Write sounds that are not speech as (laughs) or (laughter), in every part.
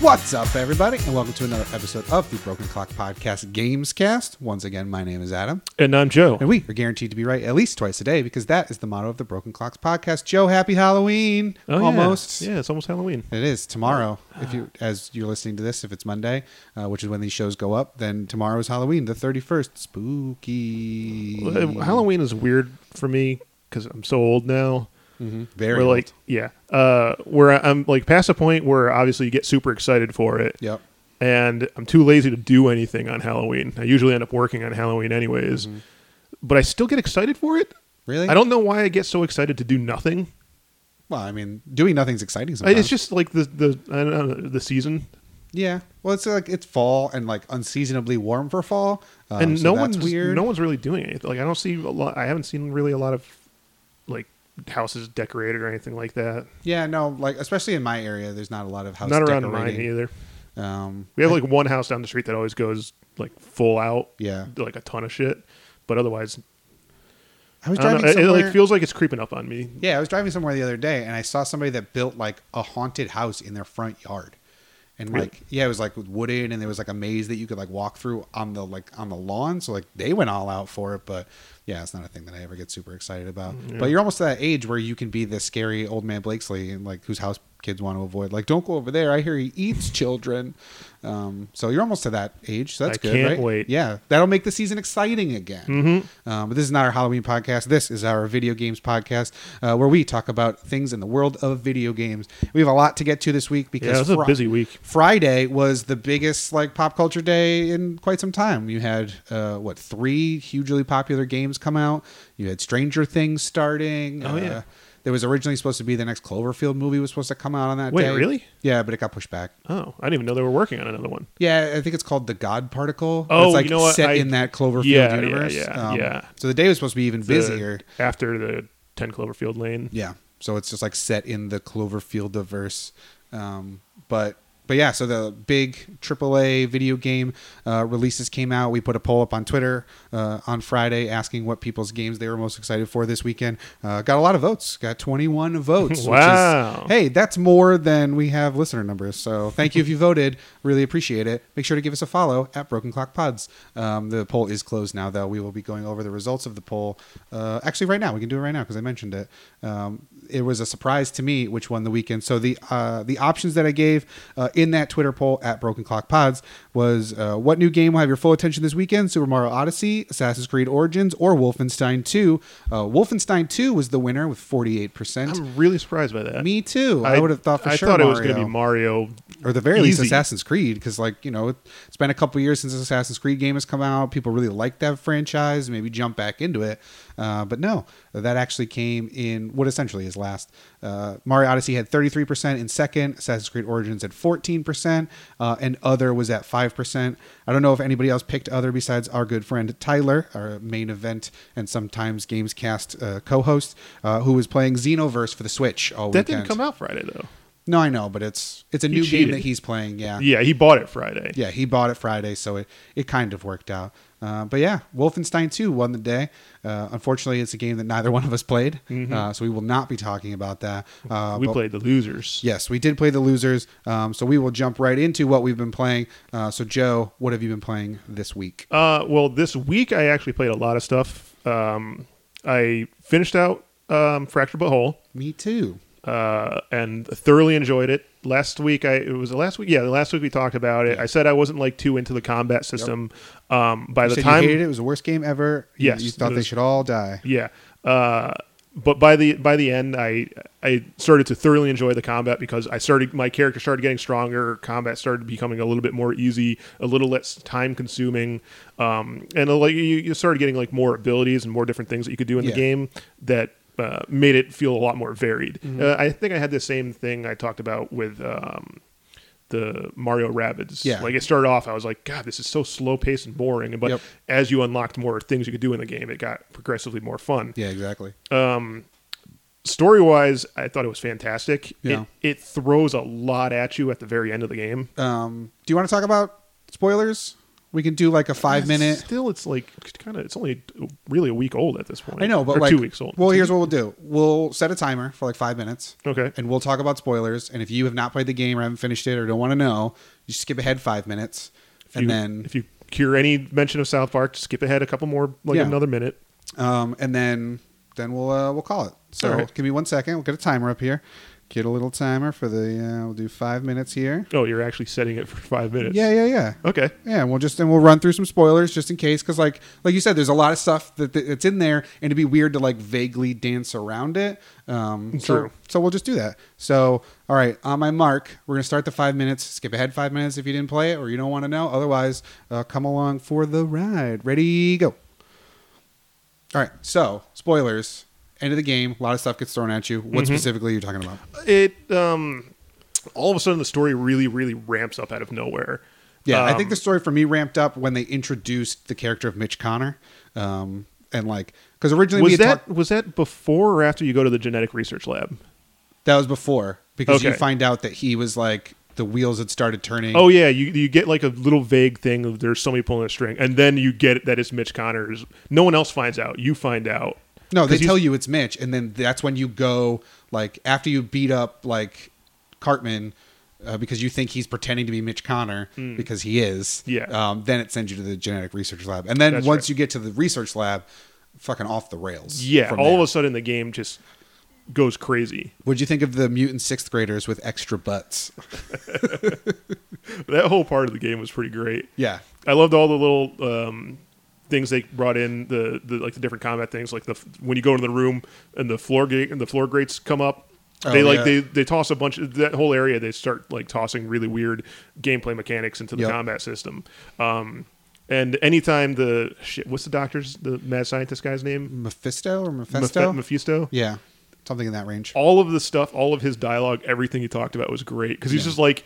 What's up, everybody, and welcome to another episode of the Broken Clock Podcast Gamescast. Once again, my name is Adam, And I'm Joe. and we are guaranteed to be right at least twice a day because that is the motto of the Broken Clocks Podcast. Joe, happy Halloween! Oh, yeah. Almost. Yeah. Ah. it's almost Halloween. It is tomorrow. If you, as you're listening to this, if it's Monday, uh, which is when these shows go up, then tomorrow is Halloween, the 31st. Spooky. Uh, Halloween is weird for me because I'm so old now. Mhm. Very We're old. like, yeah, uh, where I- I'm like past a point where obviously you get super excited for it, Yep. and I'm too lazy to do anything on Halloween. I usually end up working on Halloween anyways, Mm-hmm. but I still get excited for it. Really? I don't know why I get so excited to do nothing. Well, I mean, doing nothing's exciting. I Sometimes. It's just like the the I don't know the season, yeah. Well, it's like it's fall and like unseasonably warm for fall, um, and so no that's one's weird. no one's really doing anything. Like I don't see a lot. I haven't seen really a lot of like houses decorated or anything like that. Yeah, no, like especially in my area, there's not a lot of house Not around decorating. mine either. Um, We have like one house down the street that always goes like full out, yeah, like a ton of shit. But otherwise, I was I don't driving know. It, it, somewhere. like feels like it's creeping up on me. yeah, I was driving somewhere the other day, and I saw somebody that built like a haunted house in their front yard, and Really? like yeah, it was like wooden, and there was like a maze that you could like walk through on the like on the lawn. So like they went all out for it, but yeah, it's not a thing that I ever get super excited about. Mm, But you're almost to that age where you can be the scary old man Blakesley, and like whose house kids want to avoid. Like don't go over there. I hear he eats children. Um, so you're almost to that age. So that's I good. can't right? wait. Yeah, that'll make the season exciting again. Mm-hmm. Um, but this is not our Halloween podcast. This is our video games podcast uh, where we talk about things in the world of video games. We have a lot to get to this week because Yeah, it was a Fri- busy week. Friday was the biggest like pop culture day in quite some time. You had uh, what three hugely popular games come out. You had Stranger Things starting. Oh, Uh, yeah. There was originally supposed to be the next Cloverfield movie was supposed to come out on that Wait, day. really? Yeah, but it got pushed back. Oh, I didn't even know they were working on another one. Yeah, I think it's called the God Particle. Oh, it's like you know what? set I- in that Cloverfield Yeah, yeah, universe. Um, yeah, yeah. So the day was supposed to be even The- busier. after the Ten Cloverfield Lane. Yeah. So it's just like set in the Cloverfield diverse. Um, but but yeah, so the big AAA video game uh, releases came out. We put a poll up on Twitter uh, on Friday asking what people's games they were most excited for this weekend. Uh, got a lot of votes. Got 21 votes. Which Wow. is, hey, that's more than we have listener numbers. So thank you if you voted. Really appreciate it. Make sure to give us a follow at Broken Clock Pods. Um, the poll is closed now, though. We will be going over the results of the poll uh, actually right now. We can do it right now because I mentioned it. Um, it was a surprise to me which won the weekend. So the uh, the options that I gave uh, in that Twitter poll at Broken Clock Pods was uh, what new game will have your full attention this weekend? Super Mario Odyssey, Assassin's Creed Origins, or Wolfenstein 2. Uh, Wolfenstein 2 was the winner with 48%. I'm really surprised by that. Me too. I, would have thought for I sure thought it Mario. was going to be Mario. or at the very least easy. Assassin's Creed, because like you know it- it's been a couple years since Assassin's Creed game has come out. People really like that franchise, maybe jump back into it. Uh, but no, that actually came in what essentially is last. Uh, Mario Odyssey had 33% in second. Assassin's Creed Origins at 14%, uh, and Other was at 5%. I don't know if anybody else picked Other besides our good friend Tyler, our main event and sometimes Gamescast uh, co-host, uh, who was playing Xenoverse for the Switch all That weekend. didn't come out Friday though. No, I know, but it's it's a new game cheated. that he's playing. Yeah. yeah, Yeah, he bought it Friday. He bought it Friday, so it it kind of worked out. Uh, but yeah, Wolfenstein 2 won the day. Uh, unfortunately, it's a game that neither (laughs) one of us played, uh, so we will not be talking about that. Uh, Mm-hmm. we but- played the losers. Yes, we did play the losers. Um, so we will jump right into what we've been playing. Uh, so Joe, what have you been playing this week? Uh, well, this week I actually played a lot of stuff. Um, I finished out um, Fracture But Whole Me too. uh, and thoroughly enjoyed it. Last week, I it was the last week. Yeah, the last week we talked about it. I said I wasn't like too into the combat system. Um, by You the said time, you hated it. It was the worst game ever. You- Yes, you, thought it they was- should all die. yeah. Uh, but by the by the end, I I started to thoroughly enjoy the combat because I started my character started getting stronger. Combat started becoming a little bit more easy, a little less time consuming, um, and uh, like you, you started getting like more abilities and more different things that you could do in Yeah. the game that. Uh, made it feel a lot more varied. Mm-hmm. Uh, I think I had the same thing I talked about with um, the Mario Rabbids. Yeah. Like it started off, I was like, God, this is so slow paced and boring. But Yep. as you unlocked more things you could do in the game, it got progressively more fun. Yeah, exactly. Story wise, I thought it was fantastic. Yeah. It, it throws a lot at you at the very end of the game. Um, do you want to talk about spoilers? We can do like a five minute. Still, it's like kind of. It's only really a week old at this point. I know, but or like two weeks old. Well, here's what we'll do: we'll set a timer for like five minutes, okay. and we'll talk about spoilers. And if you have not played the game or haven't finished it or don't want to know, you skip ahead five minutes, and you, then if you cure any mention of South Park, skip ahead a couple more, like Yeah. another minute. um, and then then we'll uh, we'll call it. So All right. give me one second. We'll get a timer up here. Get a little timer for the. Uh, we'll do five minutes here. Oh, you're actually setting it for five minutes. Yeah, yeah, yeah. Okay. Yeah, and we'll just and we'll run through some spoilers just in case, because like like you said, there's a lot of stuff that that- that's in there, and it'd be weird to like vaguely dance around it. Um, so- True. So, we'll just do that. So all right, on my mark, we're gonna start the five minutes. Skip ahead five minutes if you didn't play it or you don't want to know. Otherwise, uh, come along for the ride. Ready, go. All right. So spoilers. End of the game. A lot of stuff gets thrown at you. What specifically are you talking about? It um, all of a sudden the story really, really ramps up out of nowhere. Yeah, I Um, think the story for me ramped up when they introduced the character of Mitch Connor, um, and like because originally we had was that talked- was that before or after you go to the genetic research lab? that was before because you Okay. find out that he was like the wheels had started turning. Oh yeah, you you get like a little vague thing of there's somebody pulling a string, and then you get that it's Mitch Connors. No one else finds out. You find out. no, they 'Cause he's- tell you it's Mitch, and then that's when you go like after you beat up like Cartman. Uh, because you think he's pretending to be Mitch Connor because he is, Hmm. Yeah. Um, then it sends you to the genetic research lab, and then That's once right. you get to the research lab, fucking off the rails. Yeah, from all of there. a sudden the game just goes crazy. What'd you think of the mutant sixth graders with extra butts? That whole part of the game was pretty great. Yeah, I loved all the little um, things they brought in the, the like the different combat things like the when you go into the room and the floor gate and the floor grates come up. Oh, they like yeah. they, they toss a bunch of that whole area. They start like tossing really weird gameplay mechanics into the Yep. combat system. Um, and anytime the shit, what's the doctor's the mad scientist guy's name Mephisto or Meph- Mephisto? Mephisto. yeah, something in that range. all of the stuff, all of his dialogue, everything he talked about was great because he's Yeah. just like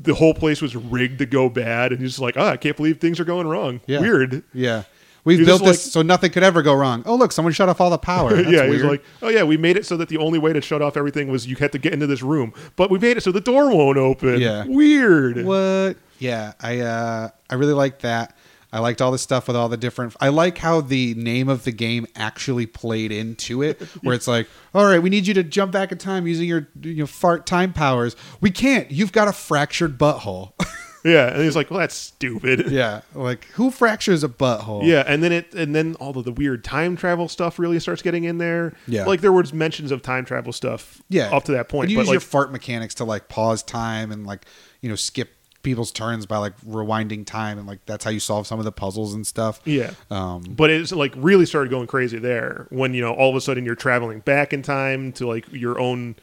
the whole place was rigged to go bad, and he's just like, ah, I can't believe things are going wrong. Yeah. Weird. Yeah, we've You're built just this like- so nothing could ever go wrong. Oh look, someone shut off all the (laughs) power. That's yeah, he's weird. like, oh yeah, we made it so that the only way to shut off everything was you had to get into this room, but we made it so the door won't open. Yeah. weird. what? Yeah, I uh, I really liked that. I liked all the stuff with all the different. I like how the name of the game actually played into (laughs) it, where it's like, "All right, we need you to jump back in time using your you know, fart time powers. We can't. You've got a fractured butthole." (laughs) Yeah, and he's like, well, that's stupid. yeah, like who fractures a butthole? Yeah, and then it and then all of the weird time travel stuff really starts getting in there. Yeah. like there was mentions of time travel stuff. yeah up to that point, And you but use like your fart mechanics to like pause time and like you know skip people's turns by like rewinding time and like that's how you solve some of the puzzles and stuff Yeah. um but it's like really started going crazy there when you know all of a sudden you're traveling back in time to like your own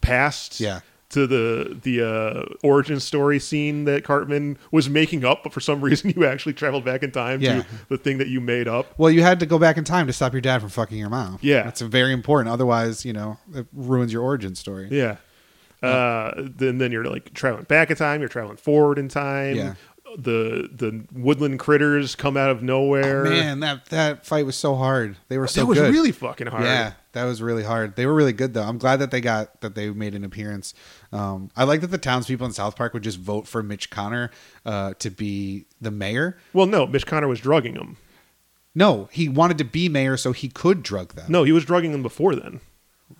past. Yeah. To the the uh, origin story scene that Cartman was making up, but for some (laughs) reason you actually traveled back in time Yeah. to the thing that you made up. well you had to go back in time to stop your dad from fucking your mom Yeah. that's very important otherwise you know it ruins your origin story Yeah. Uh, then then you're like traveling back in time. You're traveling forward in time. Yeah. The the woodland critters come out of nowhere. man that that fight was so hard they were so that was good. really fucking hard. Yeah, that was really hard. They were really good though. I'm glad that they got that they made an appearance. Um, I like that the townspeople in South Park would just vote for Mitch Connor uh, to be the mayor. Well, no, Mitch Connor was drugging them. No, he wanted to be mayor so he could drug them. No, he was drugging them before then.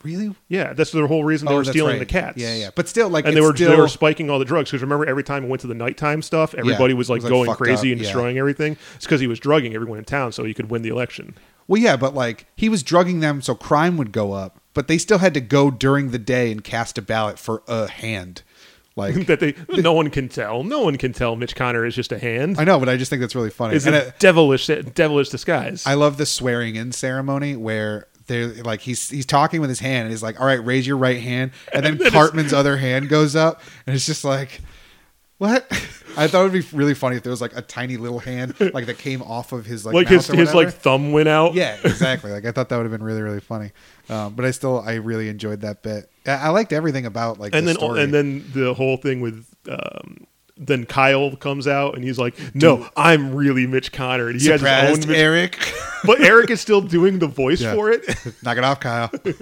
really? Yeah, that's the whole reason they were Oh, that's stealing right. the cats. Yeah, yeah. But still, like, and they were still, they were spiking all the drugs because remember every time it went to the nighttime stuff, everybody was like was, like, going fucked crazy up, and yeah. destroying everything. It's because he was drugging everyone in town so he could win the election. (laughs) well, yeah, but like he was drugging them so crime would go up, but they still had to go during the day and cast a ballot for a hand. (laughs) Like, (laughs) that they no one can tell. No one can tell Mitch Connor is just a hand. I know, but I just think that's really funny. It's And a it- devilish devilish disguise. I love the swearing in ceremony where. They're like he's he's talking with his hand and he's like, "All right, raise your right hand," and (laughs) then Cartman's other hand goes up, and it's just like, "What?" (laughs) I thought it would be really funny if there was like a tiny little hand like that came off of his like like mouth his or his like whatever. thumb went out. Yeah, exactly. like I thought that would have been really, really funny. Um, but I still, I really enjoyed that bit. I, I liked everything about like and the then oh, story. and then the whole thing with um, then Kyle comes out and he's like, "No, I'm really Mitch Connor." And he has his surprised own Mitch, Eric. (laughs) but Eric is still doing the voice Yeah. for it. Knock it off, Kyle. (laughs)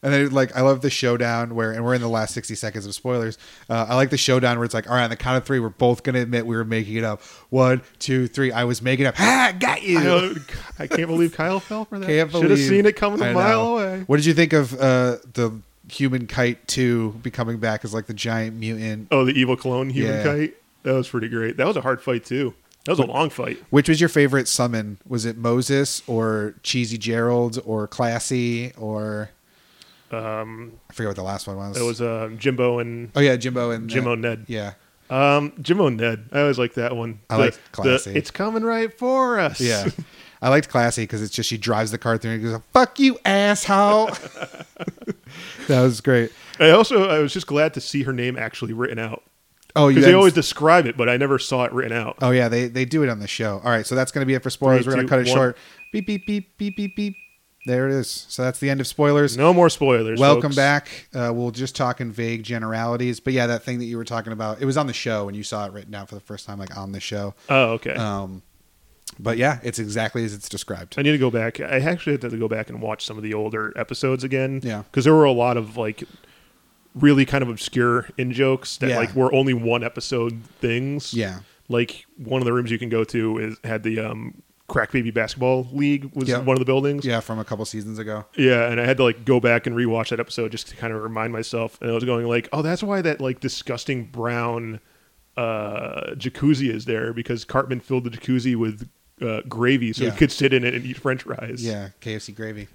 And then like I love the showdown where, and we're in the last sixty seconds of spoilers. Uh, I like the showdown where it's like, all right, on the count of three, we're both gonna admit we were making it up. One, two, three. I was making it up. Ha! Got you. I, don't- (laughs) I can't believe Kyle fell for (laughs) that. Can't Should have believe- seen it coming I a mile know. away. What did you think of uh, the human kite two becoming back as like the giant mutant? Oh, the evil clone human Yeah. kite. That was pretty great. That was a hard fight too. That was a long fight. Which was your favorite summon? Was it Moses or Cheesy Gerald or Classy or um, I forget what the last one was. That was um, Jimbo and oh yeah, Jimbo and Jimbo Ned. Yeah, Um, Jimbo Ned. I always like that one. I The- like the, classy. it's coming right for us. yeah. (laughs) I liked Classy because it's just she drives the car through and goes, "Fuck you, asshole." (laughs) that was great. (laughs) I also I was just glad to see her name actually written out Oh, you because they hadn't- always describe it, but I never saw it written out. Oh yeah, they they do it on the show. All right, so that's going to be it for spoilers. we Three, We're going two, to cut it one. short. Beep beep beep beep beep beep. There it is. So that's the end of spoilers. No more spoilers. Welcome folks. back. Uh, we'll just talk in vague generalities, but yeah, that thing that you were talking about, it was on the show and you saw it written out for the first time, like on the show. Oh, okay. Um, but yeah, it's exactly as it's described. I need to go back. I actually have to go back and watch some of the older episodes again. Yeah. Because there were a lot of like really kind of obscure in jokes that Yeah. like were only one episode things. Yeah. Like one of the rooms you can go to is had the um crack baby basketball league was Yeah. one of the buildings. Yeah, from a couple seasons ago. Yeah, and I had to like go back and rewatch that episode just to kind of remind myself. And I was going like, oh, that's why that like disgusting brown uh, jacuzzi is there because Cartman filled the jacuzzi with uh, gravy so Yeah. he could sit in it and eat French fries. Yeah, KFC gravy.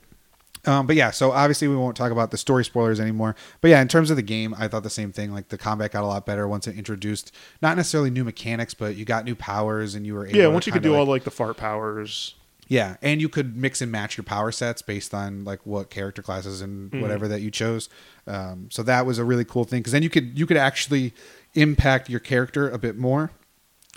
Um, but yeah, so obviously we won't talk about the story spoilers anymore. But yeah, in terms of the game, I thought the same thing. Like the combat got a lot better once it introduced not necessarily new mechanics, but you got new powers and you were able yeah. to Once you could kinda, do like, all like the fart powers, Yeah, and you could mix and match your power sets based on like what character classes and Mm-hmm. whatever that you chose. Um, so that was a really cool thing because then you could you could actually impact your character a bit more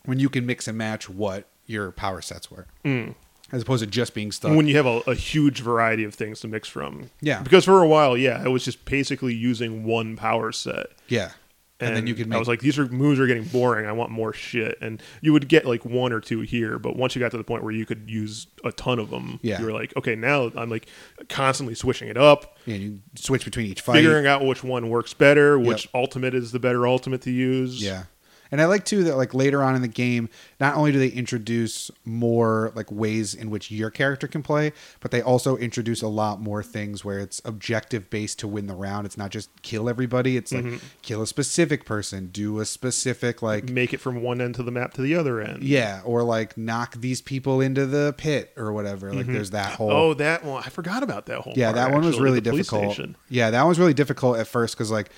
when you can mix and match what your power sets were, as opposed to just being stuck. Mm. when you have a, a huge variety of things to mix from. Yeah. Because for a while, yeah, I was just basically using one power set. yeah, and, then you could make I was like, these are moves are getting boring. I want more shit. And you would get like one or two here, but once you got to the point where you could use a ton of them, Yeah. you were like, okay, now I'm like constantly switching it up, yeah, you switch between each fight. figuring out which one works better, which ultimate is the better ultimate to use. Yeah. And I like too that like later on in the game, not only do they introduce more like ways in which your character can play, but they also introduce a lot more things where it's objective based to win the round. It's not just kill everybody. It's like kill a specific person, do a specific like Make it from one end to the map to the other end. yeah, or like knock these people into the pit or whatever. Like there's that whole Oh, that one! I forgot about that whole. yeah, part, that one was actually, really the police difficult. station. Yeah, that one was really difficult at first because like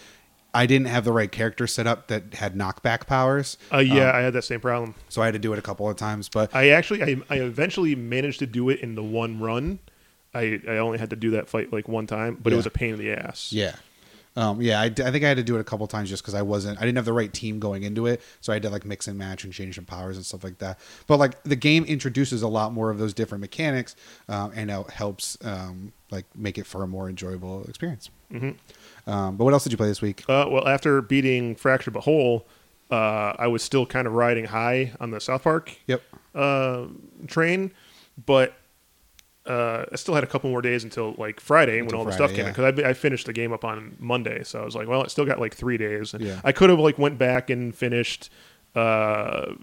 I didn't have the right character set up that had knockback powers, Uh, Um, yeah, I had that same problem. so I had to do it a couple of times. But I actually, I, I eventually managed to do it in the one run. I, I only had to do that fight like one time, but Yeah. it was a pain in the ass. Yeah. Um, yeah, I, d- I think I had to do it a couple times just because I wasn't, I didn't have the right team going into it. So I had to like mix and match and change some powers and stuff like that. But like the game introduces a lot more of those different mechanics um, and it helps um, like make it for a more enjoyable experience. Mm-hmm. Um, but what else did you play this week? Uh, well, after beating Fracture But Whole, uh, I was still kind of riding high on the South Park Yep. uh, train, but uh, I still had a couple more days until like Friday when Until all the Friday, stuff came in yeah. 'cause in because I, I finished the game up on Monday, so I was like, well, I still got like three days. And Yeah. I could have like went back and finished. Uh,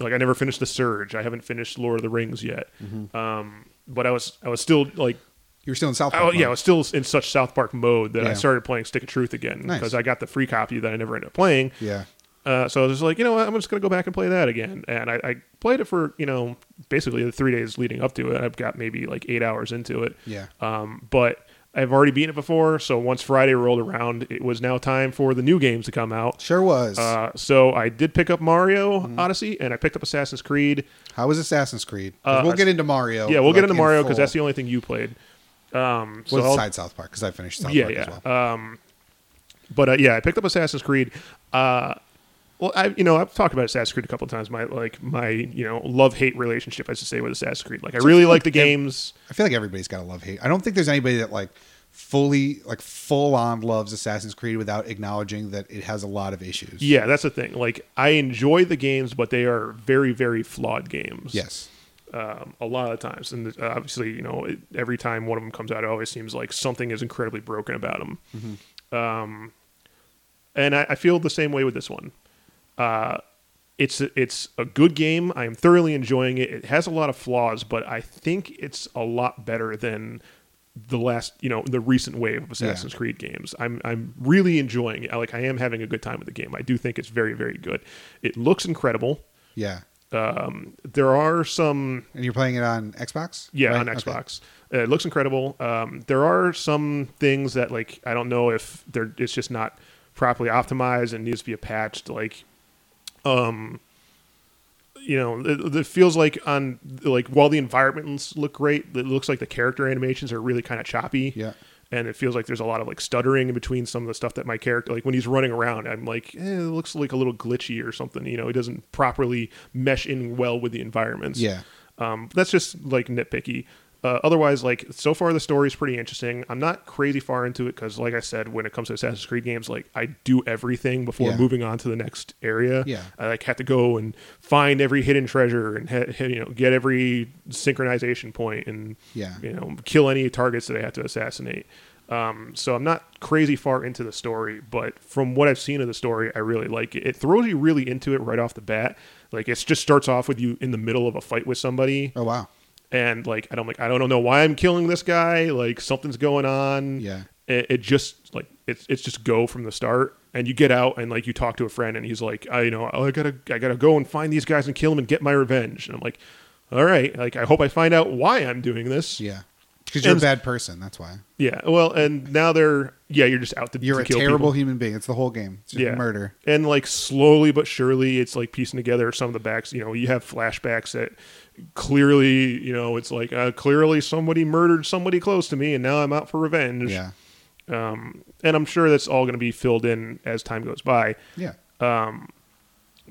like I never finished the Surge. I haven't finished Lord of the Rings yet. Mm-hmm. Um, but I was I was still like You were still in South Park. Oh yeah, I mode. was still in such South Park mode that Yeah. I started playing Stick of Truth again Nice. because I got the free copy that I never ended up playing. Yeah. Uh, so I was just like, you know what, I'm just gonna go back and play that again. And I, I played it for you know basically the three days leading up to it. I've got maybe like eight hours into it. Yeah. Um, but I've already beaten it before. So once Friday rolled around, it was now time for the new games to come out. Sure was. Uh, so I did pick up Mario Odyssey and I picked up Assassin's Creed. How was Assassin's Creed? 'Cause uh, we'll get into Mario. Yeah, we'll like, get into in Mario because full. that's the only thing you played. Um, so Well, I'll- side South Park because I finished South yeah, Park yeah. as well. Um, but uh, yeah, I picked up Assassin's Creed. Uh, well, I you know I've talked about Assassin's Creed a couple of times. My like my you know love hate relationship, I should say, with Assassin's Creed. Like I really like the games. I feel like everybody's got a love hate. I don't think there's anybody that like fully like full on loves Assassin's Creed without acknowledging that it has a lot of issues. Yeah, that's the thing. Like I enjoy the games, but they are very very flawed games. Yes. um, a lot of times. And uh, obviously, you know, it, every time one of them comes out, it always seems like something is incredibly broken about them. Um, and I, I feel the same way with this one. Uh, it's it's a good game. I am thoroughly enjoying it. It has a lot of flaws, but I think it's a lot better than the last, you know, the recent wave of Assassin's Creed games. I'm I'm really enjoying it. I, like I am having a good time with the game. I do think it's very very good. It looks incredible. Yeah. Um, there are some And you're playing it on Xbox? yeah Right? on Okay. Xbox. Uh, it looks incredible. Um, there are some things that like I don't know if they're it's just not properly optimized and needs to be patched. Like um, you know it, it feels like on like while the environments look great it looks like the character animations are really kind of choppy Yeah. and it feels like there's a lot of like stuttering in between some of the stuff that my character like when he's running around i'm like eh, it looks like a little glitchy or something you know it doesn't properly mesh in well with the environments Yeah. um, that's just like nitpicky. Uh, otherwise, like so far, the story's pretty interesting. I'm not crazy far into it because, like I said, when it comes to Assassin's Creed games, like I do everything before Yeah. moving on to the next area. Yeah. I like have to go and find every hidden treasure and ha- ha- you know get every synchronization point and Yeah. you know kill any targets that I have to assassinate. Um, so I'm not crazy far into the story, but from what I've seen of the story, I really like it. It throws you really into it right off the bat. Like it just starts off with you in the middle of a fight with somebody, Oh wow. and like I don't like I don't know why I'm killing this guy. Like something's going on. Yeah. It, it just like it's it's just go from the start, and you get out and like you talk to a friend, and he's like, I you know I gotta I gotta go and find these guys and kill them and get my revenge. And I'm like, all right, like I hope I find out why I'm doing this. Yeah. Because you're And- a bad person. That's why. Yeah, well, and now they're yeah, you're just out to, You're to a kill terrible people. human being. It's the whole game. It's just Yeah. murder. And like slowly but surely, it's like piecing together some of the backs. You know, you have flashbacks that clearly, you know, it's like uh, clearly somebody murdered somebody close to me, and now I'm out for revenge. Yeah. And I'm sure that's all going to be filled in as time goes by. Yeah.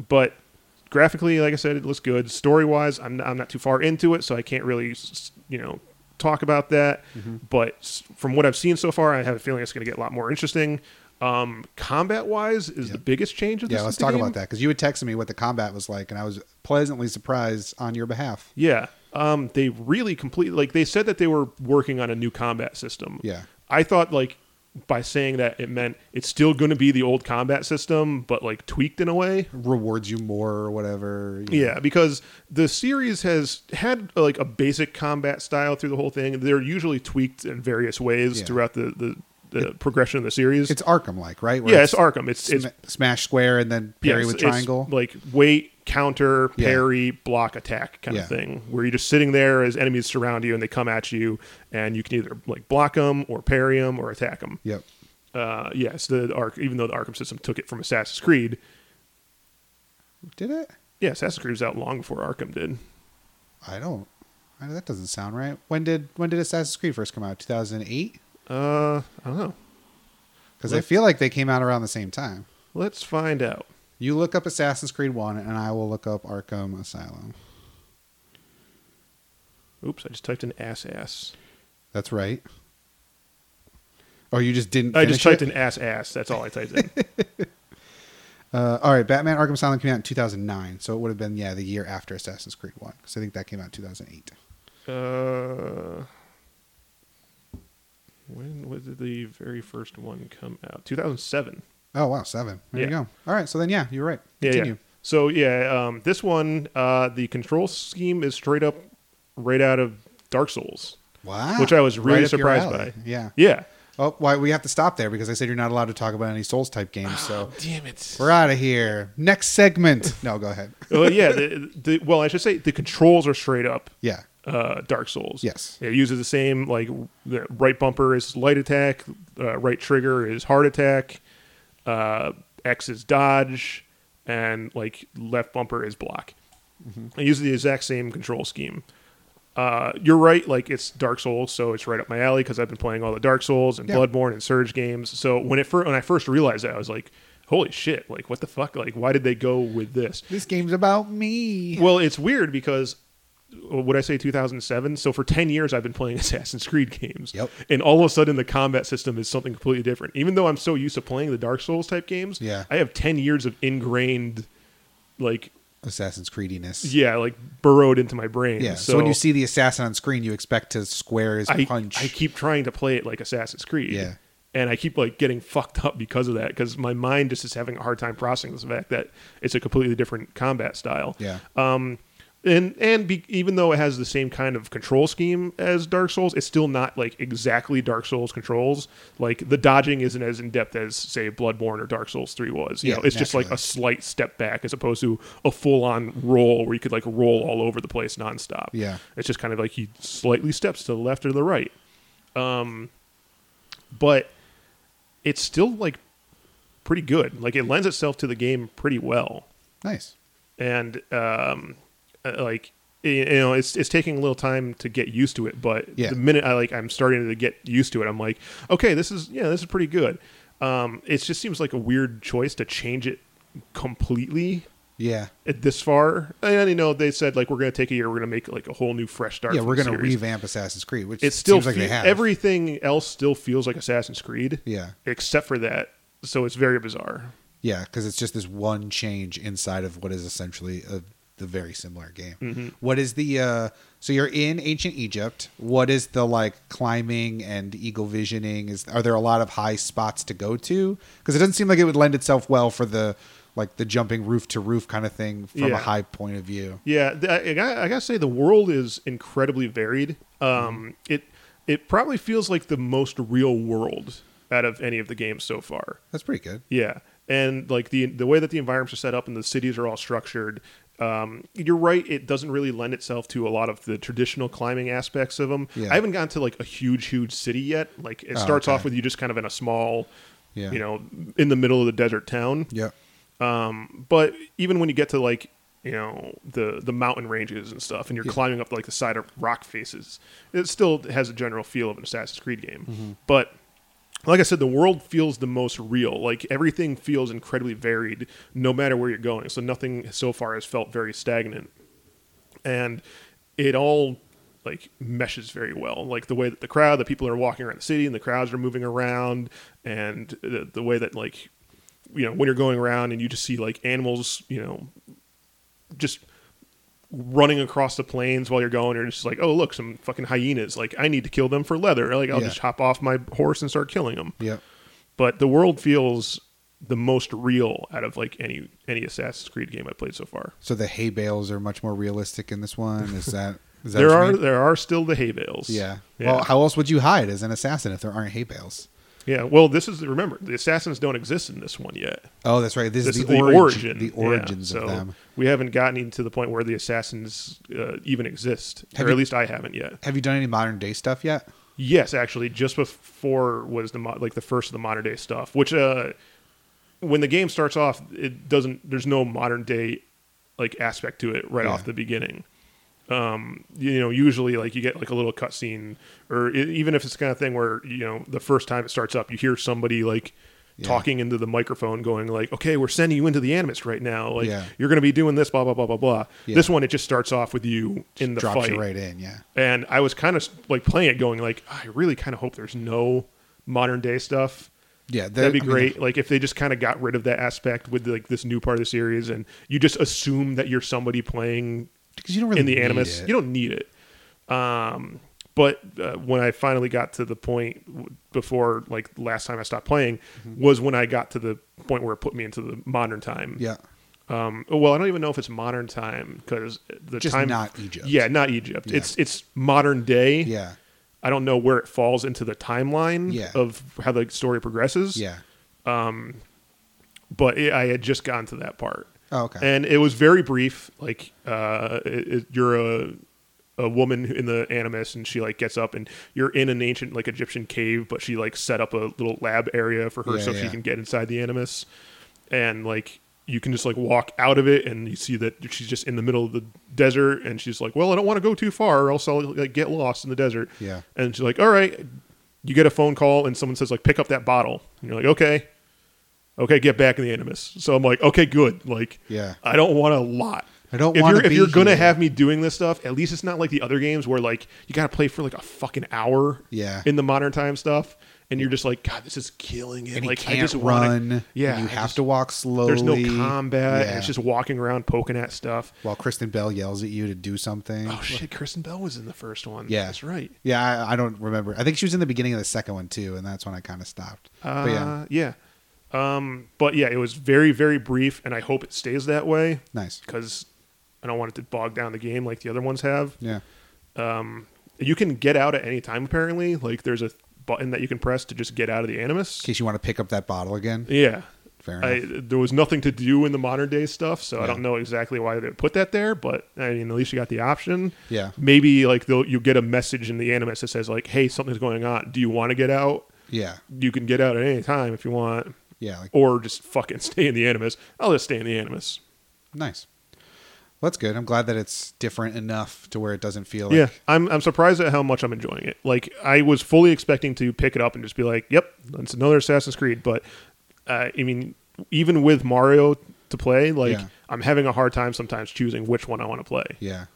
But graphically, like I said, it looks good. Story wise, I'm I'm not too far into it, so I can't really s- s- you know talk about that. Mm-hmm. But s- from what I've seen so far, I have a feeling it's going to get a lot more interesting. Um, combat wise is the biggest change. Of Yeah, this let's the talk game. about that because you had texted me what the combat was like, and I was pleasantly surprised on your behalf. Yeah. Um, they really completely like they said that they were working on a new combat system. Yeah. I thought like by saying that it meant it's still going to be the old combat system, but like tweaked in a way. Rewards you more or whatever. you know. Yeah, because the series has had like a basic combat style through the whole thing. They're usually tweaked in various ways Yeah. throughout the the, the progression of the series. It's Arkham like, right? Where yeah, it's Arkham. It's it's sma- smash square and then yeah, parry it's- with it's triangle. like wait, counter, Yeah. parry, block, attack kind Yeah. of thing, where you're just sitting there as enemies surround you and they come at you, and you can either like block them or parry them or attack them. yep. Uh, yes, the Ark, even though the Arkham system took it from Assassin's Creed, Did it? yeah, Assassin's Creed was out long before Arkham did. I don't. I, that doesn't sound right. When did when did Assassin's Creed first come out? Two thousand eight. Uh, I don't know. Because I Look- feel like they came out around the same time. Let's find out. You look up Assassin's Creed one, and I will look up Arkham Asylum. Oops, I just typed in ass ass. That's right. Oh, you just didn't. I just finish typed it? in ass ass. That's all I (laughs) typed in. Uh, all right, Batman Arkham Asylum came out in 2009, so it would have been yeah the year after Assassin's Creed One, because I think that came out in 2008. uh, when was the very first one come out? 2007. Oh wow, seven. There you Yeah. go. All right, so then yeah, you're right. Yeah, Continue. yeah. So yeah, um, this one, uh, the control scheme is straight up right out of Dark Souls. Wow, Which I was really up your surprised alley. by. Yeah. Yeah. Oh, why we have to stop there because I said you're not allowed to talk about any Souls type games. So Damn it. we're out of here. Next segment. No, go ahead. well, yeah. The, the, well, I should say the controls are straight up Yeah. uh, Dark Souls. Yes. it uses the same like the right bumper is light attack, uh, right trigger is hard attack, uh, X is dodge, and like left bumper is block. Mm-hmm. It uses the exact same control scheme. Uh, you're right. Like it's Dark Souls, so it's right up my alley because I've been playing all the Dark Souls and Yeah. Bloodborne and Surge games. So when it fir- when I first realized that, I was like, "Holy shit! Like what the fuck? Like why did they go with this?" This game's about me. Well, it's weird because would I say 2007? So for 10 years, I've been playing (laughs) Assassin's Creed games. Yep. And all of a sudden, the combat system is something completely different. Even though I'm so used to playing the Dark Souls type games, Yeah. I have 10 years of ingrained like Assassin's Creediness. yeah, like burrowed into my brain. Yeah, So, So, when you see the assassin on screen, you expect to square his I, punch. I keep trying to play it like Assassin's Creed. Yeah. And I keep like getting fucked up because of that, because my mind just is having a hard time processing the fact that it's a completely different combat style. yeah. Um, and and be, even though it has the same kind of control scheme as Dark Souls, it's still not like exactly Dark Souls controls. Like the dodging isn't as in depth as say Bloodborne or Dark Souls Three was. You Yeah, know, it's just like naturally. a slight step back as opposed to a full on roll where you could like roll all over the place nonstop. Yeah. it's just kind of like he slightly steps to the left or the right. Um, but it's still like pretty good. Like it lends itself to the game pretty well nice. and um, uh, like y- you know, it's it's taking a little time to get used to it. But Yeah. the minute I like, I'm starting to get used to it. I'm like, okay, this is yeah, this is pretty good. Um, it just seems like a weird choice to change it completely Yeah. at this far. And you know, they said like we're gonna take a year, we're gonna make like a whole new fresh start. Yeah, for we're the going to series. revamp Assassin's Creed, which It still seems like they fe- have. everything else still feels like Assassin's Creed, yeah. except for that. So it's very bizarre. Yeah, because it's just this one change inside of what is essentially a, the very similar game. Mm-hmm. What is the uh, so you're in ancient Egypt? What is the like climbing and eagle visioning? Is are there a lot of high spots to go to? Because it doesn't seem like it would lend itself well for the like the jumping roof to roof kind of thing from Yeah. a high point of view. Yeah, th- I, I gotta- I gotta say the world is incredibly varied. Um, it it probably feels like the most real world out of any of the games so far. That's pretty good. Yeah, and like the the way that the environments are set up and the cities are all structured. Um, you're right. It doesn't really lend itself to a lot of the traditional climbing aspects of them. Yeah. I haven't gotten to like a huge, huge city yet. Like it Oh, starts okay. off with you just kind of in a small, Yeah. you know, in the middle of the desert town Yeah. but even when you get to like you know the the mountain ranges and stuff and you're climbing up like the side of rock faces it still has a general feel of an assassin's creed game but like i said the world feels the most real like everything feels incredibly varied no matter where you're going so nothing so far has felt very stagnant and it all like meshes very well like the way that the crowd the people are walking around the city and the crowds are moving around and the, the way that like you know when you're going around and you just see like animals you know just running across the plains while you're going you're just like oh look some fucking hyenas like i need to kill them for leather like i'll Yeah. just hop off my horse and start killing them Yeah. but the world feels the most real out of like any any assassin's creed game i played so far So the hay bales are much more realistic in this one. Is that is that there what you are mean? there are still the hay bales Yeah. yeah Well, how else would you hide as an assassin if there aren't hay bales? yeah well this is remember the assassins don't exist in this one yet Oh, that's right. This, this is the, origin, The Yeah, origins of them. We haven't gotten to the point where the assassins uh, even exist, Have or you- at least I haven't yet. Have you done any modern day stuff yet? Yes, actually, just before was the mo- like the first of the modern day stuff, which uh, when the game starts off, it doesn't. There's no modern day like aspect to it right Yeah. off the beginning. Um, you know, usually like you get like a little cutscene, or e- even if it's the kind of thing where you know the first time it starts up, you hear somebody like Yeah. talking into the microphone, going like, "Okay, we're sending you into the animus right now. Like Yeah. you're going to be doing this, blah blah blah blah blah." Yeah. This one, it just starts off with you in the Drops fight, you right in, yeah. and I was kind of like playing it, going like, I really kind of hope there's no modern day stuff. Yeah, that- That'd I be mean, great. like if they just kind of got rid of that aspect with like this new part of the series, and you just assume that you're somebody playing because you don't really in the need animus. it. You don't need it. Um, but uh, when I finally got to the point w- before, like last time I stopped playing, Mm-hmm. was when I got to the point where it put me into the modern time. yeah, Um, well, I don't even know if it's modern time because the Just time not Egypt. Yeah, not Egypt. Yeah. It's it's modern day. yeah, I don't know where it falls into the timeline Yeah. of how the story progresses. yeah. But it, I had just gotten to that part. Oh, okay. And it was very brief. Like, uh, it, it- you're a, a woman in the animus and she like gets up and you're in an ancient like Egyptian cave, but she like set up a little lab area for her Yeah, so she yeah. can get inside the animus. And like, you can just like walk out of it and you see that she's just in the middle of the desert and she's like, well, I don't want to go too far or else I'll like get lost in the desert. Yeah. And she's like, all right, you get a phone call and someone says like, pick up that bottle. And you're like, okay, okay, get back in the animus. So I'm like, okay, good. Like, Yeah. I don't want a lot. I don't If wanna you're if be you're gonna here. have me doing this stuff, at least it's not like the other games where like you gotta play for like a fucking hour. Yeah. In the modern time stuff, and you're just like, God, this is killing it. and like he can't I just wanna, run. yeah, and you I have just- to walk slowly. There's no combat. and Yeah. It's just walking around poking at stuff. while Kristen Bell yells at you to do something. Oh shit, Kristen Bell was in the first one. Yeah. that's right. Yeah, I, I don't remember. I think she was in the beginning of the second one too, and that's when I kind of stopped. Uh, but yeah, yeah. Um, but yeah, it was very, very brief, and I hope it stays that way nice. because I don't want it to bog down the game like the other ones have. Yeah, You can get out at any time, apparently. Like, there's a button that you can press to just get out of the animus. in case you want to pick up that bottle again. Yeah. Fair I, enough. there was nothing to do in the modern day stuff, so I Yeah. don't know exactly why they put that there. But I mean, at least you got the option. Yeah. Maybe like they'll, you get a message in the animus that says like, "Hey, something's going on. Do you want to get out? yeah, You can get out at any time if you want." yeah, like or just fucking (laughs) stay in the animus. I'll just stay in the animus. nice. Well, that's good. I'm glad that it's different enough to where it doesn't feel like yeah, I'm I'm surprised at how much I'm enjoying it. Like I was fully expecting to pick it up and just be like, "Yep, it's another Assassin's Creed." But uh, I mean, even with Mario to play, like Yeah. I'm having a hard time sometimes choosing which one I want to play. Yeah,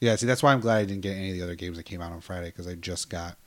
yeah. See, that's why I'm glad I didn't get any of the other games that came out on Friday because I just got,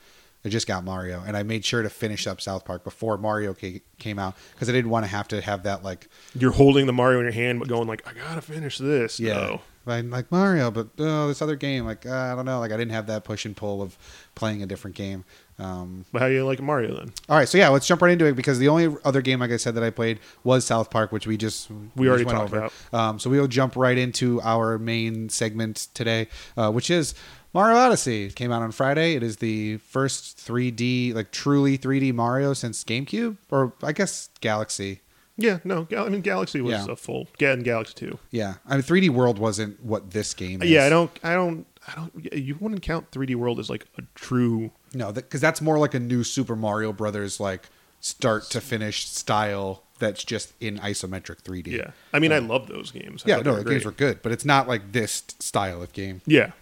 I just got Mario, and I made sure to finish up South Park before Mario ca- came out because I didn't want to have to have that like, You're holding the Mario in your hand, but going like, "I gotta finish this." yeah, though." I'm like Mario, but oh, this other game, like uh, I don't know, like I didn't have that push and pull of playing a different game. Um, But how do you like Mario then? all right, so yeah, let's jump right into it because the only other game, like I said, that I played was South Park, which we just We just already went talked about. Um, so we'll jump right into our main segment today, uh, which is Mario Odyssey. It came out on Friday. It is the first 3D, like truly 3D Mario since GameCube, or I guess Galaxy. Yeah, no, Gal- I mean Galaxy was Yeah. a full, yeah, and Galaxy Two. Yeah, I mean 3D World wasn't what this game. is. Yeah, I don't, I don't, I don't. You wouldn't count 3D World as like a true No, because that's more like a new Super Mario Brothers, like start to finish style. That's just in isometric 3D. Yeah, I mean, I love those games. I Yeah, thought they no, the games were great. good, but it's not like this t- style of game. Yeah,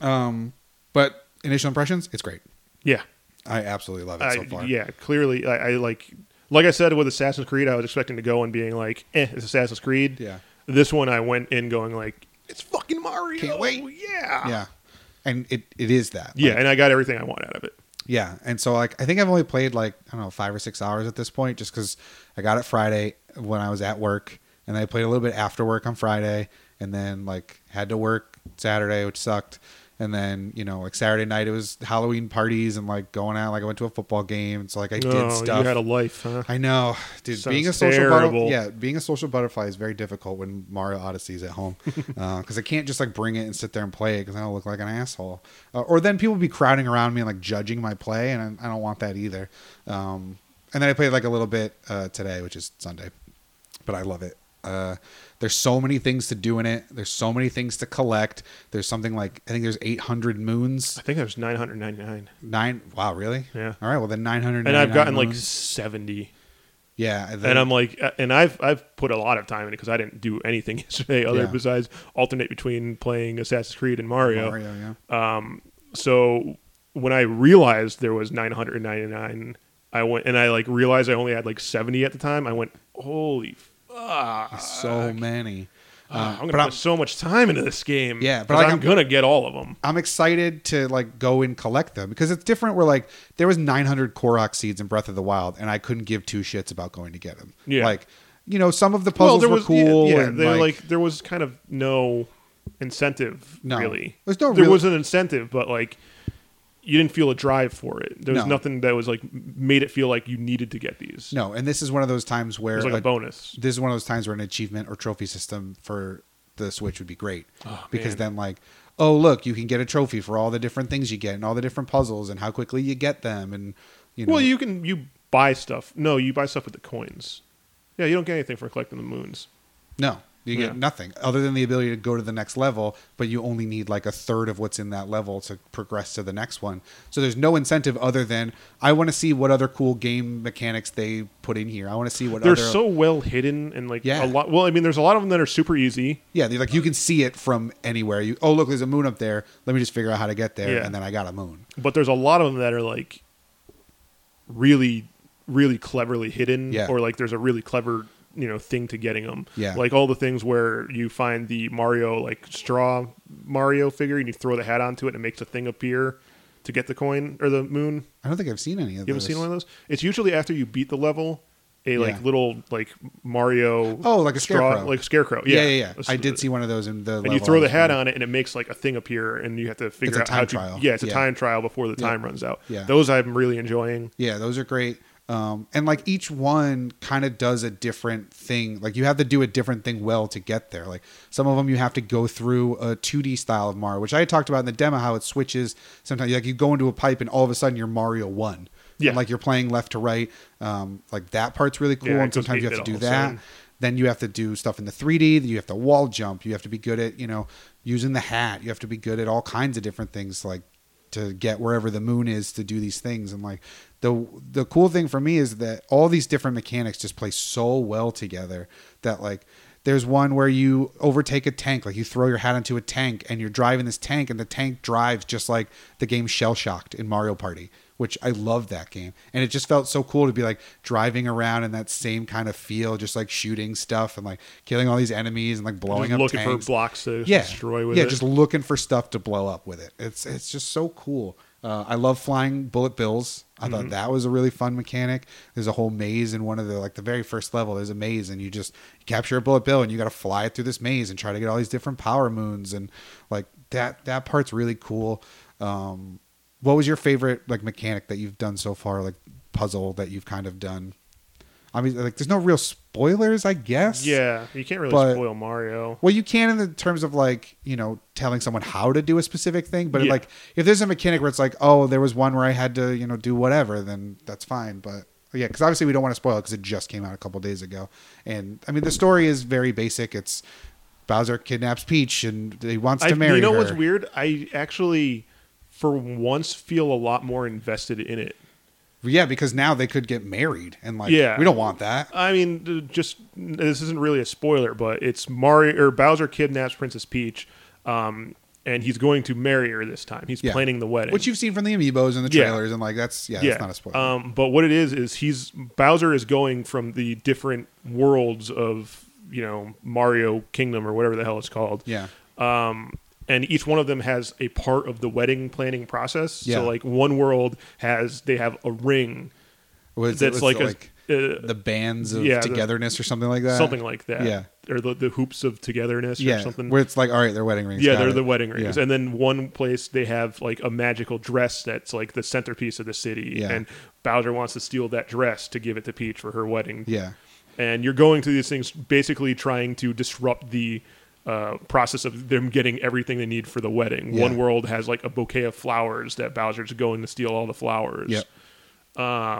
Um, but initial impressions, it's great. yeah, I absolutely love it I, so far. yeah. Clearly, I, I like, like I said with Assassin's Creed, I was expecting to go and being like, eh, it's Assassin's Creed. Yeah. This one, I went in going like, it's fucking Mario. Can't wait. Yeah. yeah, and it, it is that. Yeah, Like, and I got everything I want out of it. yeah. And so like I think I've only played like I don't know five or six hours at this point, just because I got it Friday when I was at work, and I played a little bit after work on Friday, and then like had to work Saturday, which sucked. And then you know like Saturday night it was Halloween parties and like going out. Like I went to a football game, so like I oh, did stuff. you had a life, huh? I know, dude. Sounds being a social butterfly, terrible. yeah, being a social butterfly is very difficult when Mario Odyssey's at (laughs) home because I can't just like bring it and sit there and play it because I don't look like an asshole. Uh, or then people would be crowding around me and like judging my play, and I, I don't want that either. Um, and then I played like a little bit uh, today, which is Sunday, but I love it. Uh, there's so many things to do in it. There's so many things to collect. There's something like I think there's 800 moons. I think I was 999, Nine. Wow, really? Yeah. All right. Well, then 900. and I've gotten like 70. yeah. And I'm like, uh, and I've I've put a lot of time in it because I didn't do anything (laughs) yesterday other Yeah. besides alternate between playing Assassin's Creed and Mario. Mario, yeah. so when I realized there was 999, I went and I like realized I only had like 70 at the time. I went, holy fuck! so many. Ah, Uh, I'm but gonna put I'm- so much time into this game. Yeah, but 'cause like, I'm, I'm- gonna get all of them. I'm excited to like go and collect them because it's different. Where like there was 900 Korok seeds in Breath of the Wild, and I couldn't give two shits about going to get them. Yeah. like you know, some of the puzzles were yeah, cool. Yeah, and, they like, like, there was kind of no incentive. No. really. There's no There real- was an incentive, but like. You didn't feel a drive for it. There was No. nothing that was like made it feel like you needed to get these. no, and this is one of those times it where was like, a like, bonus. this is one of those times where an achievement or trophy system for the Switch would be great because man. then like oh look you can get a trophy for all the different things you get and all the different puzzles and how quickly you get them and you know Well, you can you buy stuff. No, you buy stuff with the coins. Yeah, you don't get anything for collecting the moons. No, you get Yeah. nothing other than the ability to go to the next level, but you only need like a third of what's in that level to progress to the next one. So there's no incentive other than I want to see what other cool game mechanics they put in here. I want to see what They're other so well hidden and like Yeah. a lot. Well, I mean, there's a lot of them that are super easy. yeah, they're like you can see it from anywhere. You oh look, there's a moon up there. Let me just figure out how to get there, Yeah. and then I got a moon. but there's a lot of them that are like really really cleverly hidden Yeah. or like there's a really clever you know thing to getting them Yeah. like all the things where you find the mario like straw mario figure and you throw the hat onto it and it makes a thing appear to get the coin or the moon. I don't think I've seen any of You those. haven't seen one of those? It's usually after you beat the level, a like Yeah. little like Mario. Oh, like a scarecrow. like scarecrow. Yeah, Yeah, yeah, yeah. I did see one of those in the. And you throw the hat on it, and it makes like a thing appear, and you have to figure a out time how trial. to. Yeah, it's a Yeah. time trial before the Yeah. time runs out. Yeah. those I'm really enjoying. Yeah, those are great. Um, and like each one kind of does a different thing. Like you have to do a different thing well to get there. Like some of them you have to go through a 2D style of Mario, which I had talked about in the demo how it switches sometimes. Like you go into a pipe and all of a sudden you're Mario one. Yeah. And like you're playing left to right. Um, like that part's really cool. Yeah, it and goes sometimes you have to 8-bit do all of a that. sudden. Then you have to do stuff in the 3D. You have to wall jump. You have to be good at you know using the hat. You have to be good at all kinds of different things like to get wherever the moon is to do these things and like the the cool thing for me is that all these different mechanics just play so well together that like there's one where you overtake a tank like you throw your hat into a tank and you're driving this tank and the tank drives just like the game shell shocked in Mario Party which I love that game and it just felt so cool to be like driving around in that same kind of feel just like shooting stuff and like killing all these enemies and like blowing Just up looking tanks for blocks to destroy with yeah, it. just looking for stuff to blow up with it. It's it's just so cool. Uh, I love flying bullet bills. I Mm-hmm. thought that was a really fun mechanic. There's a whole maze in one of the like the very first level. There's a maze and you just capture a bullet bill and you got to fly it through this maze and try to get all these different power moons and like that that part's really cool. Um, what was your favorite like mechanic that you've done so far? Like puzzle that you've kind of done. I mean, like there's no real spoilers, I guess. yeah, you can't really But- spoil Mario. Well, you can in the terms of like you know telling someone how to do a specific thing, but Yeah. like if there's a mechanic where it's like, oh, there was one where I had to you know do whatever, then that's fine. But yeah, because obviously we don't want to spoil it because it just came out a couple days ago, and I mean the story is very basic. It's Bowser kidnaps Peach and he wants to I- marry you know her. what's weird? I actually, for once, feel a lot more invested in it. Yeah, because now they could get married, and like Yeah. we don't want that. I mean, th- just this isn't really a spoiler, but it's Mario or Bowser kidnaps Princess Peach, um, and he's going to marry her this time. He's Yeah. planning the wedding, Which you've seen from the amiibos and the Yeah. trailers, and like that's yeah, that's not a spoiler. Um, but what it is is he's Bowser is going from the different worlds of you know Mario Kingdom or whatever the hell it's called. yeah, um, and each one of them has a part of the wedding planning process. Yeah. So like one world has they have a ring was it- that's was like, it, a, uh, the bands of yeah, the- togetherness or something like that. something like that. yeah. Or the, the hoops of togetherness or something. Where it's like, all right, they're wedding rings. yeah, got they're it. the wedding rings. Yeah. And then one place they have like a magical dress that's like the centerpiece of the city. Yeah. And Bowser wants to steal that dress to give it to Peach for her wedding. yeah. And you're going through these things basically trying to disrupt the uh, process of them getting everything they need for the wedding. Yeah. One world has like a bouquet of flowers that Bowser's going to steal all the flowers. Um, Yep.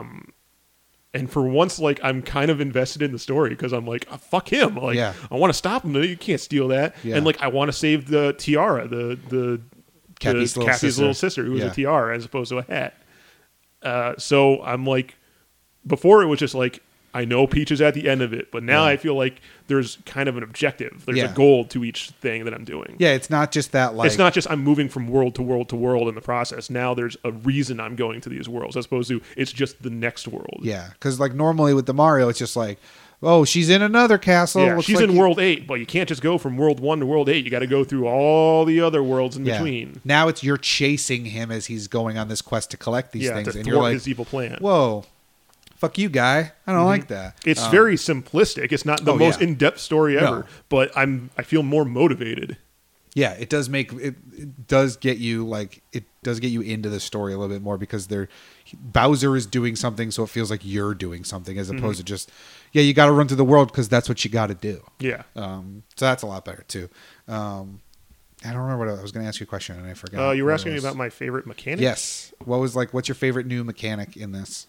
And for once, like I'm kind of invested in the story because I'm like, "Ah, fuck him. Like Yeah. I want to stop him. You can't steal that. Yeah. And like I want to save the tiara, the the Kathy's the, little Kathy's sister. little sister, who was Yeah. a tiara as opposed to a hat. Uh, so I'm like, before it was just like I know Peach is at the end of it, but now I feel like there's kind of an objective. There's Yeah. a goal to each thing that I'm doing. Yeah. It's not just that, like, it's not just I'm moving from world to world to world in the process. Now there's a reason I'm going to these worlds as opposed to it's just the next world. yeah. Cause like normally with the Mario, it's just like, oh, she's in another castle. yeah, Looks she's like in you- world eight, but you can't just go from world one to world eight. You got to go through all the other worlds in Yeah. between. Now it's you're chasing him as he's going on this quest to collect these Yeah, things. to And thwart you're like, his evil plan. whoa, fuck you, guy. I don't like that. it's Um, very simplistic. It's not the oh, most yeah. in-depth story No. ever, but I'm I feel more motivated. yeah it does make it, it does get you like it does get you into the story a little bit more because they're bowser is doing something so it feels like you're doing something as opposed Mm-hmm. to just yeah you got to run through the world because that's what you got to do Yeah. um, so that's a lot better too um, i don't remember what i was going to ask you a question and i forgot Uh, you were what it asking me was. about my favorite mechanic. Oh, yes what was like what's your favorite new mechanic in this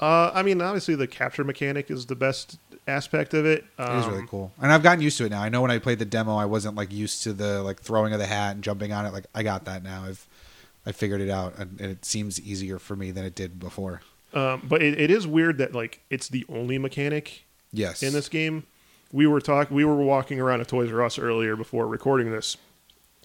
Uh, I mean, obviously the capture mechanic is the best aspect of it. Um, It is really cool, and I've gotten used to it now. I know when I played the demo, I wasn't like used to the like throwing of the hat and jumping on it. Like I got that now. I've I figured it out, and and it seems easier for me than it did before. Um, but it, it is weird that like it's the only mechanic Yes, in this game. We were talk we were walking around a Toys R Us earlier before recording this,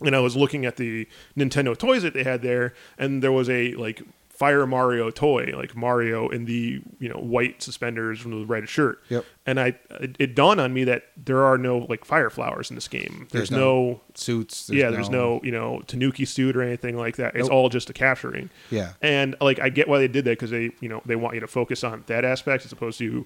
and I was looking at the Nintendo toys that they had there, and there was a like Fire Mario toy, like Mario in the you know white suspenders with the red shirt. Yep. And I, it, it dawned on me that there are no like fire flowers in this game. There's There's, no- no Suits. yeah, there's no you know Tanuki suit or anything like that. It's Nope. all just a capturing. Yeah. and like I get why they did that because they you know they want you to focus on that aspect as opposed to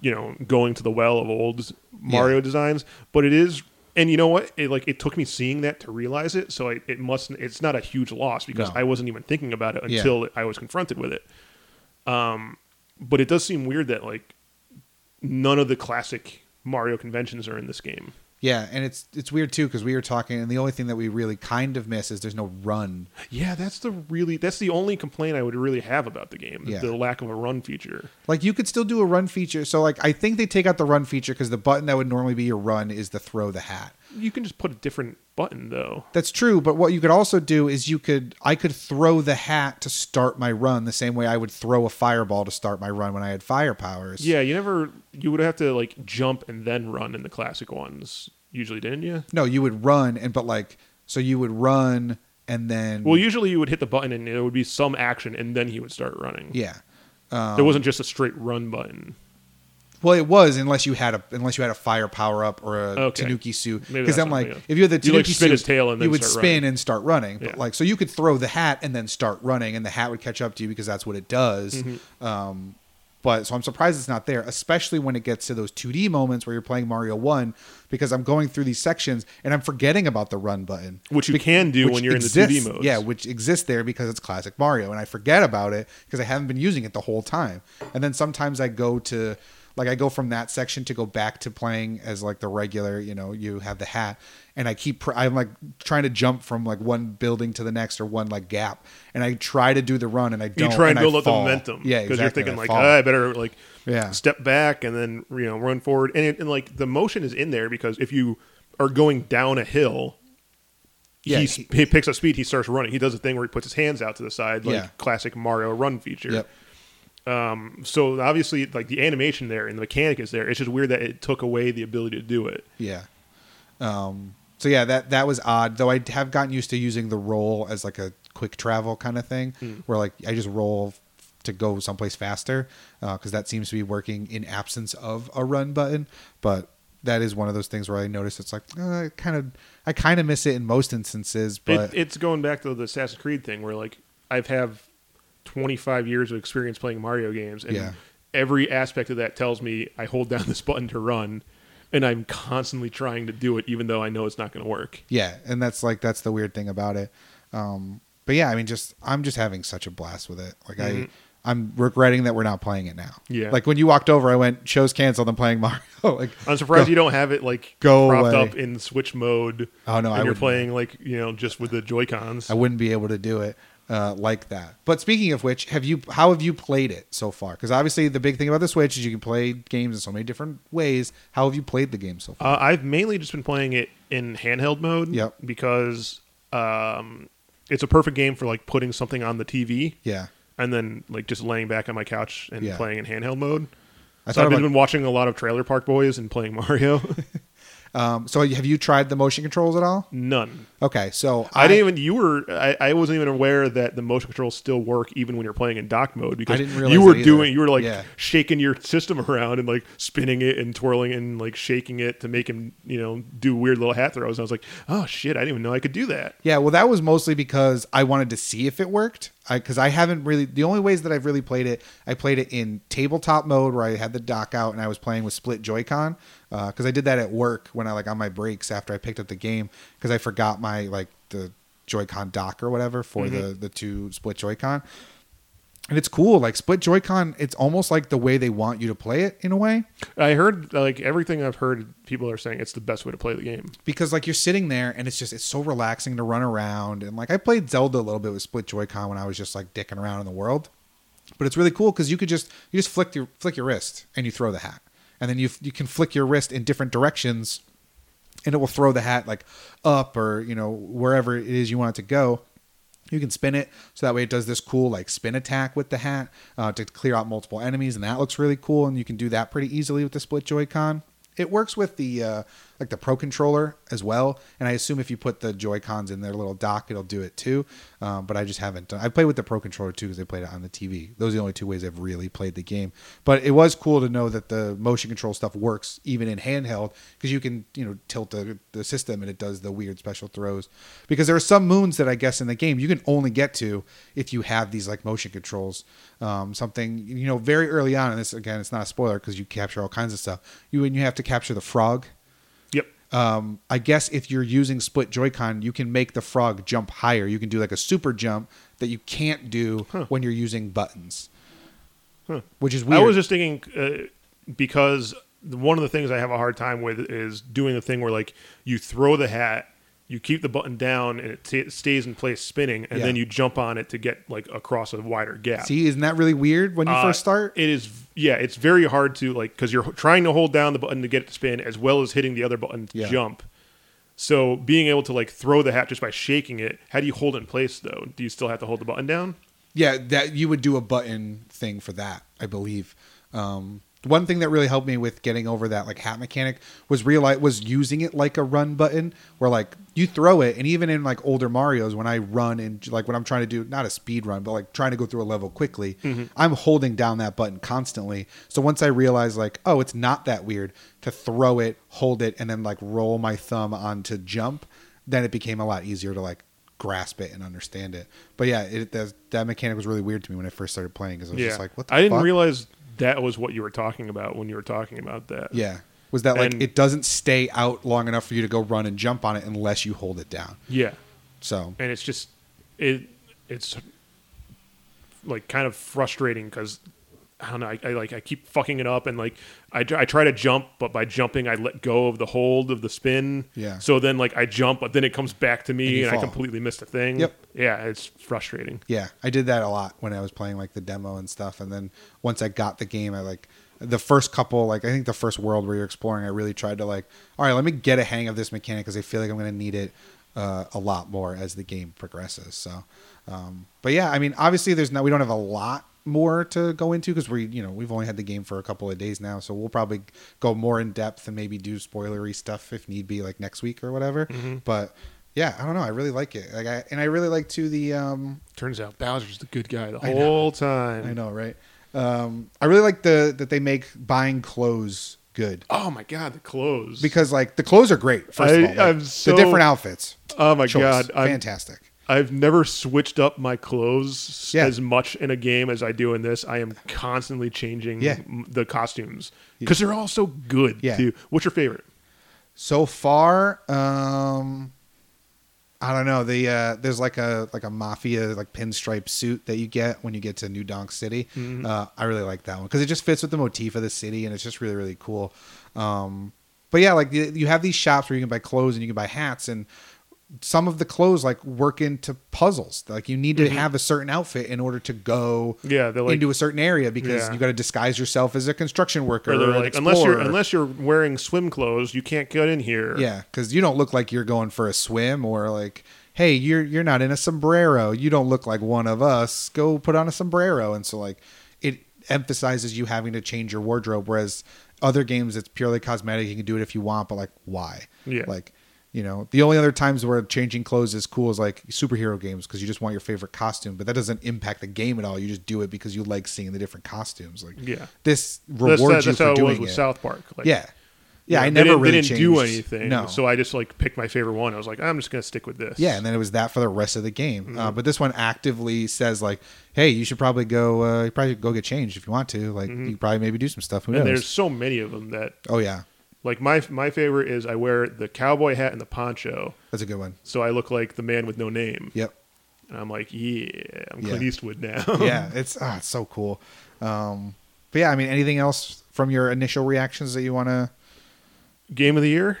you know going to the well of old Mario designs. But it is, and you know what? It like it took me seeing that to realize it. So it, it must it's not a huge loss because No. I wasn't even thinking about it Yeah. until I was confronted with it. Um, but it does seem weird that like none of the classic Mario conventions are in this game. Yeah, and it's it's weird too because we were talking, and the only thing that we really kind of miss is there's no run. Yeah, that's the really that's the only complaint I would really have about the game, Yeah. the lack of a run feature. Like you could still do a run feature. So like I think they take out the run feature because the button that would normally be your run is the throw the hat. You can just put a different button though. That's true, but what you could also do is you could I could throw the hat to start my run the same way I would throw a fireball to start my run when I had fire powers. Yeah, you never you would have to like jump and then run in the classic ones usually, didn't you? No, you would run and but like so you would run and then Well, usually you would hit the button and there would be some action and then he would start running. yeah. um, there wasn't just a straight run button. Well, it was unless you had a unless you had a fire power up or a Okay. Tanuki suit. Maybe Because that's I'm like, something, yeah. if you had the You, Tanuki like, spin suit, his tail and you then would start spin running. and start running. But Yeah. like, so you could throw the hat and then start running, and the hat would catch up to you because that's what it does. Mm-hmm. Um, but so I'm surprised it's not there, especially when it gets to those 2D moments where you're playing Mario One, because I'm going through these sections and I'm forgetting about the run button, Which you can do which when you're in the exists- 2D mode. Yeah, which exists there because it's classic Mario, and I forget about it because I haven't been using it the whole time. And then sometimes I go to like I go from that section to go back to playing as like the regular, you know, you have the hat, and I keep pr- I'm like trying to jump from like one building to the next or one like gap, and I try to do the run and I you don't. try and I build up the fall. momentum. yeah, because exactly. you're thinking and I like, fall. "Ah, I better like Yeah. step back and then you know run forward, and it, and like the motion is in there because if you are going down a hill, Yeah, he, s- he- he picks up speed, he starts running. He does a thing where he puts his hands out to the side, like Yeah. classic Mario run feature. Um, Yep. So obviously, like the animation there and the mechanic is there. It's just weird that it took away the ability to do it. Yeah. Um, so yeah, that that was odd. Though I have gotten used to using the roll as like a quick travel kind of thing, where like I just roll f- to go someplace faster, because that seems to be working in absence of a run button. But that is one of those things where I notice it's like uh, kind of I kind of miss it in most instances. But it. It's going back to the Assassin's Creed thing where like I've have 25 years of experience playing Mario games, and Yeah. every aspect of that tells me I hold down (laughs) this button to run, and I'm constantly trying to do it, even though I know it's not going to work. yeah, and that's like that's the weird thing about it. Um, but yeah, I mean, just I'm just having such a blast with it. Like I. I'm regretting that we're not playing it now. Mm-hmm. Yeah. Like when you walked over, I went, show's canceled. I'm playing (laughs) Mario. like I'm surprised you don't have it like Go propped away. up in Switch mode. Oh, no, and I you're wouldn't. playing like you know just with the Joy Cons. I wouldn't be able to do it uh, like that. But speaking of which, have you? How have you played it so far? Because obviously, the big thing about the Switch is you can play games in so many different ways. How have you played the game so far? Uh, I've mainly just been playing it in handheld mode. Yep. Because um, it's a perfect game for like putting something on the TV. Yeah, and then like just laying back on my couch and Yeah. playing in handheld mode. I so thought I've been, about- been watching a lot of Trailer Park Boys and playing Mario. (laughs) Um, so have you tried the motion controls at all? None. Okay, so I, didn't even. You were. I, I wasn't even aware that the motion controls still work even when you're playing in dock mode because didn't you realize were that either. doing. You were like Yeah. shaking your system around and like spinning it and twirling it and like shaking it to make him you know do weird little hat throws. I was like, oh shit! I didn't even know I could do that. Yeah, well, that was mostly because I wanted to see if it worked. Because I, haven't really. The only ways that I've really played it, I played it in tabletop mode where I had the dock out and I was playing with split Joy-Con. Because I did that at work when I like on my breaks after I picked up the game because I forgot my like the Joy-Con dock or whatever for the the two split Joy-Con. And it's cool, like split Joy-Con. It's almost like the way they want you to play it in a way. I heard like everything I've heard. People are saying it's the best way to play the game. because like you're sitting there and it's just it's so relaxing to run around and like I played Zelda a little bit with split Joy-Con when I was just like dicking around in the world, but it's really cool because you could just you just flick your flick your wrist and you throw the hat and then you you can flick your wrist in different directions and it will throw the hat like up or you know wherever it is you want it to go you can spin it so that way it does this cool like spin attack with the hat uh, to clear out multiple enemies and that looks really cool and you can do that pretty easily with the split joy-con it works with the uh, like the Pro controller as well. And I assume if you put the Joy Cons in their little dock, it'll do it too. Um, but I just haven't. done I played with the Pro controller too because I played it on the TV. Those are the only two ways I've really played the game. But it was cool to know that the motion control stuff works even in handheld because you can you know tilt the, the system and it does the weird special throws. Because there are some moons that I guess in the game you can only get to if you have these like motion controls. Um, something you know very early on, and this again it's not a spoiler because you capture all kinds of stuff. You and you have to capture the frog Yep. um, I guess if you're using split Joy-Con, you can make the frog jump higher. You can do like a super jump that you can't do when you're using buttons, which is weird. I was just thinking uh, because the- one of the things I have a hard time with is doing the thing where like you throw the hat, you keep the button down, and it t- stays in place spinning, and Yeah. then you jump on it to get like across a wider gap. See, isn't that really weird when you Uh, first start? it is yeah, it's very hard to like because you're trying to hold down the button to get it to spin as well as hitting the other button to Yeah. jump. So being able to like throw the hat just by shaking it, how do you hold it in place though? Do you still have to hold the button down? Yeah, that you would do a button thing for that, I believe. Um, one thing that really helped me with getting over that like hat mechanic was realize was using it like a run button, where like you throw it, and even in like older Mario's, when I run and like when I'm trying to do not a speed run, but like trying to go through a level quickly, I'm holding down that button constantly. So once I realized like, oh, it's not that weird to throw it, hold it, and then like roll my thumb onto jump, then it became a lot easier to like grasp it and understand it. But yeah, it, that that mechanic was really weird to me when I first started playing because I was just like, "What the I didn't fuck? realize that was what you were talking about when you were talking about that. yeah, was that like And- it doesn't stay out long enough for you to go run and jump on it unless you hold it down. Yeah. So and it's just it it's like kind of frustrating because I don't know. I, I like I keep fucking it up, and like I, tr- I try to jump, but by jumping, I let go of the hold of the spin. Yeah. So then like I jump, but then it comes back to And me, you and, I fall. completely missed a thing. Yep. Yeah, it's frustrating. yeah, I did that a lot when I was playing like the demo and stuff. And then once I got the game, I like the first couple, like I think the first world where you're exploring, I really tried to like, all right, let me get a hang of this mechanic because I feel like I'm going to need it uh, a lot more as the game progresses. So, um, but yeah, I mean, obviously there's no, we don't have a lot more to go into because we, you know, we've only had the game for a couple of days now, so we'll probably go more in depth and maybe do spoilery stuff if need be, like next week or whatever. But yeah, I don't know. I really like it. Like, I, and I really like to the, um, Turns out Bowser's the good guy the I know. whole time. I know, right? Um, I really like the that they make buying clothes good Oh my god, the clothes. because like the clothes are great. First of I- all, like, I'm the so- different outfits. oh my choice, god, I'm fantastic. I've never switched up my clothes Yeah. as much in a game as I do in this. I am constantly changing Yeah. m- the costumes because they're all so good. Yeah. Too. What's your favorite? So far, um, I don't know. The uh, there's like a like a mafia like pinstripe suit that you get when you get to New Donk City. Mm-hmm. Uh, I really like that one because it just fits with the motif of the city and it's just really really cool. Um, but yeah, like you you have these shops where you can buy clothes and you can buy hats and some of the clothes like work into puzzles. Like you need to have a certain outfit in order to go Yeah, they're Mm-hmm. like, into a certain area because Yeah. you got to disguise yourself as a construction worker. or they're or an like unless you're explorer. unless you're wearing swim clothes, you can't get in here. Yeah, because you don't look like you're going for a swim or like, hey, you're you're not in a sombrero. You don't look like one of us. Go put on a sombrero. And so like, it emphasizes you having to change your wardrobe. Whereas other games, it's purely cosmetic. You can do it if you want, but like, why? Yeah. Like, you know, the only other times where changing clothes is cool is like superhero games because you just want your favorite costume, but that doesn't impact the game at all. You just do it because you like seeing the different costumes. Like, Yeah. this That's, rewards that's, you that's for how it doing was with it. South Park. Like, yeah. Yeah, I they never didn't, really they didn't do changed. anything. No. So I just like picked my favorite one. I was like, I'm just gonna stick with this. Yeah, and then it was that for the rest of the game. Uh, Mm-hmm. but this one actively says like, "Hey, you should probably go. Uh, you probably go get changed if you want to. Like, you probably maybe do some stuff. Who Mm-hmm. and knows? there's so many of them that oh yeah, like my my favorite is I wear the cowboy hat and the poncho, that's a good one. so I look like the man with no name. (laughs) Yep. And I'm like, yeah, I'm Yeah. Clint Eastwood now. (laughs) yeah, it's ah, it's so cool. Um, but yeah, I mean, anything else from your initial reactions that you want to? Game of the year?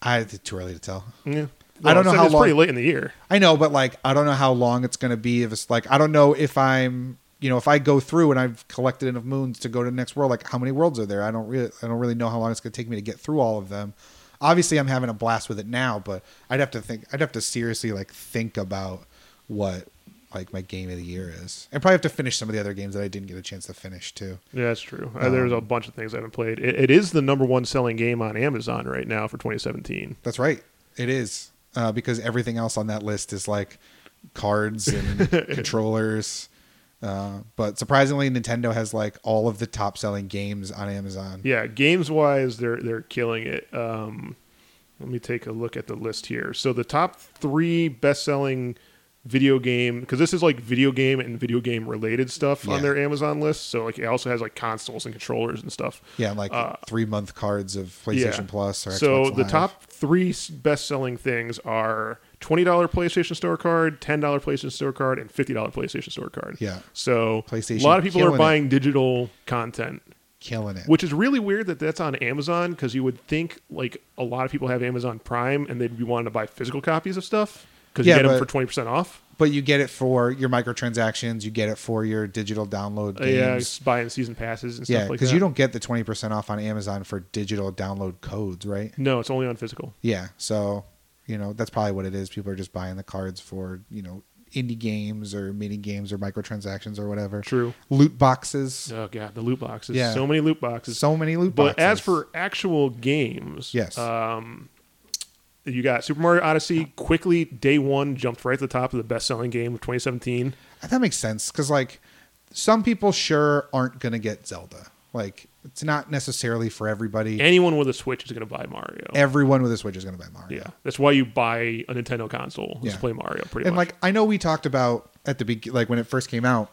I it's too early to tell. Yeah. I don't know it's- how it's pretty long- late in the year. I know, but like, I don't know how long it's going to be. If it's like, I don't know if I'm, you know, if I go through and I've collected enough moons to go to the next world, like how many worlds are there? I don't really, I don't really know how long it's going to take me to get through all of them. Obviously, I'm having a blast with it now, but I'd have to think, I'd have to seriously like think about what like my game of the year is. I probably have to finish some of the other games that I didn't get a chance to finish too. Yeah, that's true. Uh, Um, There's a bunch of things I haven't played. It, it is the number one selling game on Amazon right now for 2017. That's right. It is uh, because everything else on that list is like cards (laughs) and controllers. Uh, but surprisingly, Nintendo has like all of the top selling games on Amazon. Yeah, games wise, they're they're killing it. Um, let me take a look at the list here. So the top three best selling video game because this is like video game and video game related stuff Yeah. on their Amazon list. So like it also has like consoles and controllers and stuff. Yeah, and, like Uh, three month cards of PlayStation Plus or Xbox so the Live. top three best selling things are twenty dollar PlayStation Store card, ten dollar PlayStation Store card, and fifty dollar PlayStation Store card. Yeah. So PlayStation a lot of people killing are it. buying digital content, killing it. which is really weird that that's on Amazon because you would think like a lot of people have Amazon Prime and they'd be wanting to buy physical copies of stuff because Yeah, you get but- them for twenty percent off. but you get it for your microtransactions. You get it for your digital download Uh, yeah, games. buying season passes and stuff yeah, like because that. you don't get the twenty percent off on Amazon for digital download codes, right? No, it's only on physical. Yeah, so you know that's probably what it is. People are just buying the cards for you know indie games or mini games or microtransactions or whatever. True. Loot boxes. Oh god, the loot boxes. Yeah. So many loot boxes. So many loot boxes. But as for actual games, Yes. Um, you got Super Mario Odyssey quickly day one jumped right to the top of the best selling game of 2017. Uh, that makes sense because like some people sure aren't gonna get Zelda. Like it's not necessarily for everybody. Anyone with a Switch is going to buy Mario. Everyone with a Switch is gonna buy Mario. yeah, that's why you buy a Nintendo console is Yeah. to play Mario. Pretty and much. like I know we talked about at the be- like when it first came out,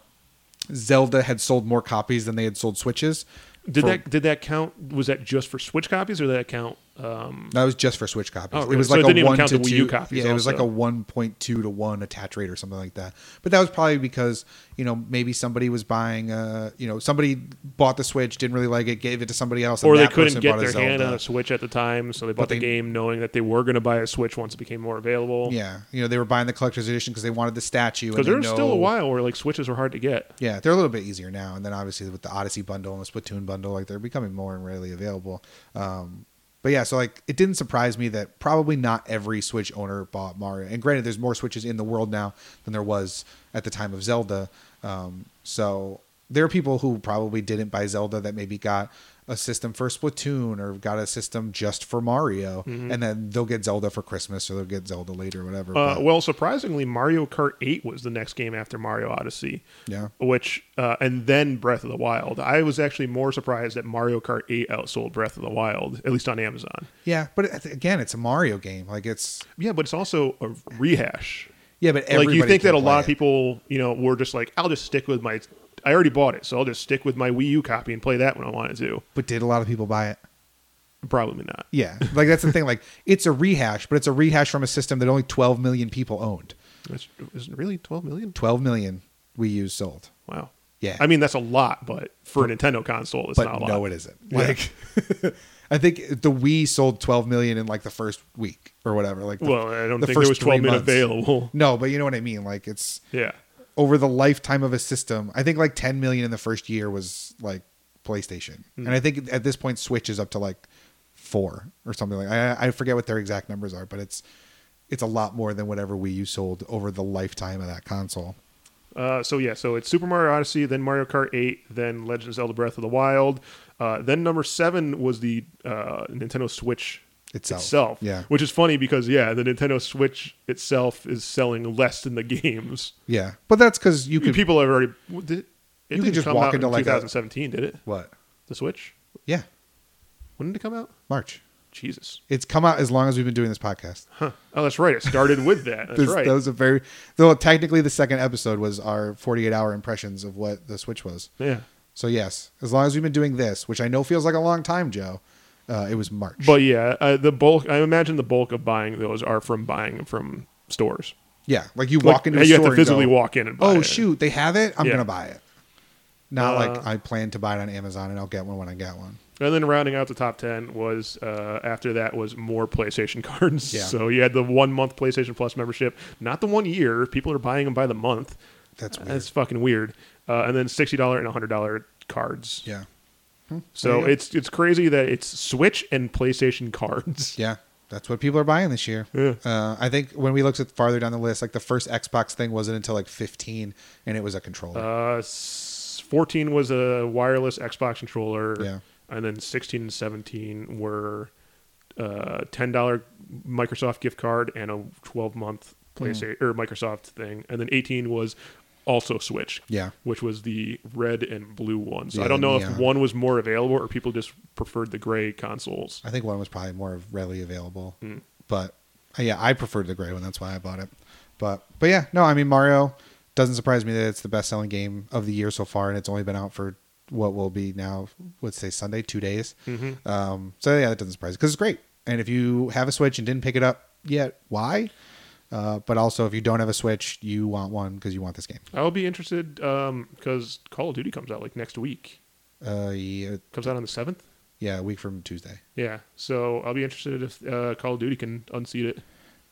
Zelda had sold more copies than they had sold Switches. did for- that did that count? Was that just for Switch copies, or did that count? Um, That was just for Switch copies. Oh, It really? was So like it didn't a even one count to the Wii two. U copies yeah, it was like a also. one point two to one attach rate or something like that. But that was probably because you know maybe somebody was buying. Uh, you know, somebody bought the Switch, didn't really like it, gave it to somebody else, and or they that person couldn't bought get a their hand Zelda. on a Switch at the time, so they bought they- the game knowing that they were going to buy a Switch once it became more available. Yeah, you know they were buying the collector's edition because they wanted the statue. and because they there was still a know- while where like Switches were hard to get. Yeah, they're a little bit easier now, and then obviously with the Odyssey bundle and the Splatoon bundle, like they're becoming more and readily available. Um, but yeah, so like it didn't surprise me that probably not every Switch owner bought Mario. And granted, there's more Switches in the world now than there was at the time of Zelda. Um, so there are people who probably didn't buy Zelda that maybe got a system for Splatoon or got a system just for Mario, and then they'll get Zelda for Christmas or they'll get Zelda later, or whatever. Uh, but, well, surprisingly, Mario Kart 8 was the next game after Mario Odyssey, yeah, which, uh, and then Breath of the Wild. I was actually more surprised that Mario Kart 8 outsold Breath of the Wild, at least on Amazon. yeah. But it- again, it's a Mario game. Like it's Yeah, but it's also a rehash. yeah, but like, everybody you think can that a play lot of it. people, you know, were just like, I'll just stick with my, I already bought it, so I'll just stick with my Wii U copy and play that when I wanted to. But did a lot of people buy it? Probably not. (laughs) Yeah. Like that's the thing. Like it's a rehash, but it's a rehash from a system that only 12 million people owned. It's, it's really 12 million? 12 million Wii U's sold. Wow. Yeah. I mean, that's a lot, but for a Nintendo console, it's but not a lot. no, it isn't. Yeah. Like (laughs) I think the Wii sold 12 million in like the first week or whatever. Like the, Well, I don't the think there was first 12 three million months. available. (laughs) No, but you know what I mean. Like it's Yeah. over the lifetime of a system. I think like 10 million in the first year was like PlayStation, and I think at this point Switch is up to like four or something like. I, I forget what their exact numbers are, but it's it's a lot more than whatever Wii U sold over the lifetime of that console. Uh, so yeah, so it's Super Mario Odyssey, then Mario Kart 8, then Legend of Zelda: Breath of the Wild. Uh, then number seven was the uh, Nintendo Switch Itself. Yeah. which is funny because yeah, the Nintendo Switch itself is selling less than the games. Yeah, but that's because you could People have already. w- Did, it didn't could just come walk out into, in like, a- 2017, did it? what? The Switch? Yeah, When did it come out? March. Jesus. It's come out as long as we've been doing this podcast. Huh. Oh, that's right. It started with that. That's This- right. That was a very though technically the second episode was our 48 hour impressions of what the Switch was. yeah. So yes, as long as we've been doing this, which I know feels like a long time, Joe, uh, it was March. But yeah, uh, the bulk. I imagine the bulk of buying those are from buying them from stores. yeah, like you Like, walk into a you store have to physically and go, walk in and buy Oh it. shoot, they have it. I'm Yeah. gonna buy it. Not like Uh, I plan to buy it on Amazon and I'll get one when I get one. And then rounding out the top ten was uh, after that was more PlayStation (laughs) cards. Yeah. So you had the one month PlayStation Plus membership, not the one year. People are buying them by the month. That's Uh, weird. That's fucking weird. Uh, and then sixty dollar and hundred dollar cards. yeah, so There you go. it's it's crazy that it's Switch and PlayStation (laughs) cards. yeah. that's what people are buying this year. Yeah. Uh, I think when we looked at farther down the list, like the first Xbox thing wasn't until like 15, and it was a controller. Uh, s- 14 was a wireless Xbox controller. Yeah. And then 16 and 17 were uh, $10 Microsoft gift card and a 12 month Hmm. PlayStation or Microsoft thing. And then 18 was also Switch. Yeah. Which was the red and blue one. So Yeah, I don't the know if neon. one was more available or people just preferred the gray consoles. I think one was probably more readily available, Hmm. but uh, yeah, I preferred the gray one. That's why I bought it. But but yeah, no, I mean Mario doesn't surprise me that it's the best selling game of the year so far, and it's only been out for what will be now, let's say Sunday, two days. Hmm. Um, so yeah, that doesn't surprise because it's great. And if you have a Switch and didn't pick it up yet, why? Uh, but also, if you don't have a Switch, you want one because you want this game. I'll be interested because Call of Duty comes out like next week. Uh, yeah, Comes out on the 7th. yeah, a week from Tuesday. Yeah. So I'll be interested if uh, Call of Duty can unseat it.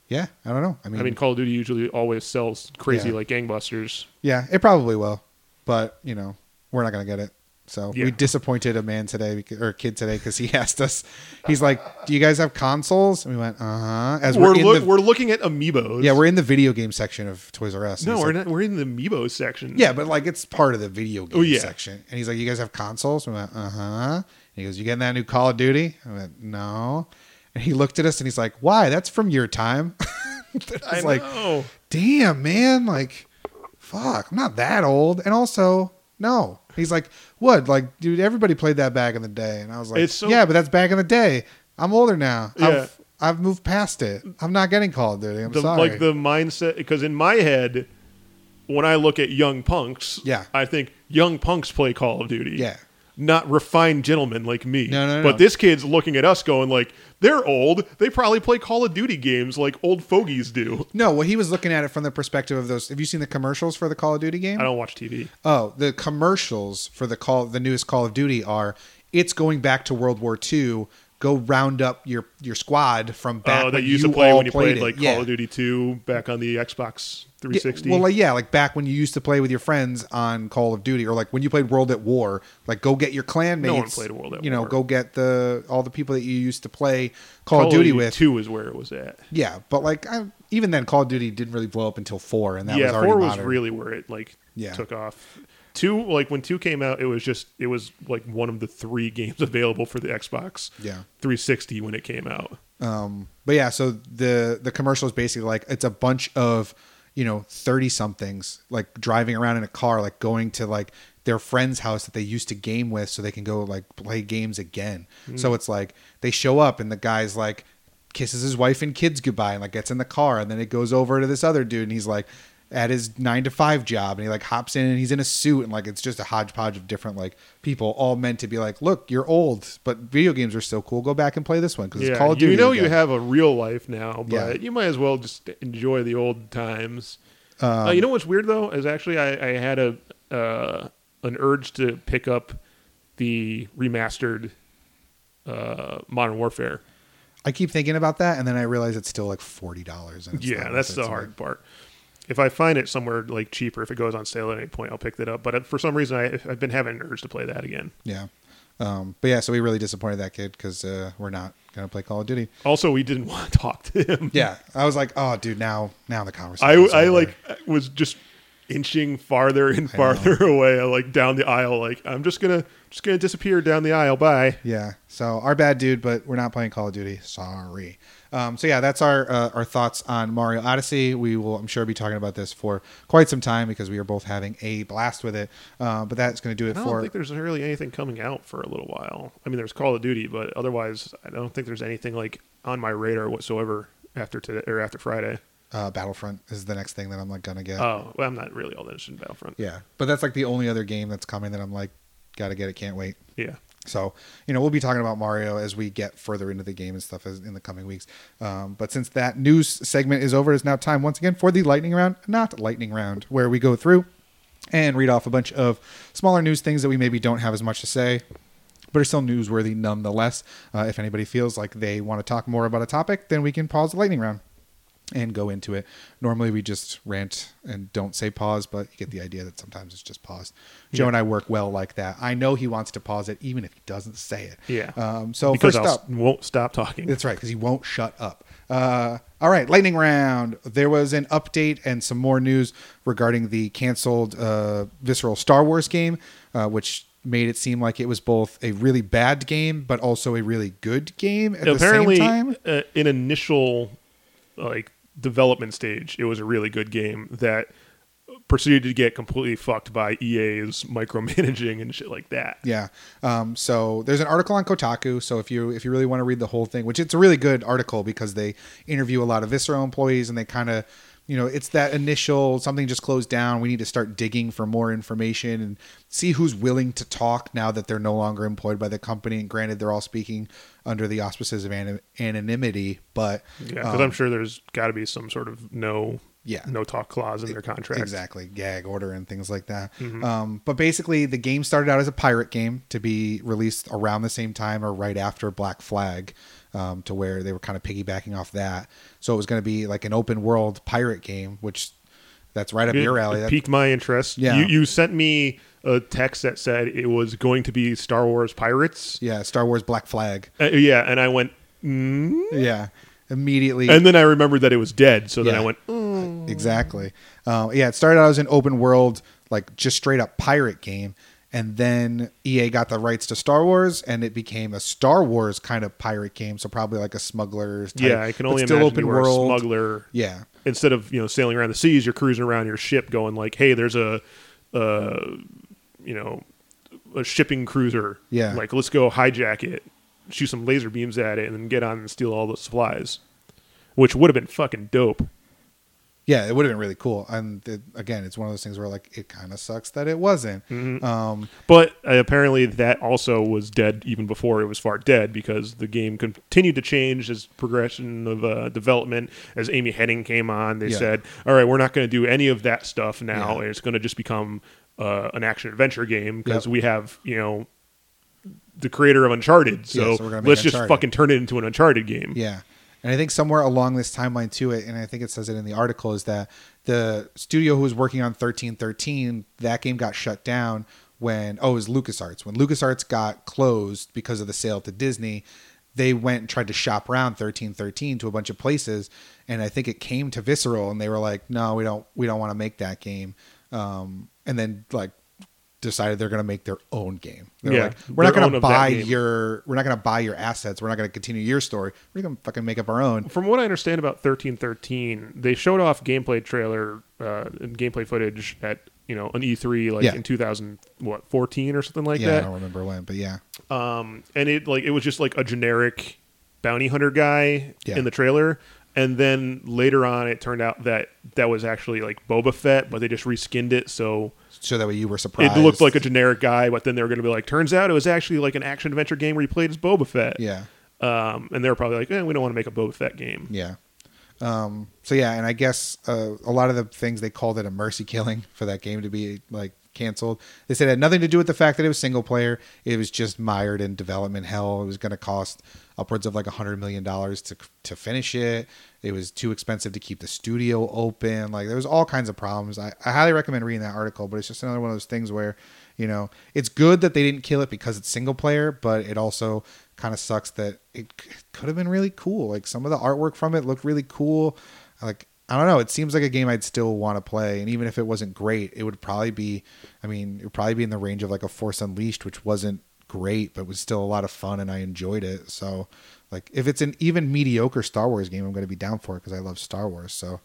Yeah, I don't know. I mean, Call of Duty usually always sells crazy Yeah. like gangbusters. Yeah, it probably will, but you know, we're not gonna get it. So Yeah. we disappointed a man today beca- or a kid today because he (laughs) asked us. He's like, "Do you guys have consoles?" And we went, "Uh huh." As we're, We're in look, the, we're looking at amiibos. yeah, we're in the video game section of Toys R Us. and no, he's we're like, not. We're in the amiibo section. Yeah, but like it's part of the video game Oh, yeah. section. And he's like, "You guys have consoles?" And we went, "Uh huh." And he goes, "You getting that new Call of Duty?" I went, "No." And he looked at us and he's like, "Why? That's from your time." (laughs) I It's like, know. damn man like fuck i'm not that old and also no he's like what like dude everybody played that back in the day and i was like It's so- yeah but that's back in the day i'm older now Yeah. I've, I've moved past it i'm not getting call of duty i'm the, sorry like the mindset because in my head, when I look at young punks, Yeah. I think young punks play Call of Duty. Yeah. Not refined gentlemen like me. No, no, no. But this kid's looking at us going like, they're old. They probably play Call of Duty games like old fogies do. no well he was looking at it from the perspective of those have you seen the commercials for the call of duty game I don't watch TV. Oh, the commercials for the call the newest Call of Duty are it's going back to World War II. Go round up your your squad from back. Oh, that when you used to you play all when you played, it. like Yeah. Call of Duty 2 back on the Yeah, Xbox 360. well, like, yeah, like back when you used to play with your friends on Call of Duty, or like when you played World at War. Like, go get your clan mates. No one played World at You know, War. go get the all the people that you used to play Call, of Duty with. Two is where it was at. Yeah, but like I, even then, Call of Duty didn't really blow up until four, and that yeah, was already four was modern. really where it like Yeah. took off. Two, like when two came out, it was just it was like one of the three (laughs) games available for the Xbox Yeah. 360 when it came out. Um, but yeah, so the the commercial is basically like it's a bunch of you know thirty somethings like driving around in a car, like going to like their friend's house that they used to game with, so they can go like play games again. So it's like they show up and the guy's like kisses his wife and kids goodbye and like gets in the car and then it goes over to this other dude and he's like at his nine to five job and he like hops in and he's in a suit and like it's just a hodgepodge of different like people all meant to be like look you're old but video games are so cool go back and play this one because yeah, it's Call of you Duty know again. you have a real life now, but Yeah. you might as well just enjoy the old times. Um, uh, you know what's weird though is actually I, I had a uh, an urge to pick up the remastered uh, Modern Warfare. I keep thinking about that, and then I realize it's still like forty dollars. Yeah, that's the hard part. If I find it somewhere like cheaper, if it goes on sale at any point, I'll pick that up. But uh, for some reason, I, I've been having an urge to play that again. Yeah, um, but yeah, so we really disappointed that kid because uh, we're not gonna play Call of Duty. Also, we didn't (laughs) want to talk to him. Yeah, I was like, oh, dude, now now the conversation. I, I like was just inching farther and farther (laughs) away, like down the aisle. Like I'm just gonna just gonna disappear down the aisle. Bye. Yeah, so our bad dude, but we're not playing Call of Duty. Sorry. Um, so yeah, that's our uh, our thoughts on Mario Odyssey. We will, I'm sure, be talking about this for quite some time because we are both having a blast with it. Uh, but that's going to do it I don't for. think there's really anything coming out for a little while. I mean, there's Call of Duty, but otherwise, I don't think there's anything like on my radar whatsoever after today or after Friday. uh, Battlefront is the next thing that I'm like gonna get. Oh, well, I'm not really all that interested in Battlefront. Yeah, but that's like the only other game that's coming that I'm like, gotta get it, can't wait. yeah. So you know we'll be talking about Mario as we get further into the game and stuff as, in the coming weeks. Um, but since that news segment is over, it's now time once again for the lightning round, not lightning round, where we go through and read off a bunch of smaller news things that we maybe don't have as much to say. But are still newsworthy nonetheless. Uh, if anybody feels like they want to talk more about a topic, then we can pause the lightning round. and go into it. Normally, we just rant and don't say pause, but you get the idea that sometimes it's just paused. Joe and I work well like that. I know he wants to pause it, even if he doesn't say it. Yeah. Um, so because first I up, won't stop talking. that's right, because he won't shut up. Uh, all right, lightning round. There was an update and some more news regarding the canceled uh, Visceral Star Wars game, uh, which made it seem like it was both a really bad game, but also a really good game at Apparently, the same time. Uh, in initial like development stage, it was a really good game that proceeded to get completely fucked by EA's micromanaging and shit like that. Yeah. Um, so there's an article on Kotaku. So if you if you really want to read the whole thing, which it's a really good article because they interview a lot of Visceral employees and they kind of you know it's that initial something just closed down. We need to start digging for more information and see who's willing to talk now that they're no longer employed by the company. And granted, they're all speaking under the auspices of anim- anonymity, but Yeah, because um, I'm sure there's got to be some sort of no, Yeah. no talk clause in their contract. Exactly, gag order and things like that. Um, but basically, the game started out as a pirate game to be released around the same time or right after Black Flag, um, to where they were kind of piggybacking off that. So it was going to be like an open world pirate game, which that's right up It- your alley. it That- piqued my interest. Yeah. you, you sent me a text that said it was going to be Star Wars Pirates. yeah, Star Wars Black Flag. Uh, yeah, and I went, mm? Yeah, immediately. and then I remembered that it was dead. So then Yeah. I went, mm. Exactly. Uh, yeah, it started out as an open world, like just straight up pirate game. And then EA got the rights to Star Wars, and it became a Star Wars kind of pirate game. So probably like a smuggler's. Type, yeah, I can but only imagine you were a smuggler Yeah, instead of you know sailing around the seas, you're cruising around your ship, going like, "Hey, there's a, uh, you know, a shipping cruiser. Yeah. like let's go hijack it, shoot some laser beams at it, and then get on and steal all the supplies." Which would have been fucking dope. yeah, it would have been really cool. And it, again, it's one of those things where like it kind of sucks that it wasn't. Mm-hmm. Um, But uh, apparently, that also was dead even before it was far dead because the game continued to change as progression of uh, development. As Amy Henning came on, they Yeah. said, "All right, we're not going to do any of that stuff now. Yeah. and It's going to just become uh, an action adventure game because Yep. we have you know the creator of Uncharted. So, so we're gonna make let's just Uncharted. fucking turn it into an Uncharted game." Yeah. And I think somewhere along this timeline to it, and I think it says it in the article, is that the studio who was working on 1313, that game got shut down when, oh, it was LucasArts. When LucasArts got closed because of the sale to Disney, they went and tried to shop around 1313 to a bunch of places. And I think it came to Visceral and they were like, no, we don't, we don't want to make that game. Um, and then like decided they're going to make their own game. They're Yeah, like, we're not their going own to of that buy game. your we're not going to buy your assets. We're not going to continue your story. We're going to fucking make up our own. From what I understand about thirteen thirteen, they showed off gameplay trailer, uh, and gameplay footage at you know an E three like Yeah. in two thousand what fourteen or something like yeah, I that. don't remember when, but yeah, Um, and it like it was just like a generic bounty hunter guy Yeah. in the trailer, and then later on it turned out that that was actually like Boba Fett, but they just reskinned it so so that way you were surprised. it looked like a generic guy. But then they were going to be like, turns out it was actually like an action adventure game where you played as Boba Fett. yeah, Um, and they were probably like, eh, we don't want to make a Boba Fett game. yeah. Um, so yeah, and I guess uh, a lot of the things they called it a mercy killing for that game to be like canceled. They said it had nothing to do with the fact that it was single player. It was just mired in development hell. It was going to cost upwards of like a hundred million dollars to to finish it. It was too expensive to keep the studio open. Like there was all kinds of problems. I, I highly recommend reading that article, but it's just another one of those things where you know it's good that they didn't kill it because it's single player, but it also kind of sucks that it c- could have been really cool. Like some of the artwork from it looked really cool. Like I don't know. It seems like a game I'd still want to play, and even if it wasn't great, it would probably be. I mean, it would probably be in the range of like a Force Unleashed, which wasn't great, but was still a lot of fun, and I enjoyed it. So, like, if it's an even mediocre Star Wars game, I'm going to be down for it because I love Star Wars. So,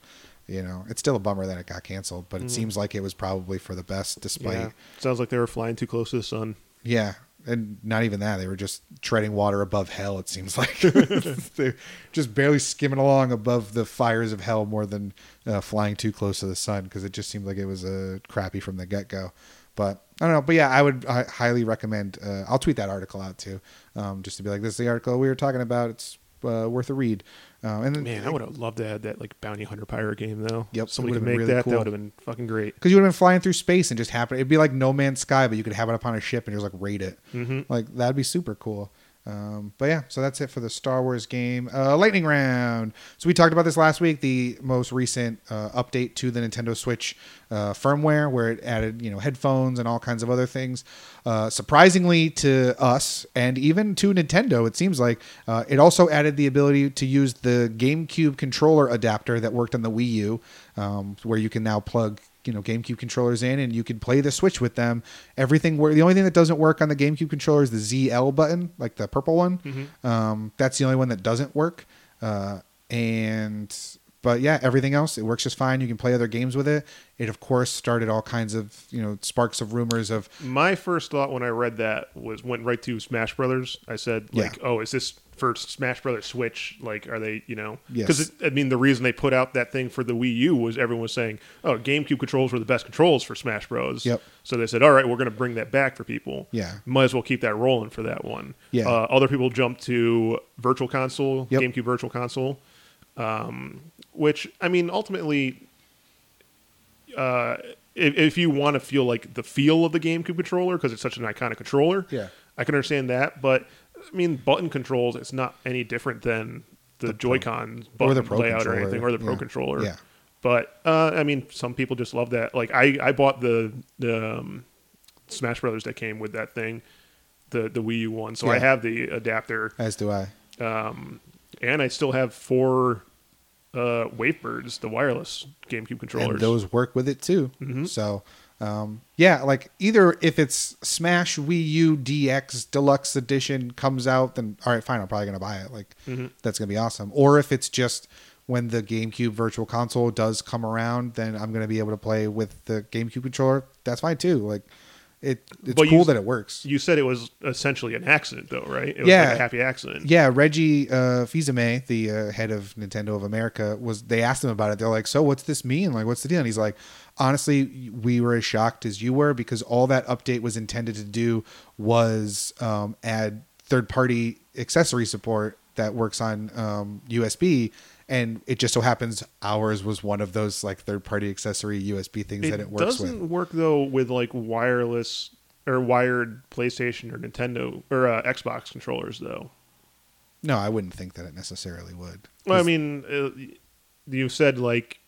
you know, it's still a bummer that it got canceled, but it seems like it was probably for the best, despite Yeah. Sounds like they were flying too close to the sun. yeah, and not even that. They were just treading water above hell. It seems (laughs) like (laughs) they're just barely skimming along above the fires of hell more than uh, flying too close to the sun because it just seemed like it was a crappy from the get go. But I don't know. But yeah, I would I highly recommend. Uh, I'll tweet that article out too, um, just to be like, this is the article we were talking about. It's uh, worth a read. Uh, and Man, I would have loved to have that like bounty hunter pirate game though. Yep, somebody it would've could been make really that. cool. That would have been fucking great. because you would have been flying through space and just happen. It'd be like No Man's Sky, but you could have it up on a ship and just like raid it. Like that'd be super cool. Um, but yeah, so that's it for the Star Wars game uh, lightning round. So we talked about this last week, the most recent uh, update to the Nintendo Switch uh, firmware, where it added you know headphones and all kinds of other things. Uh, surprisingly to us and even to Nintendo, it seems like uh, it also added the ability to use the GameCube controller adapter that worked on the Wii U, um, where you can now plug you know GameCube controllers in, and you can play the Switch with them. Everything where the only thing that doesn't work on the GameCube controller is the ZL button, like the purple one. Um, that's the only one that doesn't work. Uh, and but yeah, everything else it works just fine. You can play other games with it. It of course started all kinds of you know sparks of rumors of My first thought when I read that was went right to Smash Brothers. I said like, "Oh, is this for Smash Brothers Switch? Like, are they you know?" Yes. Because I mean, the reason they put out that thing for the Wii U was everyone was saying, "Oh, GameCube controls were the best controls for Smash Bros." Yep. So they said, "All right, we're going to bring that back for people." Yeah. Might as well keep that rolling for that one. Yeah. Uh, other people jumped to Virtual Console, Yep. GameCube Virtual Console, um, which I mean, ultimately if, if you want to feel like the feel of the GameCube controller because it's such an iconic controller, Yeah. I can understand that. But I mean, button controls, it's not any different than the, Joy-Con button the Pro layout or controller, anything, or the Pro yeah, controller. yeah. But uh, I mean, some people just love that. Like I, I bought the the um, Smash Brothers that came with that thing, the the Wii U one. So I Yeah. have the adapter, as do I. and I still have four uh, Wavebirds, the wireless GameCube controllers. Mm-hmm. and those work with it too. So, um, yeah, like either if it's Smash Wii U DX Deluxe Edition comes out, then all right, fine, I'm probably gonna buy it. Like Mm-hmm. that's gonna be awesome. Or if it's just when the GameCube Virtual Console does come around, then I'm gonna be able to play with the GameCube controller. That's fine too. Like it, it's But you- cool that it works. You said it was essentially an accident, though, right? It was Yeah. like a happy accident. Yeah, Reggie uh, Fils-Aimé, the uh, head of Nintendo of America, was. They asked him about it. They're like, "So what's this mean? Like, what's the deal?" And he's like, "Honestly, we were as shocked as you were because all that update was intended to do was um, add third-party accessory support that works on um, USB." And it just so happens ours was one of those like third-party accessory USB things that it works doesn't with. work though with like wireless or wired PlayStation or Nintendo or uh, Xbox controllers, though. No, I wouldn't think that it necessarily would. Well, I mean, uh, you said like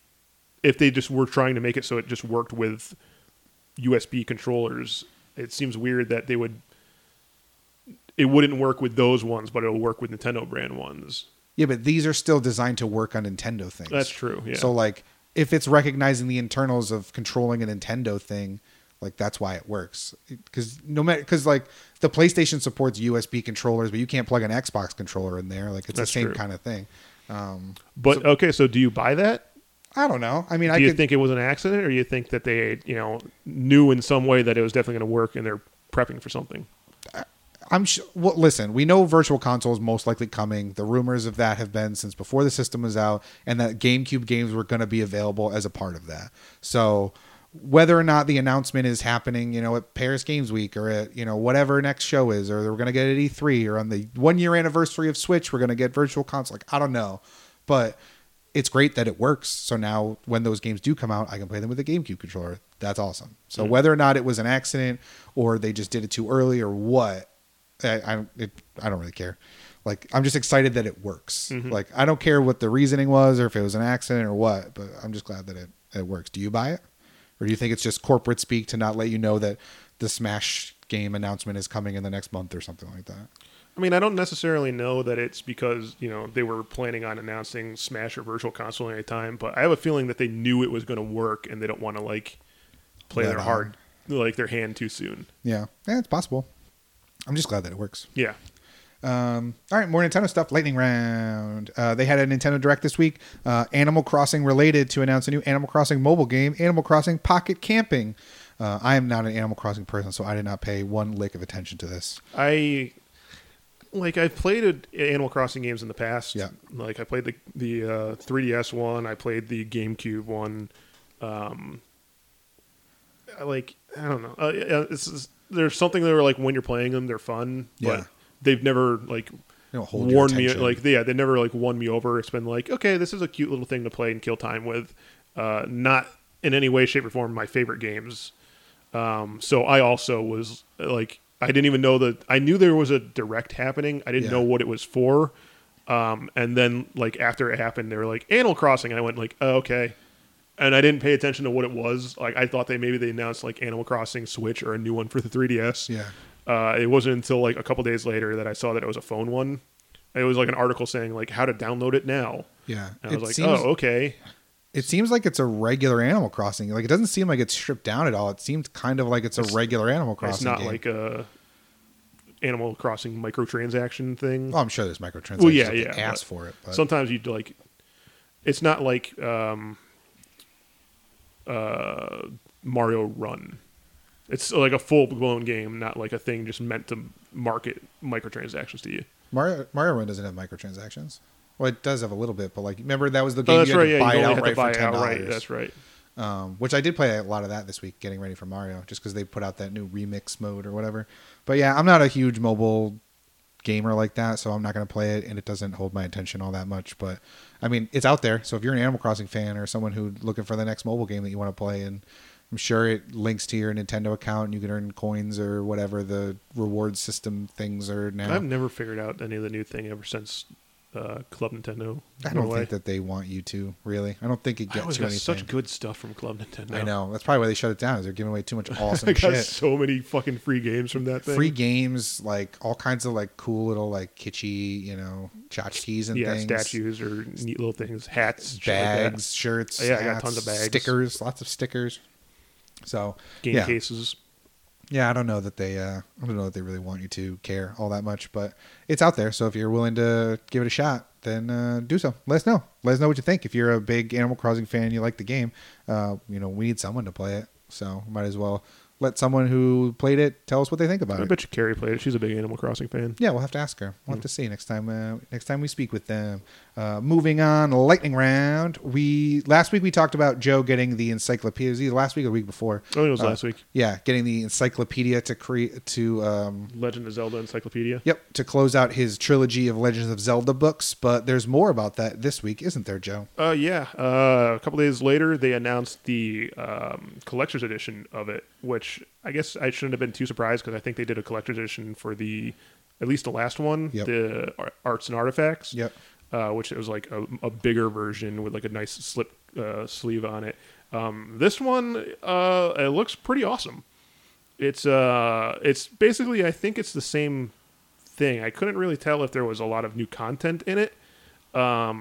if they just were trying to make it so it just worked with USB controllers, it seems weird that they would. It wouldn't work with those ones, but it'll work with Nintendo brand ones. Yeah, but these are still designed to work on Nintendo things. That's true, yeah. So like if it's recognizing the internals of controlling a Nintendo thing, like that's why it works. Cuz no matter cuz like the PlayStation supports USB controllers, but you can't plug an Xbox controller in there. Like it's That's the same true. kind of thing. But okay, so do you buy that? I don't know. I mean, I do you could think it was an accident, or you think that they, you know, knew in some way that it was definitely going to work, and they're prepping for something? I'm sh- well, listen. We know Virtual Console is most likely coming. The rumors of that have been since before the system was out, and that GameCube games were going to be available as a part of that. So, whether or not the announcement is happening, you know, at Paris Games Week or at you know whatever next show is, or we're going to get it at E3 or on the one year anniversary of Switch, we're going to get Virtual Console. Like I don't know, but it's great that it works. So now when those games do come out, I can play them with a GameCube controller. That's awesome. So whether or not it was an accident or they just did it too early or what, I I, it, I don't really care. Like I'm just excited that it works. Like I don't care what the reasoning was or if it was an accident or what, but I'm just glad that it it works. Do you buy it? Or do you think it's just corporate speak to not let you know that the Smash game announcement is coming in the next month or something like that? I mean, I don't necessarily know that it's because you know they were planning on announcing Smash or Virtual Console at any time, but I have a feeling that they knew it was going to work, and they don't want to like play Let their on. hard like their hand too soon. Yeah. Yeah, it's possible. I'm just glad that it works. Yeah, Um, all right, more Nintendo stuff. Lightning round. Uh, they had a Nintendo Direct this week. Uh, Animal Crossing related to announce a new Animal Crossing mobile game, Animal Crossing Pocket Camping. Uh, I am not an Animal Crossing person, so I did not pay one lick of attention to this. I like I've played a, Animal Crossing games in the past. Yeah. like I played the the uh, 3DS one. I played the GameCube one. Um, I like I don't know. Uh, yeah, this is, there's something that were like when you're playing them, they're fun. Yeah. But they've never like They don't hold your warned me attention. like yeah they never like won me over. It's been like okay, this is a cute little thing to play and kill time with. Uh, not in any way, shape, or form my favorite games. Um, so I also was like I didn't even know that I knew there was a direct happening. I didn't Yeah. know what it was for. Um, and then like after it happened, they were like Animal Crossing, and I went like, oh, okay. And I didn't pay attention to what it was. Like I thought they maybe they announced like Animal Crossing Switch or a new one for the 3DS. Yeah. Uh, it wasn't until like a couple days later that I saw that it was a phone one. It was like an article saying like how to download it now. Yeah. And I was it like, seems oh, okay. it seems like it's a regular Animal Crossing. Like it doesn't seem like it's stripped down at all. It seems kind of like it's, a regular Animal Crossing. It's not game. like a Animal Crossing microtransaction thing. Well, Oh, I'm sure there's microtransactions. Well, yeah, if they yeah, Ask but for it. But Sometimes you like. It's not like um, uh, Mario Run. It's like a full blown game, not like a thing just meant to market microtransactions to you. Mario Mario Run doesn't have microtransactions. Well, it does have a little bit, but like remember that was the game Oh, that's you had right. to Yeah, buy you it only had outright to for buy it ten outright. dollars. That's right. um, which I did play a lot of that this week, getting ready for Mario, just because they put out that new remix mode or whatever. But yeah, I'm not a huge mobile gamer like that, so I'm not going to play it, and it doesn't hold my attention all that much. But I mean, it's out there. So if you're an Animal Crossing fan or someone who's looking for the next mobile game that you want to play, and I'm sure it links to your Nintendo account, and you can earn coins or whatever the reward system things are now. I've never figured out any of the new thing ever since uh, Club Nintendo. I went don't away. think that they want you to really. I don't think it I gets always you got anything. such good stuff from Club Nintendo. I know that's probably why they shut it down. Is they're giving away too much awesome (laughs) I got shit. so many fucking free games from that thing. free games, like all kinds of like cool little like kitschy, you know, tchotchkes and yeah, things. statues or neat little things, hats, shit like that. bags, shirts. Yeah, I got tons of bags. stickers, lots of stickers. So game yeah, cases. yeah, I don't know that they, uh, I don't know that they really want you to care all that much, but it's out there. So if you're willing to give it a shot, then uh, do so. Let us know. Let us know what you think. If you're a big Animal Crossing fan, you like the game. Uh, you know, we need someone to play it, so might as well let someone who played it tell us what they think about I it. bet you Carrie played it. She's a big Animal Crossing fan. Yeah, we'll have to ask her. We'll have to see next time. Uh, next time we speak with them. Uh, moving on, lightning round. We last week we talked about Joe getting the encyclopedia. It was either last week or the week before. I think Oh, it was Uh, last week. Yeah, getting the encyclopedia to create to um, Legend of Zelda Encyclopedia. yep to close out his trilogy of Legends of Zelda books. But there's more about that this week, isn't there, Joe? Uh, yeah. Uh, a couple days later, they announced the um, collector's edition of it, which I guess I shouldn't have been too surprised because I think they did a collector's edition for the at least the last one, Yep. the Ar- Arts and Artifacts. Yep. Uh, which it was like a, a bigger version with like a nice slip uh, sleeve on it. Um, this one, uh, it looks pretty awesome. It's uh, it's basically I think it's the same thing. I couldn't really tell if there was a lot of new content in it um,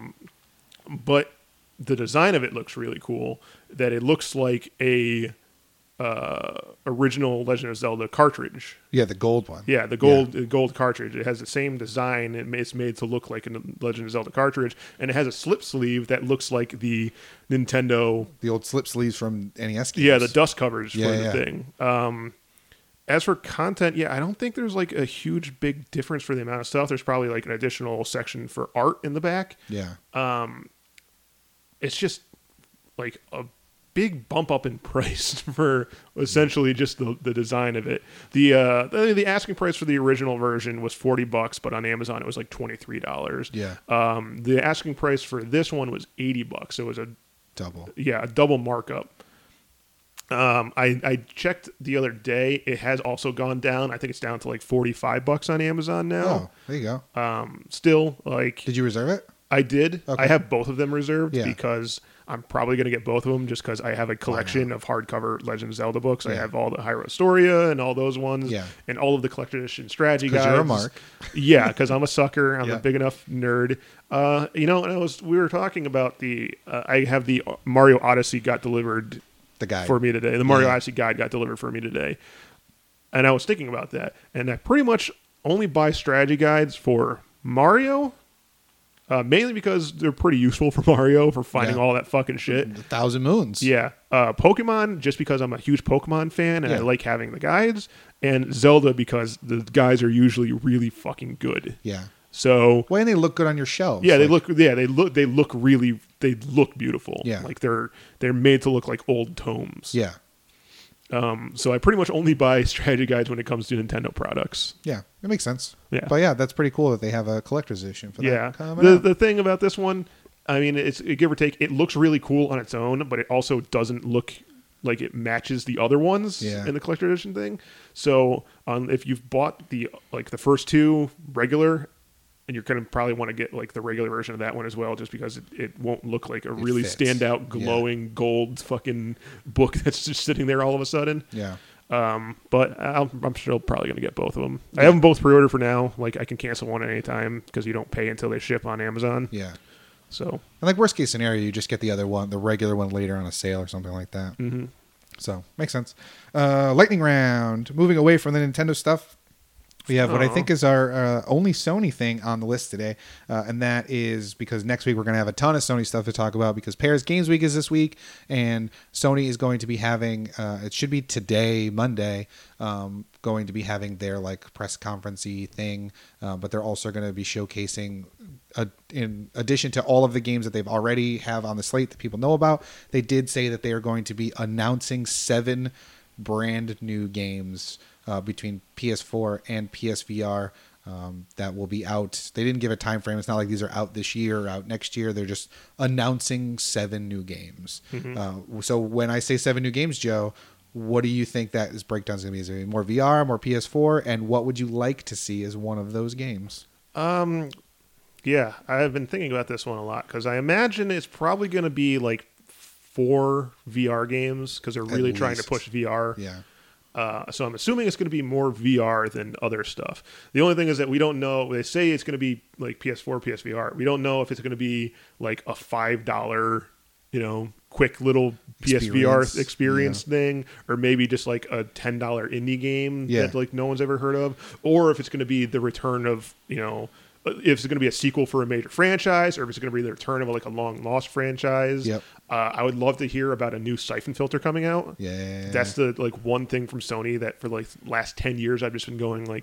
but the design of it looks really cool. That it looks like a uh, original Legend of Zelda cartridge. Yeah, the gold one. Yeah, the gold the gold cartridge. It has the same design. It ma- It's made to look like a Legend of Zelda cartridge, and it has a slip sleeve that looks like the Nintendo. the old slip sleeves from NES games. Yeah, the dust covers Yeah, for the yeah. thing. Um, as for content, yeah, I don't think there's like a huge big difference for the amount of stuff. There's probably like an additional section for art in the back yeah. it's just like a big bump up in (laughs) price for essentially just the, the design of it. The uh the, the asking price for the original version was 40 bucks, but on Amazon it was like $23. Yeah. Um the asking price for this one was 80 bucks. So it was a Double. yeah, a double markup. Um I I checked the other day, it has also gone down. I think it's down to like 45 bucks on Amazon Oh, now. there you go. Um still like Did you reserve it? I did. Okay. I have both of them reserved Yeah. because I'm probably going to get both of them just because I have a collection of hardcover Legend of Zelda books. I Yeah. have all the Hyrule Historia and all those ones Yeah. and all of the collector edition strategy 'Cause guys. you're a mark. yeah, because I'm a sucker. I'm Yeah. a big enough nerd. Uh, you know, and I was we were talking about the uh, I have the Mario Odyssey got delivered The guy. for me today. The Mario Yeah. Odyssey guide got delivered for me today. And I was thinking about that. And I pretty much only buy strategy guides for Mario, uh, mainly because they're pretty useful for (laughs) Mario for finding Yeah. Mm-hmm. all that fucking shit. the Thousand Moons. Yeah. Uh, Pokemon, just because I'm a huge Pokemon fan and I Yeah. like having the guides. And Zelda, because the guides are usually really fucking good. Yeah. So. Well, and they look good on your shelves. Yeah, they Like, look. Yeah, they look. They look really. They look beautiful. Yeah. like they're they're made to look like old tomes. Yeah, So I pretty much only buy (laughs) strategy guides when it comes to Nintendo products. yeah, it makes sense. Yeah. but yeah, that's pretty cool that they have a collector's edition for that. yeah. coming The out. the thing about this one, I mean, it's give or take, it looks really cool on its own, but it also doesn't look like it matches the other ones Yeah. in the collector edition thing. So um, if you've bought the like the first two regular, and you're gonna probably want to get like the regular version of that one as well, just because it, it won't look like a really fits. standout Yeah. glowing gold fucking book (laughs) that's just sitting there all of a sudden. Yeah. Um, but I'm, I'm still probably going to get both of them. I have them both pre-ordered for now. Like I can cancel one at any time because you don't pay until they ship on Amazon. Yeah. So And like worst case scenario, you just get the other one, the regular one later on a sale or something like that. Mm-hmm. So makes sense. Uh, lightning round. Moving away from the Nintendo stuff, we have what I Aw. think is our uh, only Sony thing on the list today, uh, and that is because next week we're going to have a ton of Sony stuff to talk about because Paris Games Week is this week, and Sony is going to be having uh, it should be today, Monday, um, going to be having their like press conferencey thing, uh, but they're also going to be showcasing. Uh, in addition to all of the games that they've already have on the slate that people know about, they did say that they are going to be announcing seven brand new games uh, between PS4 and PSVR um, that will be out. They didn't give a time frame. It's not like these are out this year or out next year. They're just announcing seven new games. Mm-hmm. Uh, so when I say seven new games, Joe, what do you think that is breakdown is going to be? Is it gonna be more VR, more PS4, and what would you like to see as one of those games? Um, yeah, I've been thinking about this one a lot because I imagine it's probably going to be like four VR games because they're really trying to least. push VR. Yeah, Uh, so I'm assuming it's going to be more VR than other stuff. The only thing is that we don't know. They say it's going to be like PS4, PSVR. We don't know if it's going to be like a five dollar, you know, quick little Experience. PSVR experience thing, or maybe just like a ten dollar indie game Yeah. that like no one's ever heard of, or if it's going to be the return of you know. uh, If it's going to be a sequel for a major franchise, or if it's going to be the return of like a long lost franchise, Yep. uh, I would love to hear about a new siphon filter coming out. yeah. That's the like one thing from Sony that for like last ten years I've just been going like,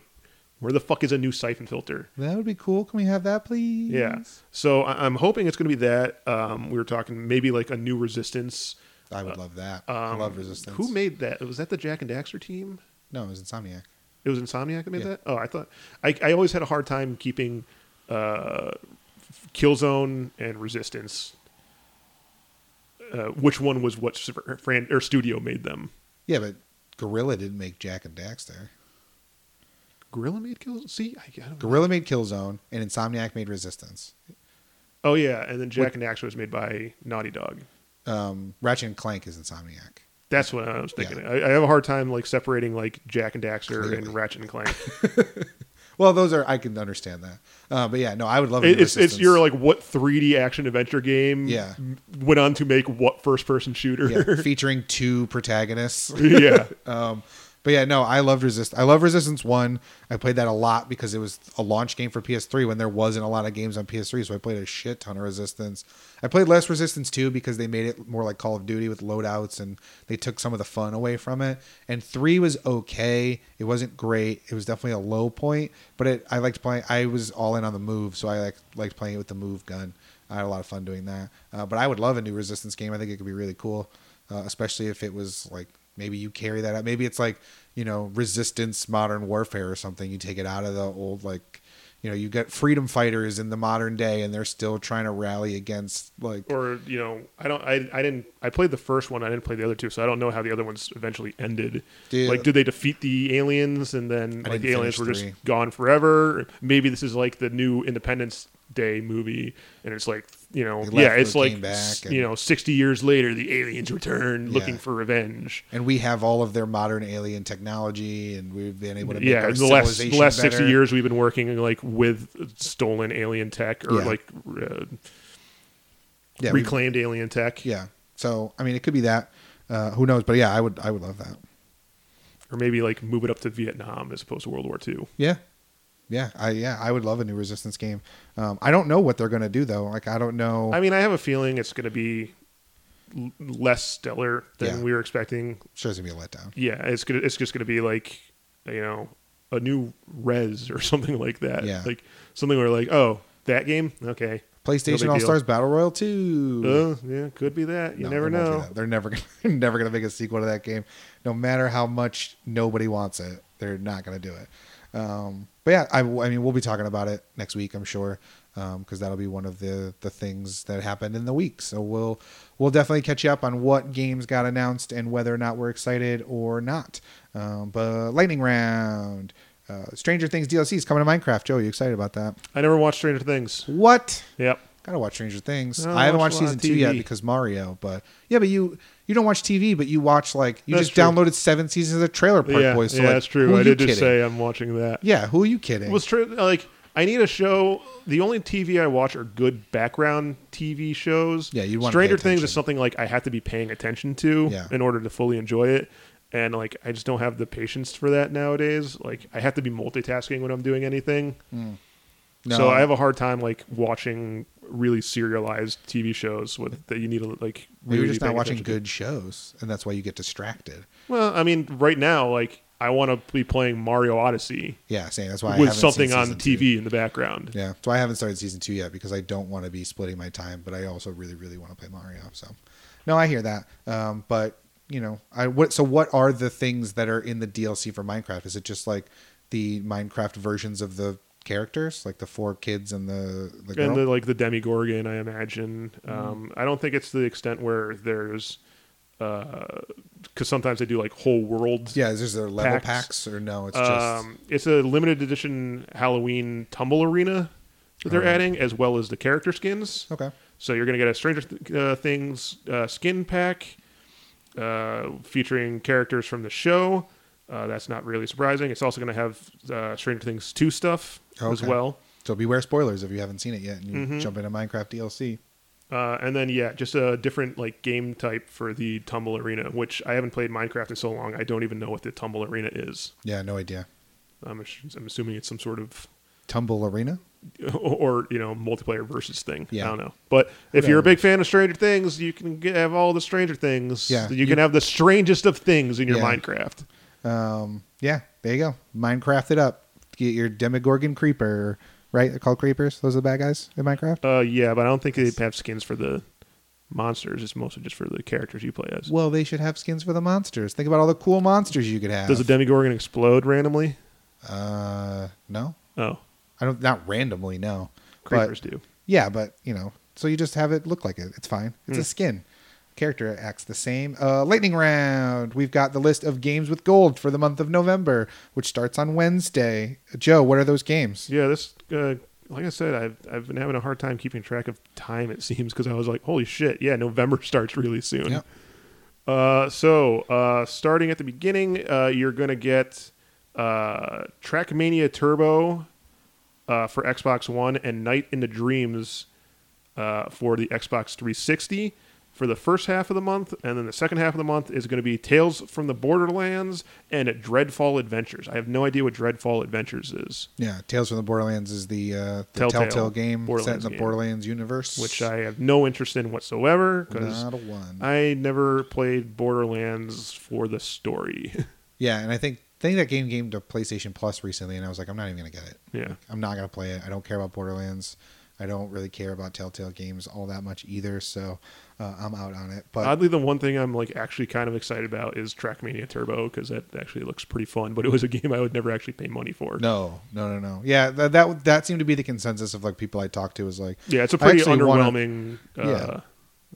where the fuck is a new siphon filter? that would be cool. Can we have that, please? Yeah. So I- I'm hoping it's going to be that. Um, we were talking maybe like a new Resistance. I would love that. I Um, love Resistance. Who made that? Was that the Jack and Daxter team? No, it was Insomniac. It was Insomniac that made Yeah. that. Oh, I thought I, I always had a hard time keeping uh, Killzone and Resistance. Uh, which one was what s- fran- or studio made them? Yeah, but Gorilla didn't make Jack and Daxter. Gorilla made Killzone. See, I, I don't Gorilla made Killzone, and Insomniac made Resistance. Oh yeah, and then Jack and Daxter was made by Naughty Dog. Um, Ratchet and Clank is Insomniac. That's what I was thinking. I, I have a hard time like separating like Jack and Daxter Clearly. and Ratchet and Clank. Well, those are I can understand that, uh, but yeah, no, I would love It- it's it's your your like what 3D action adventure game Yeah. m- went on to make what first person yeah, (laughs) shooter? featuring two protagonists. (laughs) Yeah. Um, but yeah, no, I loved Resist. I love Resistance One. I played that a lot because it was a launch game for PS3 when there wasn't a lot of games on PS3, so I played a shit ton of Resistance. I played less Resistance Two because they made it more like Call of Duty with loadouts and they took some of the fun away from it. And three was okay. It wasn't great. It was definitely a low point, but it I liked playing. I was all in on the move, so I like liked playing it with the move gun. I had a lot of fun doing that. Uh, but I would love a new Resistance game. I think it could be really cool, uh, especially if it was like maybe you carry that out. Maybe it's like you know Resistance Modern Warfare or something. You take it out of the old like you know you got freedom fighters in the modern day, and they're still trying to rally against like Or you know, I don't. I I didn't. I played the first one. I didn't play the other two, so I don't know how the other ones eventually ended. Yeah. Like, did they defeat the aliens and then like didn't the aliens finish were just three. gone forever? Maybe this is like the new Independence Day movie, and it's like you know, They left yeah, and it's they like came back s- and- you know, sixty years later, the aliens return Yeah. looking for revenge. and we have all of their modern alien technology, and we've been able to make Yeah, our in the last the civilization last sixty better. years, we've been working like with stolen alien tech or Yeah. like uh, yeah, we- reclaimed alien tech, yeah. So I mean, it could be that. Uh, who knows? But yeah, I would I would love that. or maybe like move it up to Vietnam as opposed to World War Two. Yeah. Yeah, I yeah, I would love a new resistance game. Um, I don't know what they're gonna do though. Like I don't know. I mean, I have a feeling it's going to be l- less stellar than Yeah. we were expecting. sure, it's gonna be a letdown. Yeah, it's gonna, it's just going to be like you know a new Res or (laughs) something like that. Yeah. like something where like oh that game okay PlayStation big All deal. Stars Battle Royale Two. oh yeah could be that you No, never they won't do know. that. They're never (laughs) gonna they're never gonna make a sequel to that game, no matter how much nobody wants it. They're not gonna do it. Um, but yeah, I, I mean, we'll be talking about it next week, I'm sure, because that'll be one of the the things that happened in the week. So we'll we'll definitely catch you up on what games got announced and whether or not we're excited or not. Um, but lightning round, uh, Stranger Things DLC is coming to Minecraft. Joe, are you excited about that? I never watched Stranger Things. What? Yep. Gotta watch Stranger Things. I I haven't watch watched a lot season of two yet TV. because Mario. But yeah, but you you don't watch TV, but you watch like you That's just true. downloaded seven seasons of the Trailer Park yeah, Boys. So yeah, like, that's who true. are I you did just kidding? say I'm watching that. Yeah, who are you kidding? Well, it's true. Like, I need a show. The only TV I watch are good background TV shows. Yeah, you'd wanna pay Stranger Things attention. is something like I have to be paying attention to Yeah. in order to fully enjoy it, and like I just don't have the patience for that nowadays. Like, I have to be multitasking when I'm doing anything. Hmm. No. So I have a hard time like watching really serialized TV shows with that you need to like. Well, Really you're just be not paying watching attention to. good shows, and that's why you get distracted. Well, I mean, right now, like I want to be playing Mario Odyssey Yeah, saying that's why I with haven't something seen on season TV two. in the background. Yeah, so I haven't started season two yet because I don't want to be splitting my time, but I also really, really want to play Mario. So, no, I hear that. Um, but you know, I what? So, what are the things that are in the DLC for Minecraft? Is it just like the Minecraft versions of the characters, like the four kids and the the girl? And the, like the Demigorgon, I imagine. Mm. Um, I don't think it's to the extent where there's, because sometimes they do like whole worlds. yeah, is there level packs. packs. or no? It's just Um, it's a limited edition Halloween tumble arena that they're Alright. adding, as well as the character skins. okay. So you're going to get a Stranger Th- uh, Things uh, skin pack uh, featuring characters from the show. Uh, that's not really surprising. It's also going to have uh, Stranger Things 2 stuff as Okay. well. So beware spoilers if you haven't seen it yet and you Mm-hmm. jump into Minecraft DLC. Uh, and then, yeah, just a different like game type for the Tumble Arena, which I haven't played Minecraft in so long. I don't even know what the Tumble Arena is. Yeah, no idea. I'm, ass- I'm assuming it's some sort of (laughs) Tumble Arena. or you know multiplayer versus thing. Yeah. I don't know. But if Whatever. you're a big fan of Stranger Things, you can get, have all the Stranger Things. Yeah. You can have the strangest of things in your Yeah. Minecraft. Um, yeah, there you go. Minecraft it up. Get your Demogorgon creeper, right? They're called creepers. Those are the bad guys in Minecraft. Uh, yeah, but I don't think they have skins for the monsters. It's mostly just for the characters you play as. Well, they should have skins for the monsters. Think about all the cool monsters you could have. Does the Demigorgon explode randomly? uh, no, Oh, I don't. Not randomly, no. creepers But, do. yeah, but you know, so you just have it look like it. It's fine. It's Hmm. a skin. Character acts the same. Uh, lightning round. We've got the list of games with gold for the month of November, which starts on Wednesday. Joe, what are those games? Yeah, this. Uh, like I said, I've I've been having a hard time keeping track of time. It seems because I was like, holy shit, yeah, November (laughs) starts really soon. Yep. Uh, so uh, starting at the beginning, uh, you're gonna get uh, Trackmania Turbo uh, for Xbox One and Night in the Dreams uh, for the Xbox 360 for the first half of the month, and then the second half of the month is going to be Tales from the Borderlands and Dreadfall Adventures. I have no idea what Dreadfall Adventures is. Yeah, Tales from the Borderlands is the, uh, the Telltale Telltale, game set in Borderlands the game. Borderlands universe, which I have no interest in whatsoever because not a one. I never played Borderlands for the story. (laughs) yeah, and I think think that game came to PlayStation Plus recently, and I was like, I'm not even gonna get it. yeah. I'm not gonna play it. I don't care about Borderlands. I don't really care about Telltale games all that much either, so uh, I'm out on it. But Oddly, the one thing I'm like actually kind of excited about is Trackmania Turbo because that actually looks pretty fun. But it was a (laughs) game I would never actually pay money for. no, no, no, no. Yeah, that, that that seemed to be the consensus of like people I talked to was like, Yeah, it's a I pretty actually wanna- underwhelming. uh,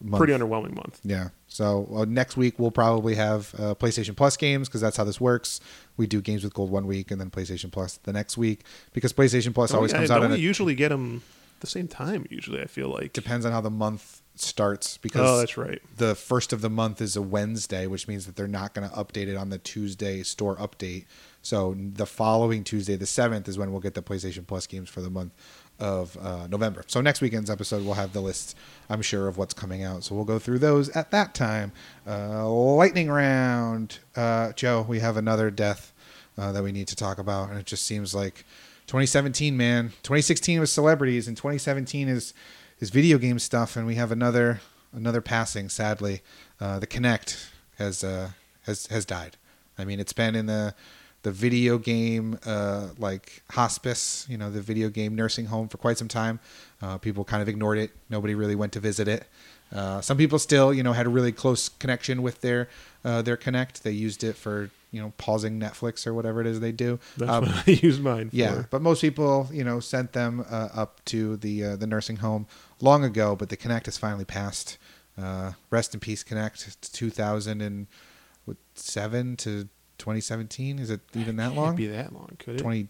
month. Pretty underwhelming month. Yeah. So uh, next week we'll probably have uh, PlayStation Plus games because that's how this works. We do games with gold one week and then PlayStation Plus the next week because PlayStation Plus always yeah, comes don't out. And we it usually get them the same time. Usually, I feel like. depends on how the month starts Oh, because that's right. the first of the month is a Wednesday, which means that they're not going to update it on the Tuesday store update. So the following Tuesday, the seventh, is when we'll get the PlayStation Plus games for the month of uh, November. So next weekend's episode, we'll have the list, I'm sure, of what's coming out. So we'll go through those at that time. Uh, lightning round, uh, Joe. We have another death uh, that we need to talk about, and it just seems like 2017, man. 2016 was celebrities, and 2017 is is video game stuff, and we have another another passing. Sadly, uh, the Kinect has uh, has has died. I mean, it's been in the the video game uh, like hospice, you know, the video game nursing home for quite some time. Uh, people kind of ignored it. Nobody really went to visit it. Uh, some people still, you know, had a really close connection with their uh, their Connect. They used it for you know pausing Netflix or whatever it is they do. That's Um, what (laughs) I use mine for. yeah, but most people, you know, sent them uh, up to the uh, the nursing home long ago. But the Connect has finally passed. Uh, rest in peace, Connect. Two thousand and what, seven to twenty seventeen. Is it even that Can't long? be that long, could it? 20,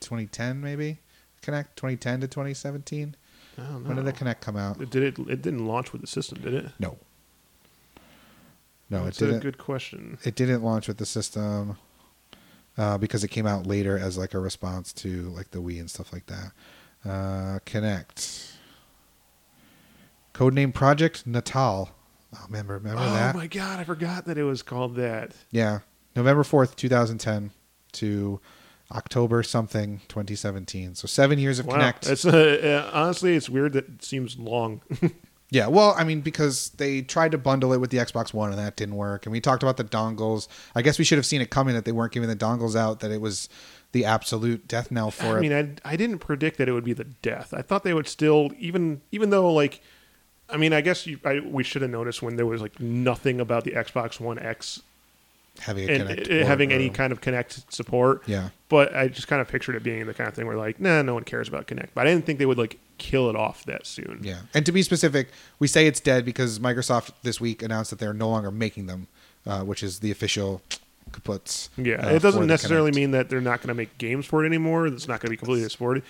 2010 maybe. Connect twenty ten to twenty seventeen. I don't know. When did the Connect come out? It did it? It didn't launch with the system, did it? No. No, it That's a didn't. good question. it didn't launch with the system uh, because it came out later as like a response to like the Wii and stuff like that. Uh, Connect. Codename Project Natal. Oh, man, remember oh that? my god, I forgot that it was called that. Yeah. November 4th, 2010 to October something 2017. So seven years of Wow, Connect. it's uh, uh, honestly, it's weird that it seems long. Yeah, well, I mean, because they tried to bundle it with the Xbox One and that didn't work. And we talked about the dongles. I guess we should have seen it coming that they weren't giving the dongles out, that it was the absolute death knell for (laughs) I it. mean, I I didn't predict that it would be the death. I thought they would still even even though like, I mean, I guess you, I, we should have noticed when there was like nothing about the Xbox One X having a and connect. it- it or- having any or- kind of Connect support. Yeah. But I just kind of pictured it being the kind of thing where like, nah, no one cares about Connect. But I didn't think they would like kill it off that soon. Yeah. And to be specific, we say it's dead because Microsoft this week announced that they're no longer making them, uh, which is the official kaputs. Yeah, uh, it for doesn't the necessarily Kinect. mean that they're not going to make games for it anymore. It's not going to be completely supported.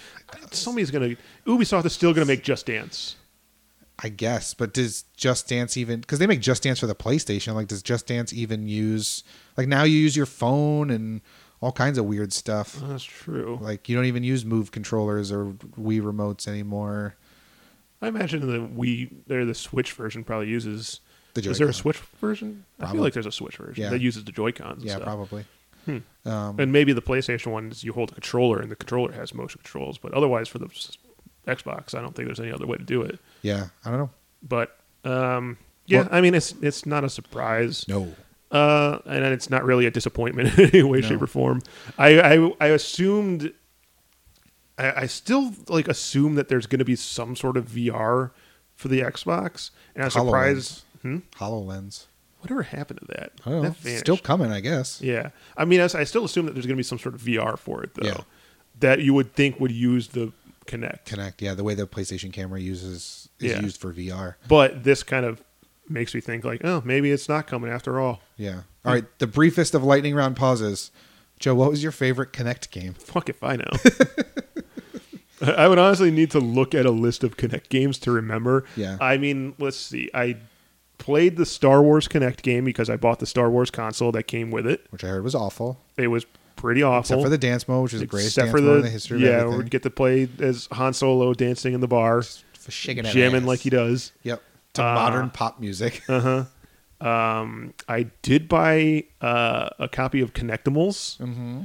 Somebody's going to. Ubisoft is still going to make Just Dance. I guess, but does Just Dance even because they make Just Dance for the PlayStation? Like, does Just Dance even use like now you use your phone and all kinds of weird stuff? Oh, That's true. Like, you don't even use Move controllers or Wii remotes anymore. I imagine the Wii or the Switch version probably uses. The is there a Joy-Con. Switch version? I Probably. feel like there's a Switch version Yeah. that uses the Joy Cons. Yeah, stuff. probably. hmm. Um, And maybe the PlayStation one is you hold a controller and the controller has motion controls, but otherwise for the s- Xbox, I don't think there's any other way to do it. Yeah, I don't know. But um, yeah, Well- I mean it's it's not a surprise. No, uh, and it's not really a disappointment (laughs) in any way, No. shape, or form. I I, I assumed, I, I still like assume that there's going to be some sort of VR for the Xbox, and I'm surprised. Hmm? Hololens. Whatever happened to that? I don't know. That vanished. Still coming, I guess. yeah. I mean, I, s- I still assume that there's going to be some sort of VR for it though, Yeah. that you would think would use the Kinect, Connect. Yeah, the way the PlayStation camera uses is Yeah. used for VR. but this kind of makes me think like, oh, maybe it's not coming after all. Yeah. Hmm. All right. The briefest of lightning round pauses. Joe, what was your favorite Connect game? Fuck if I know. (laughs) I I would honestly need to look at a list of Connect games to remember. Yeah. I mean, let's see. I played the Star Wars Connect game because I bought the Star Wars console that came with it. Which I heard was awful, It was pretty awful. except for the dance mode, which is the greatest dance mode in the history of yeah, everything. we'd get to play as Han Solo dancing in the bar, for shaking that jamming ass. like he does. Yep. To Uh, modern pop (laughs) music. Um, I did buy uh, a copy of Connectimals. mm-hmm.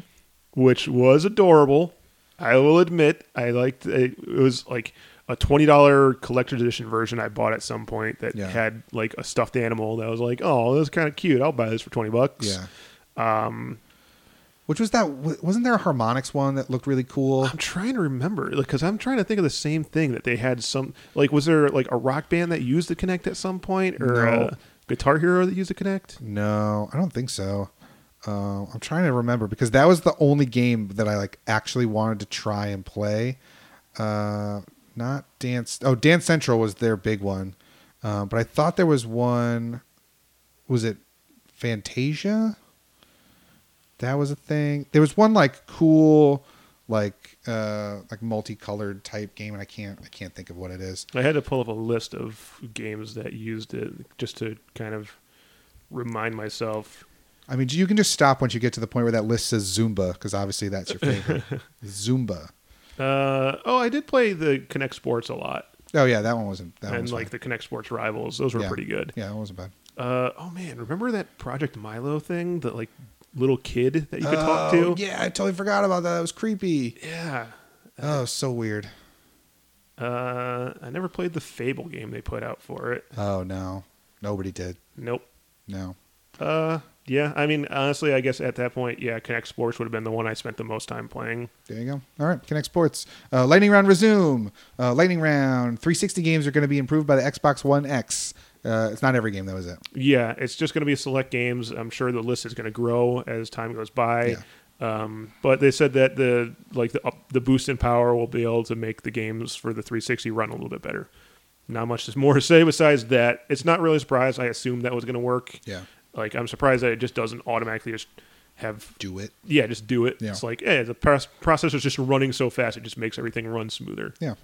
which was adorable. I will admit, I liked it. It was like a twenty dollar collector's edition version I bought at some point that Yeah. had like a stuffed animal that was like, oh, this is kind of cute. I'll buy this for twenty bucks. Yeah. Um, Um, which was that? w- Wasn't there a harmonics one that looked really cool? I'm trying to remember because I'm trying to think of the same thing that they had some like was there like a rock band that used the Connect at some point or No. a Guitar Hero that used the Connect? No, I don't think so. Uh, I'm trying to remember because that was the only game that I like actually wanted to try and play. Uh, not Dance. Oh, Dance Central was their big one, uh, but I thought there was one. Was it Fantasia? That was a thing. There was one like cool, like uh, like multicolored type game, and I can't I can't think of what it is. I had to pull up a list of games that used it just to kind of remind myself I mean, you can just stop once you get to the point where that list says Zumba, because obviously that's your (laughs) favorite. Zumba. Uh, oh, I did play the Connect Sports a lot, Oh yeah, that one wasn't. That and one's like fine. the Connect Sports Rivals. Those were Yeah. pretty good. yeah, that wasn't bad. Uh, oh man, remember that Project Milo thing? That like little kid that you could Oh, talk to. Yeah, I totally forgot about that. That was creepy. Yeah. Oh, so weird. Uh, I never played the Fable game they put out for it. Oh no, nobody did. Nope. No. Uh, Yeah, I mean, honestly, I guess at that point, yeah, Connect Sports would have been the one I spent the most time playing. There you go. All right, Connect Sports. Uh, lightning round resume. Uh, lightning round. 360 games are going to be improved by the Xbox One X. Uh, it's not every game though, is it? Yeah, it's just going to be select games. I'm sure the list is going to grow as time goes by. Um, but they said that the like the up, the boost in power will be able to make the games for the 360 run a little bit better. Not much more to say besides that. It's not really a surprise. I assumed that was going to work. Yeah. Like I'm surprised that it just doesn't automatically just have Do it. yeah just do it. Yeah. It's like eh, the pros- processor's just running so fast it just makes everything run smoother. Yeah.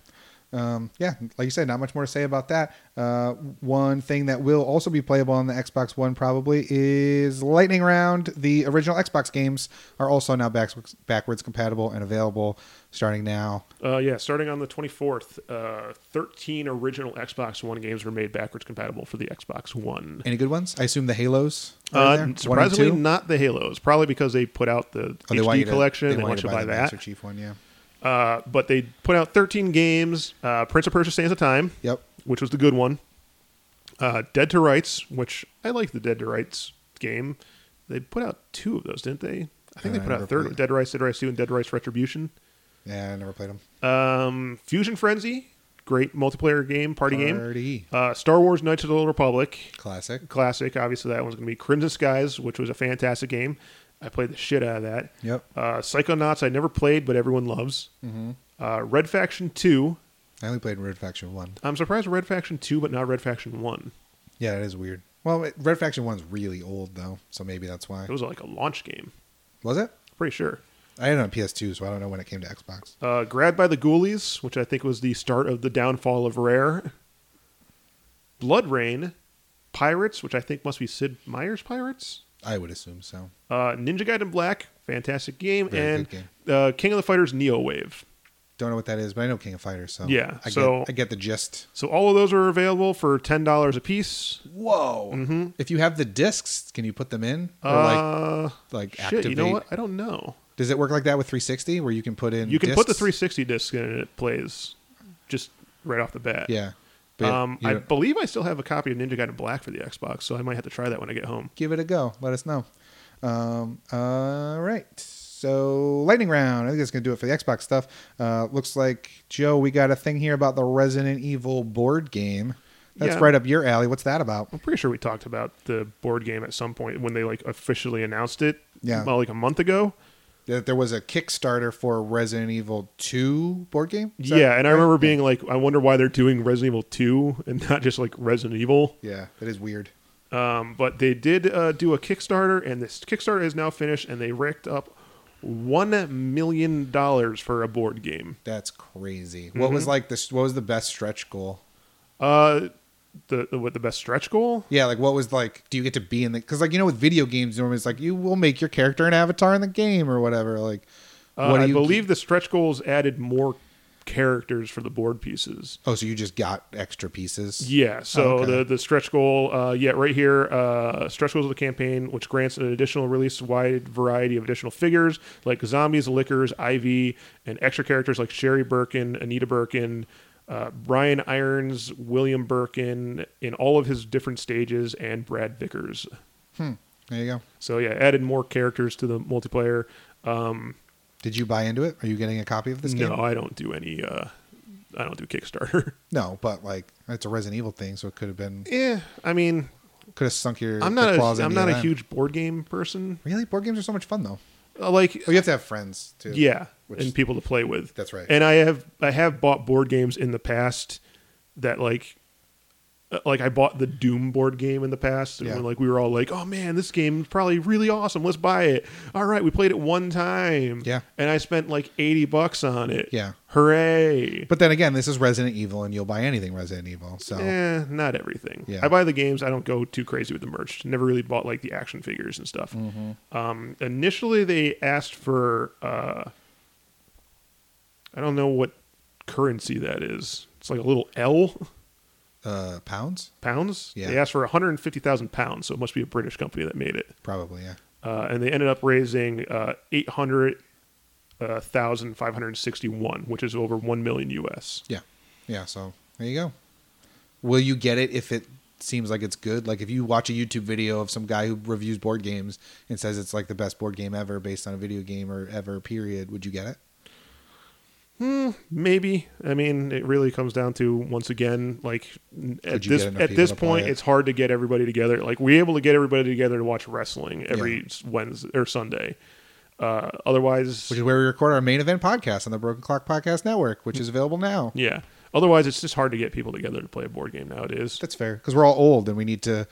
Um, yeah, like you said, not much more to say about that. Uh, one thing that will also be playable on the Xbox One probably is Lightning Round. The original Xbox games are also now back- backwards compatible and available starting now. Uh, yeah, starting on the 24th, uh, 13 original Xbox One games were made backwards compatible for the Xbox One. Any good ones? I assume the Halos. are in there? One Uh, and surprisingly, two? not the Halos. Probably because they put out the Oh, HD want you to- collection. They, want want you to buy the that. Master Chief one, yeah. Uh, but they put out 13 games. Uh, Prince of Persia: Sands of Time, Yep. which was the good one. Uh, Dead to Rights, which I like the Dead to Rights game. They put out two of those, didn't they? I think I they put out never a third played. one: Dead to Rights, Dead to Rights Two, and Dead to Rights Retribution. Yeah, I never played them. Um, Fusion Frenzy, great multiplayer game, party game. Party. Uh, Star Wars Knights of the Old Republic, Classic. classic. Obviously, that one's going to be Crimson Skies, which was a fantastic game. I played the shit out of that. Yep. Uh, Psychonauts, I never played, but everyone loves. Mm-hmm. Uh, Red Faction 2. I only played Red Faction 1. I'm surprised Red Faction 2, but not Red Faction 1. Yeah, that is weird. Well, it- Red Faction 1's really old, though, so maybe that's why. It was like a launch game, Was it? pretty sure. I had it on PS2, so I don't know when it came to Xbox. Uh, Grabbed by the Ghoulies, which I think was the start of the downfall of Rare. Blood Rain. Pirates, which I think must be Sid Meier's Pirates. I would assume so. Uh, Ninja Gaiden Black, fantastic game. Very and good Uh, King of the Fighters Neo Wave. Don't know what that is, but I know King of Fighters, so Yeah, I so- get, I get the gist. So all of those are available for ten dollars a piece. Whoa! Mm-hmm. If you have the discs, can you put them in or Uh, like like shit, activate? you know what? I don't know. Does it work like that with 360, where you can put in? You can put the discs? 360 disc in and it plays just right off the bat. Yeah, but Um, you I don't- believe I still have a copy of Ninja Gaiden Black for the Xbox, so I might have to try that when I get home. give it a go. Let us know. Um, all right. So lightning round. I think that's gonna do it for the Xbox stuff. Uh, looks like Joe, we got a thing here about the Resident Evil board game. That's Yeah. right up your alley. What's that about? I'm pretty sure we talked about the board game at some point when they like officially announced it. Yeah. about, like a month ago. that there was a Kickstarter for Resident Evil 2 board game. Is that yeah, and I right? remember being like, I wonder why they're doing Resident Evil 2 and not just like Resident Evil. Yeah, that is weird. Um, but they did uh, do a Kickstarter, and this Kickstarter is now finished, and they racked up one million dollars for a board game. That's crazy. Mm-hmm. What was like this? What was the best stretch goal? Uh, the, the what the best stretch goal? Yeah, like what was like? Do you get to be in the? Because like you know, with video games, normally it's like you will make your character an avatar in the game or whatever. Like, Uh, do I you- believe the stretch goals added more characters for the board pieces. Oh, so you just got extra pieces. Yeah, so Okay. the the stretch goal, uh, yeah, right here, uh, stretch goals of the campaign, which grants an additional release wide variety of additional figures like zombies, liquors, IV, and extra characters like Sherry Birkin, Anita Birkin, uh, Brian Irons, William Birkin, in all of his different stages, and Brad Vickers. There you go. So yeah, added more characters to the multiplayer. Um, Did you buy into it? Are you getting a copy of this no, game? I don't do any. Uh, I don't do Kickstarter. No, but like it's a Resident Evil thing, so it could have been yeah, Eh, I mean, could have sunk your. I'm the not. claws A, into I'm your not a hand. huge board game person. Really, board games are so much fun though. Uh, like Oh, you have to have friends too. yeah Which- and people to play with That's right. and i have i have bought board games in the past that like uh, like i bought the doom board game in the past and Yeah. when, like we were all like oh man this game is probably really awesome let's buy it all right we played it one time Yeah. and i spent like 80 bucks on it Yeah. hooray But then again, this is Resident Evil, and you'll buy anything Resident Evil. So Eh, not everything. Yeah. I buy the games. I don't go too crazy with the merch. Never really bought like the action figures and stuff. Mm-hmm. Um, initially, they asked for uh, I don't know what currency that is. It's like a little L uh, pounds, pounds. Yeah. They asked for 150,000 pounds, so it must be a British company that made it. probably. Yeah. Uh, and they ended up raising uh, 800,561, which is over 1 million US. Yeah. Yeah. So there you go. Will you get it if it seems like it's good. Like if you watch a YouTube video of some guy who reviews board games and says it's like the best board game ever based on a video game or ever period, would you get it? Maybe. I mean, it really comes down to once again, like n- at you this get enough at people this to buy point, it? it's hard to get everybody together. Like we're able to get everybody together to watch wrestling every Yeah. s- Wednesday or Sunday. Uh, otherwise, Which is where we record our main event podcast on the Broken Clock Podcast Network, which is available now. yeah. Otherwise, it's just hard to get people together to play a board game nowadays. That's fair because we're all old and we need to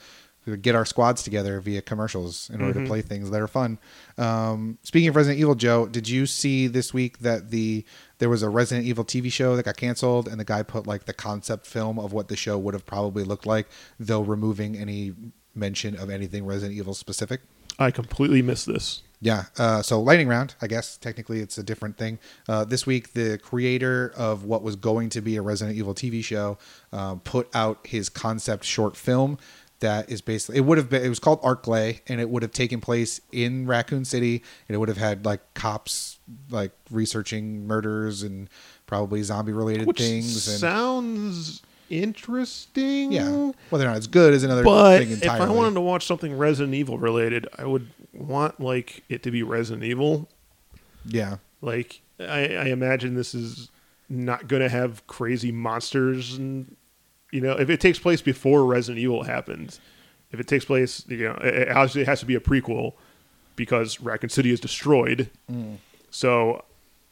get our squads together via commercials in order to play things that are fun. Um, speaking of Resident Evil, Joe, did you see this week that the there was a Resident Evil TV show that got canceled and the guy put like the concept film of what the show would have probably looked like, though removing any mention of anything Resident Evil specific? I completely missed this. Yeah. Uh, so lightning round, I guess technically it's a different thing. Uh, this week, the creator of what was going to be a Resident Evil TV show uh, put out his concept short film that is basically it would have been it was called Arclay and it would have taken place in Raccoon City and it would have had like cops like researching murders and probably zombie related Which things and sounds interesting. yeah whether or not it's good is another But thing if entirely. I wanted to watch something Resident Evil related, I would want like it to be Resident Evil yeah. Like I, I imagine this is not going to have crazy monsters, and you know, if it takes place before Resident Evil happens, if it takes place, you know, it, it obviously has to be a prequel because Raccoon City is destroyed. Mm. So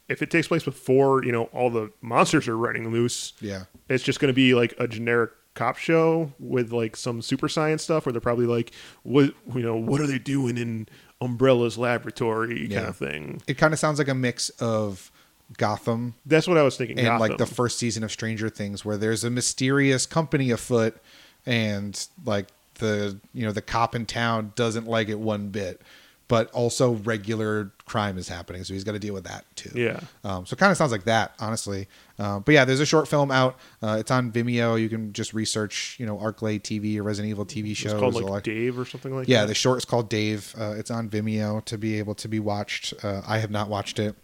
if it takes place before, you know, all the monsters are running loose, Yeah. it's just going to be like a generic cop show with like some super science stuff where they're probably like what you know what are they doing in umbrella's laboratory kind Yeah. of thing It kind of sounds like a mix of Gotham that's what I was thinking. and Gotham. like the first season of Stranger Things, where there's a mysterious company afoot, and like the you know the cop in town doesn't like it one bit, but also regular crime is happening, so he's got to deal with that too. Yeah. Um, so it kind of sounds like that, honestly. Uh, but yeah, there's a short film out. Uh, it's on Vimeo. You can just research, you know, ArcLay TV or Resident Evil TV shows. it's called or, like Dave or something like yeah, that. the short is called Dave. Uh, it's on Vimeo to be able to be watched. Uh, I have not watched it.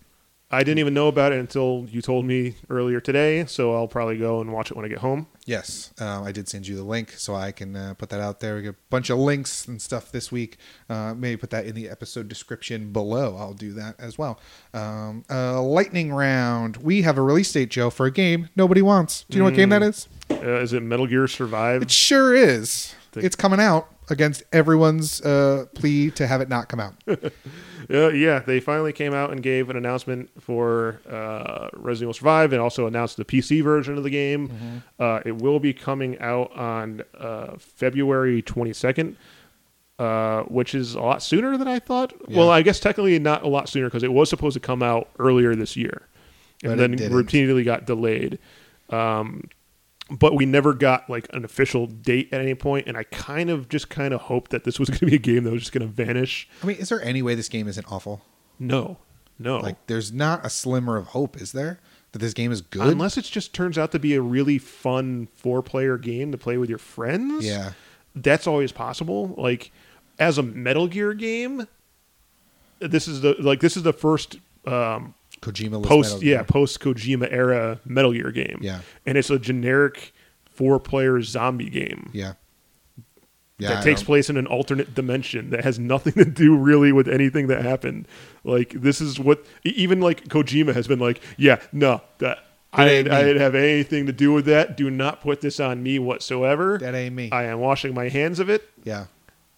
I didn't even know about it until you told me earlier today, so I'll probably go and watch it when I get home. Yes, um, I did send you the link, so I can uh, put that out there. We got a bunch of links and stuff this week. Uh, maybe put that in the episode description below. I'll do that as well. Um, uh, lightning round. We have a release date, Joe, for a game nobody wants. Do you know what game that is? Uh, is it Metal Gear Survive? It sure is. The- It's coming out against everyone's uh, plea to have it not come (laughs) out. Uh, yeah, they finally came out and gave an announcement for uh, Resident Evil Survive, and also announced the PC version of the game. Mm-hmm. Uh, it will be coming out on uh, February twenty second. Uh, which is a lot sooner than I thought. Yeah. Well, I guess technically not a lot sooner because it was supposed to come out earlier this year, and But it then didn't. repeatedly got delayed. Um, but we never got like an official date at any point, and I kind of just kind of hoped that this was (laughs) going to be a game that was just going to vanish. I mean, is there any way this game isn't awful? No, no. Like, there's not a slimmer of hope, is there? That this game is good? Unless it just turns out to be a really fun four player game to play with your friends. Yeah. That's always possible. Like as a Metal Gear game, this is the like this is the first um Kojima was post Metal yeah, Gear. post Kojima era Metal Gear game. Yeah. And it's a generic four player zombie game. Yeah. Yeah. that I takes don't- place in an alternate dimension that has nothing (laughs) to do really with anything that happened. Like this is what e- even like Kojima has been like, yeah, no, that I ain't didn't, I me." didn't have anything to do with that. Do not put this on me whatsoever. That ain't me. I am washing my hands of it. Yeah.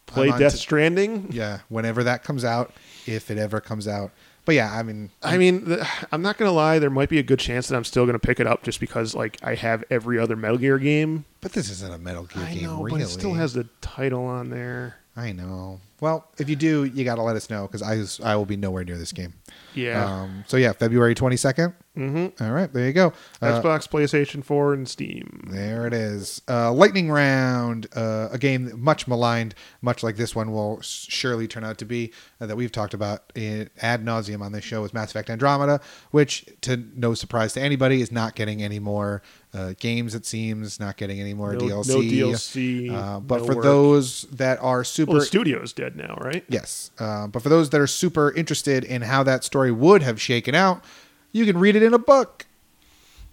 Play I'm on Death to- Stranding. yeah. Whenever that comes out, if it ever comes out. But yeah, I mean, I mean, the, I'm not gonna lie. There might be a good chance that I'm still gonna pick it up just because like I have every other Metal Gear game. but this isn't a Metal Gear I game, know, really. but it still has the title on there. I know. Well, if you do, you got to let us know because I, I will be nowhere near this game. Yeah, Um, so yeah, February 22nd. Mm-hmm. All right. There you go. Uh, Xbox, PlayStation 4, and Steam. There it is. Uh, Lightning Round, uh, a game that much maligned, much like this one will s- surely turn out to be, uh, that we've talked about in, ad nauseum on this show is Mass Effect Andromeda, which, to no surprise to anybody, is not getting any more uh, games, it seems, not getting any more No- no DLC. DLC, Uh, but no for work. Oh, those that are super. Well, the studio's dead now, right? Yes. Uh, but for those that are super interested in how that story would have shaken out, you can read it in a book.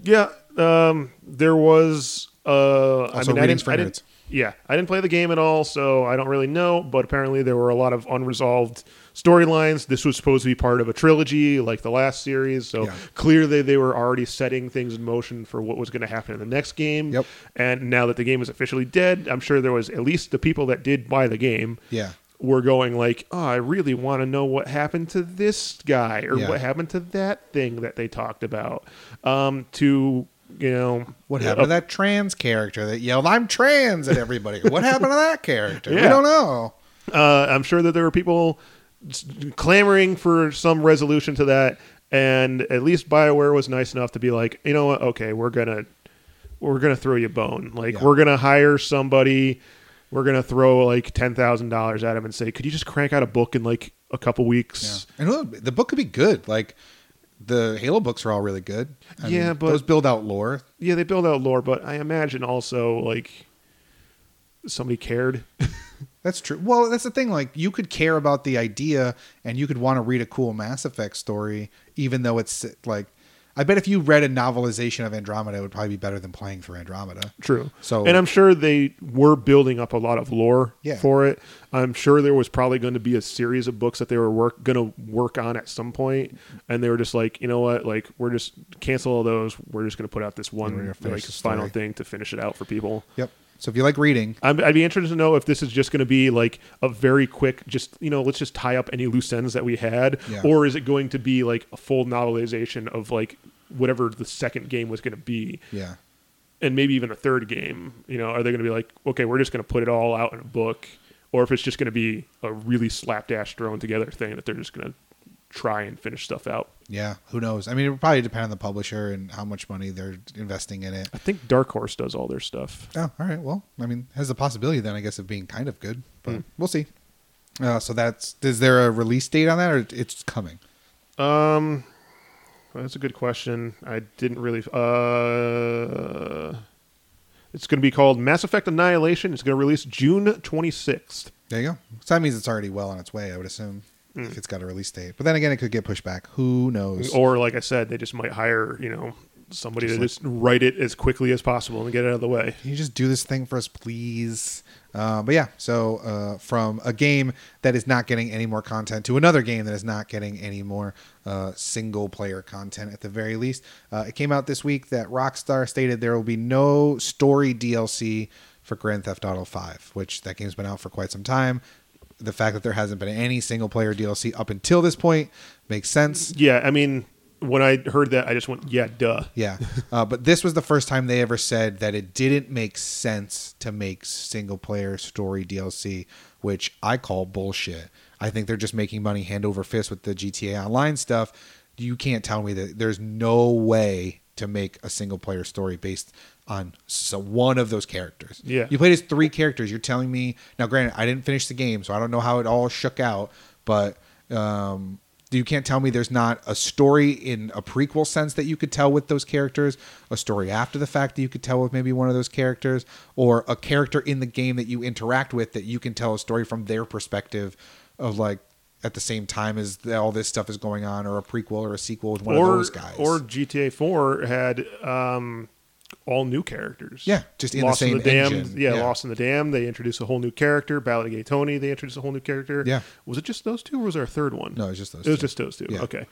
Yeah, um, there was. Uh, I Also, mean, I readings didn't, for I nerds. didn't. yeah, I didn't play the game at all, so I don't really know. But apparently, there were a lot of unresolved storylines. This was supposed to be part of a trilogy, like the last series. So Yeah. clearly, they were already setting things in motion for what was going to happen in the next game. Yep. And now that the game is officially dead, I'm sure there was at least the people that did buy the game Yeah. were going like, "Oh, I really want to know what happened to this guy or Yeah. what happened to that thing that they talked about." Um, to you know, What yeah, happened to that trans character that yelled, I'm trans at everybody? What happened to that character? We Yeah. don't know. uh, I'm sure that there were people s- clamoring for some resolution to that, and at least Bioware was nice enough to be like, you know what, okay, we're gonna we're gonna throw you a bone. Like Yeah. we're gonna hire somebody, we're gonna throw like ten thousand dollars at him and say, could you just crank out a book in like a couple weeks? And look, the book could be good. Like, the Halo books are all really good. Yeah, but- Those build out lore. Yeah. they build out lore, but I imagine also like somebody cared. (laughs) That's true. Well, that's the thing. Like, you could care about the idea and you could want to read a cool Mass Effect story, even though it's like, I bet if you read a novelization of Andromeda, it would probably be better than playing through Andromeda. True. So- and I'm sure they were building up a lot of lore Yeah. for it. I'm sure there was probably going to be a series of books that they were work going to work on at some point, and they were just like, you know what, like we're just cancel all those. We're just going to put out this we're one gonna like finish the final story. thing to finish it out for people. Yep. So if you like reading, I'm, I'd be interested to know if this is just going to be like a very quick, just you know, let's just tie up any loose ends that we had, Yeah. or is it going to be like a full novelization of like whatever the second game was going to be? yeah. and maybe even a third game. You know, are they going to be like, okay, we're just going to put it all out in a book, or if it's just going to be a really slapdash thrown together thing that they're just going to try and finish stuff out. Yeah, who knows? I mean, it would probably depend on the publisher and how much money they're investing in it. I think Dark Horse does all their stuff. Oh, all right. Well, I mean, has the possibility then, I guess, of being kind of good, but we'll see. Uh, so that's is there a release date on that, or it's coming? Um, that's a good question. I didn't really. Uh, it's going to be called Mass Effect Annihilation. It's going to release June twenty sixth. There you go. So that means it's already well on its way, I would assume, if it's got a release date. But then again, it could get pushed back. Who knows? Or like I said, they just might hire you know somebody to just write it as quickly as possible and get it out of the way. Can you just do this thing for us, please? Uh, but yeah, so uh, from a game that is not getting any more content to another game that is not getting any more uh, single player content at the very least. Uh, it came out this week that Rockstar stated there will be no story DLC for Grand Theft Auto 5, which that game's been out for quite some time. The fact that there hasn't been any single player DLC up until this point makes sense. Yeah, I mean, when I heard that, I just went, yeah, duh. Yeah. Uh, but this was the first time they ever said that it didn't make sense to make single player story DLC, which I call bullshit. I think they're just making money hand over fist with the GTA Online stuff. You can't tell me that there's no way to make a single player story based on so one of those characters. Yeah. You played as three characters. You're telling me now, granted, I didn't finish the game, so I don't know how it all shook out, but um, you can't tell me there's not a story in a prequel sense that you could tell with those characters, a story after the fact that you could tell with maybe one of those characters, or a character in the game that you interact with that you can tell a story from their perspective of like at the same time as the- all this stuff is going on, or a prequel or a sequel with one or of those guys. or GTA Four had um, all new characters. Yeah, just in the Lost same Damned. engine. Yeah, Yeah. Lost in the Dam. They introduced a whole new character. Ballad of Gay Tony. They introduced a whole new character. Yeah. Was it just those two, or was there a third one? No, it was just those It was two. just those two. Yeah. Okay.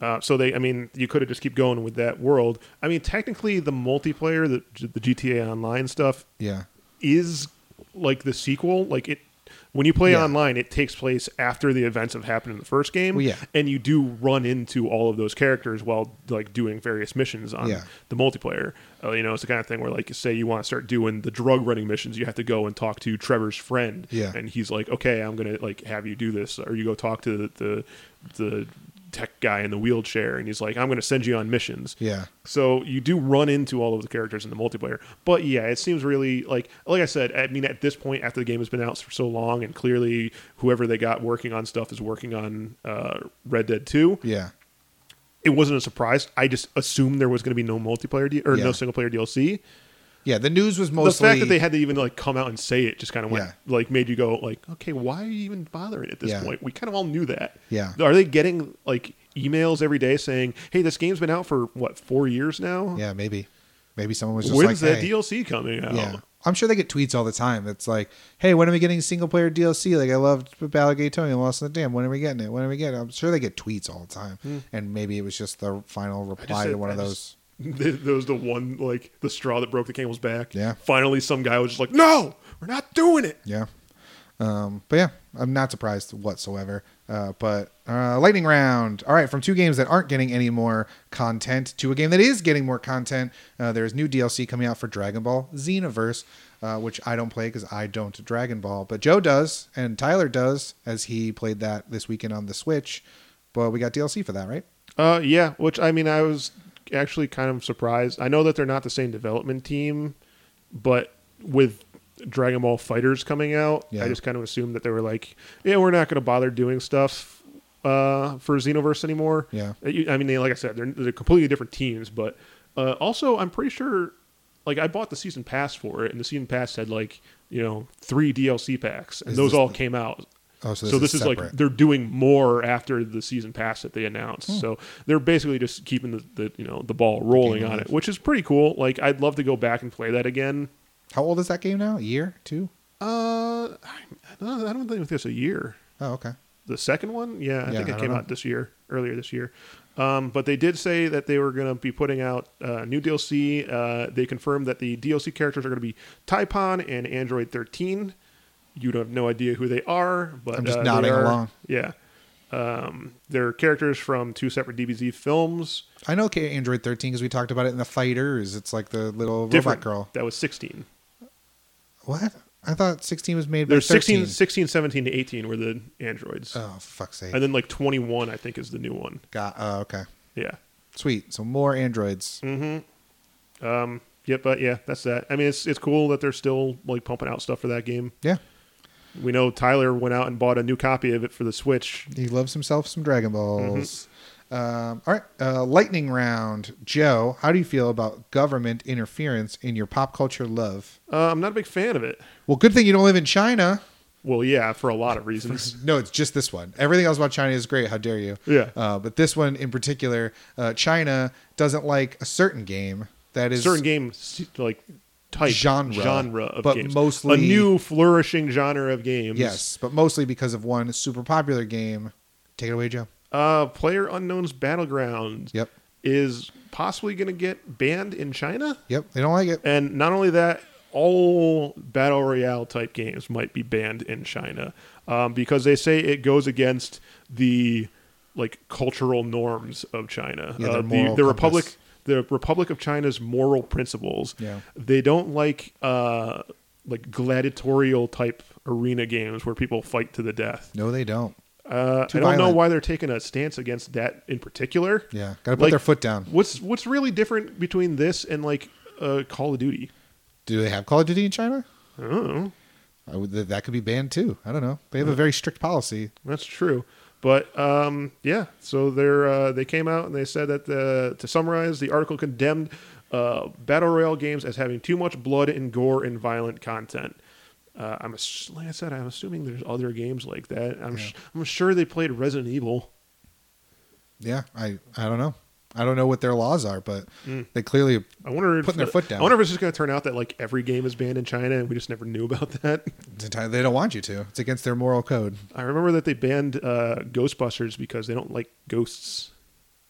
Uh, so they, I mean, you could have just keep going with that world. I mean, technically, the multiplayer, the, the GTA Online stuff, yeah. is like the sequel. Like it, when you play Yeah. online, it takes place after the events have happened in the first game. Well, yeah. and you do run into all of those characters while like doing various missions on Yeah. the multiplayer. Uh, you know, it's the kind of thing where like, say you want to start doing the drug running missions, you have to go and talk to Trevor's friend. Yeah. and he's like, okay, I'm gonna like have you do this, or you go talk to the the. the tech guy in the wheelchair and he's like i'm going to send you on missions Yeah. so you do run into all of the characters in the multiplayer, but yeah, it seems really like like I said. I mean, at this point, after the game has been out for so long, and clearly whoever they got working on stuff is working on uh, Red Dead Two. Yeah. It wasn't a surprise. I just assumed there was going to be no multiplayer D- or Yeah. no single player DLC. Yeah. The news was The mostly fact that they had to even like come out and say it just kind of went Yeah. like made you go like, okay, why are you even bothering at this Yeah. point? We kind of all knew that. Yeah. Are they getting like emails every day saying, "Hey, this game's been out for what four years now? Yeah, maybe. Maybe someone was just When's like, that hey, DLC coming out? Yeah. I'm sure they get tweets all the time. It's like, hey, when are we getting single player DLC? Like, I loved Balagay Tony and Lost in the Dam. When are we getting it? When are we getting it? I'm sure they get tweets all the time. And maybe it was just the final reply said- to one Hmm. I of those. (laughs) Th- That was the one like the straw that broke the camel's back. Yeah. Finally, some guy was just like, "No, we're not doing it." Yeah. Um, but yeah, I'm not surprised whatsoever. Uh, but uh, lightning round. All right, from two games that aren't getting any more content to a game that is getting more content. Uh, there's new DLC coming out for Dragon Ball Xenoverse, uh, which I don't play because I don't Dragon Ball, but Joe does and Tyler does as he played that this weekend on the Switch. But we got DLC for that, right? Uh, yeah. Which I mean, I was actually kind of surprised. I know that they're not the same development team, but with Dragon Ball Fighters coming out, Yeah. I just kind of assumed that they were like, "Yeah, we're not going to bother doing stuff." Uh, for Xenoverse anymore. Yeah. Uh, you- I mean, they, like I said, they're, they're completely different teams, but uh, also I'm pretty sure, like I bought the season pass for it, and the season pass had like you know three DLC packs, and Is those this all the- came out Oh, so so this is, like separate. they're doing more after the season pass that they announced. So they're basically just keeping the, the you know the ball rolling on it, which is pretty cool. Like I'd love to go back and play that again. how old is that game now? A year, two? Uh, I I don't I don't think it's a year. Oh, okay. The second one, yeah, I Yeah, think I it don't came know. out this year, earlier this year. Um, but they did say that they were going to be putting out uh, new DLC. Uh, they confirmed that the DLC characters are going to be Typon and Android 13. You don't have no idea who they are, but I'm just uh, they nodding are- along. Yeah, um, they're characters from two separate DBZ films. I know okay, Android 13 because we talked about it in the fighters. It's like the little robot Different girl. That was 16. What? I thought 16 was made by There's 13. 16, 16, 17 to 18 were the androids, Oh, fuck's sake. and then like 21 I think is the new one. Got, oh, okay. Yeah. Sweet. So more androids. Hmm. Yep, but yeah, that's that. I mean, it's it's cool that they're still like pumping out stuff for that game. Yeah. We know Tyler went out and bought a new copy of it for the Switch. He loves himself some Dragon Balls. Mm-hmm. Um, all right. Uh, lightning round. Joe, how do you feel about government interference in your pop culture love? Uh, I'm not a big fan of it. Well, good thing you don't live in China. Well, yeah, for a lot of reasons. No, it's just this one. Everything else about China is great. How dare you? Yeah. Uh, but this one in particular, uh, China doesn't like a certain game that (laughs) is Certain game se- like type Genre, genre of but games. mostly- a new flourishing genre of games. Yes, but mostly because of one super popular game. Take it away, Joe. Uh, Player Unknown's Battleground Yep. is possibly going to get banned in China, Yep. They don't like it. and not only that, all battle royale type games might be banned in China um, because they say it goes against the like cultural norms of China. Yeah, their Uh, moral the, the Republic, compass. the Republic of China's moral principles. Yeah. They don't like uh, like gladiatorial type arena games where people fight to the death. No, they don't. Uh, I Too don't know violent. why they're taking a stance against that in particular. Yeah, got to put Like- their foot down. What's what's really different between this and like uh, Call of Duty? Do they have Call of Duty in China? I don't know. I would, that could be banned too. I don't know. They Mm. have a very strict policy. That's true. But um, yeah, so they're uh, they came out and they said that the, to summarize, the article condemned uh, battle royale games as having too much blood and gore and violent content. Uh, I'm ass- like I said, I'm assuming there's other games like that. I'm sh- I'm sure they played Resident Evil. Yeah, I I don't know. I don't know what their laws are, but Mm. they clearly I wonder if Putting their foot down. I wonder if it's just going to turn out that like every game is banned in China and we just never knew about (laughs) that. they don't want you to. It's against their moral code. I remember that they banned uh, Ghostbusters because they don't like ghosts.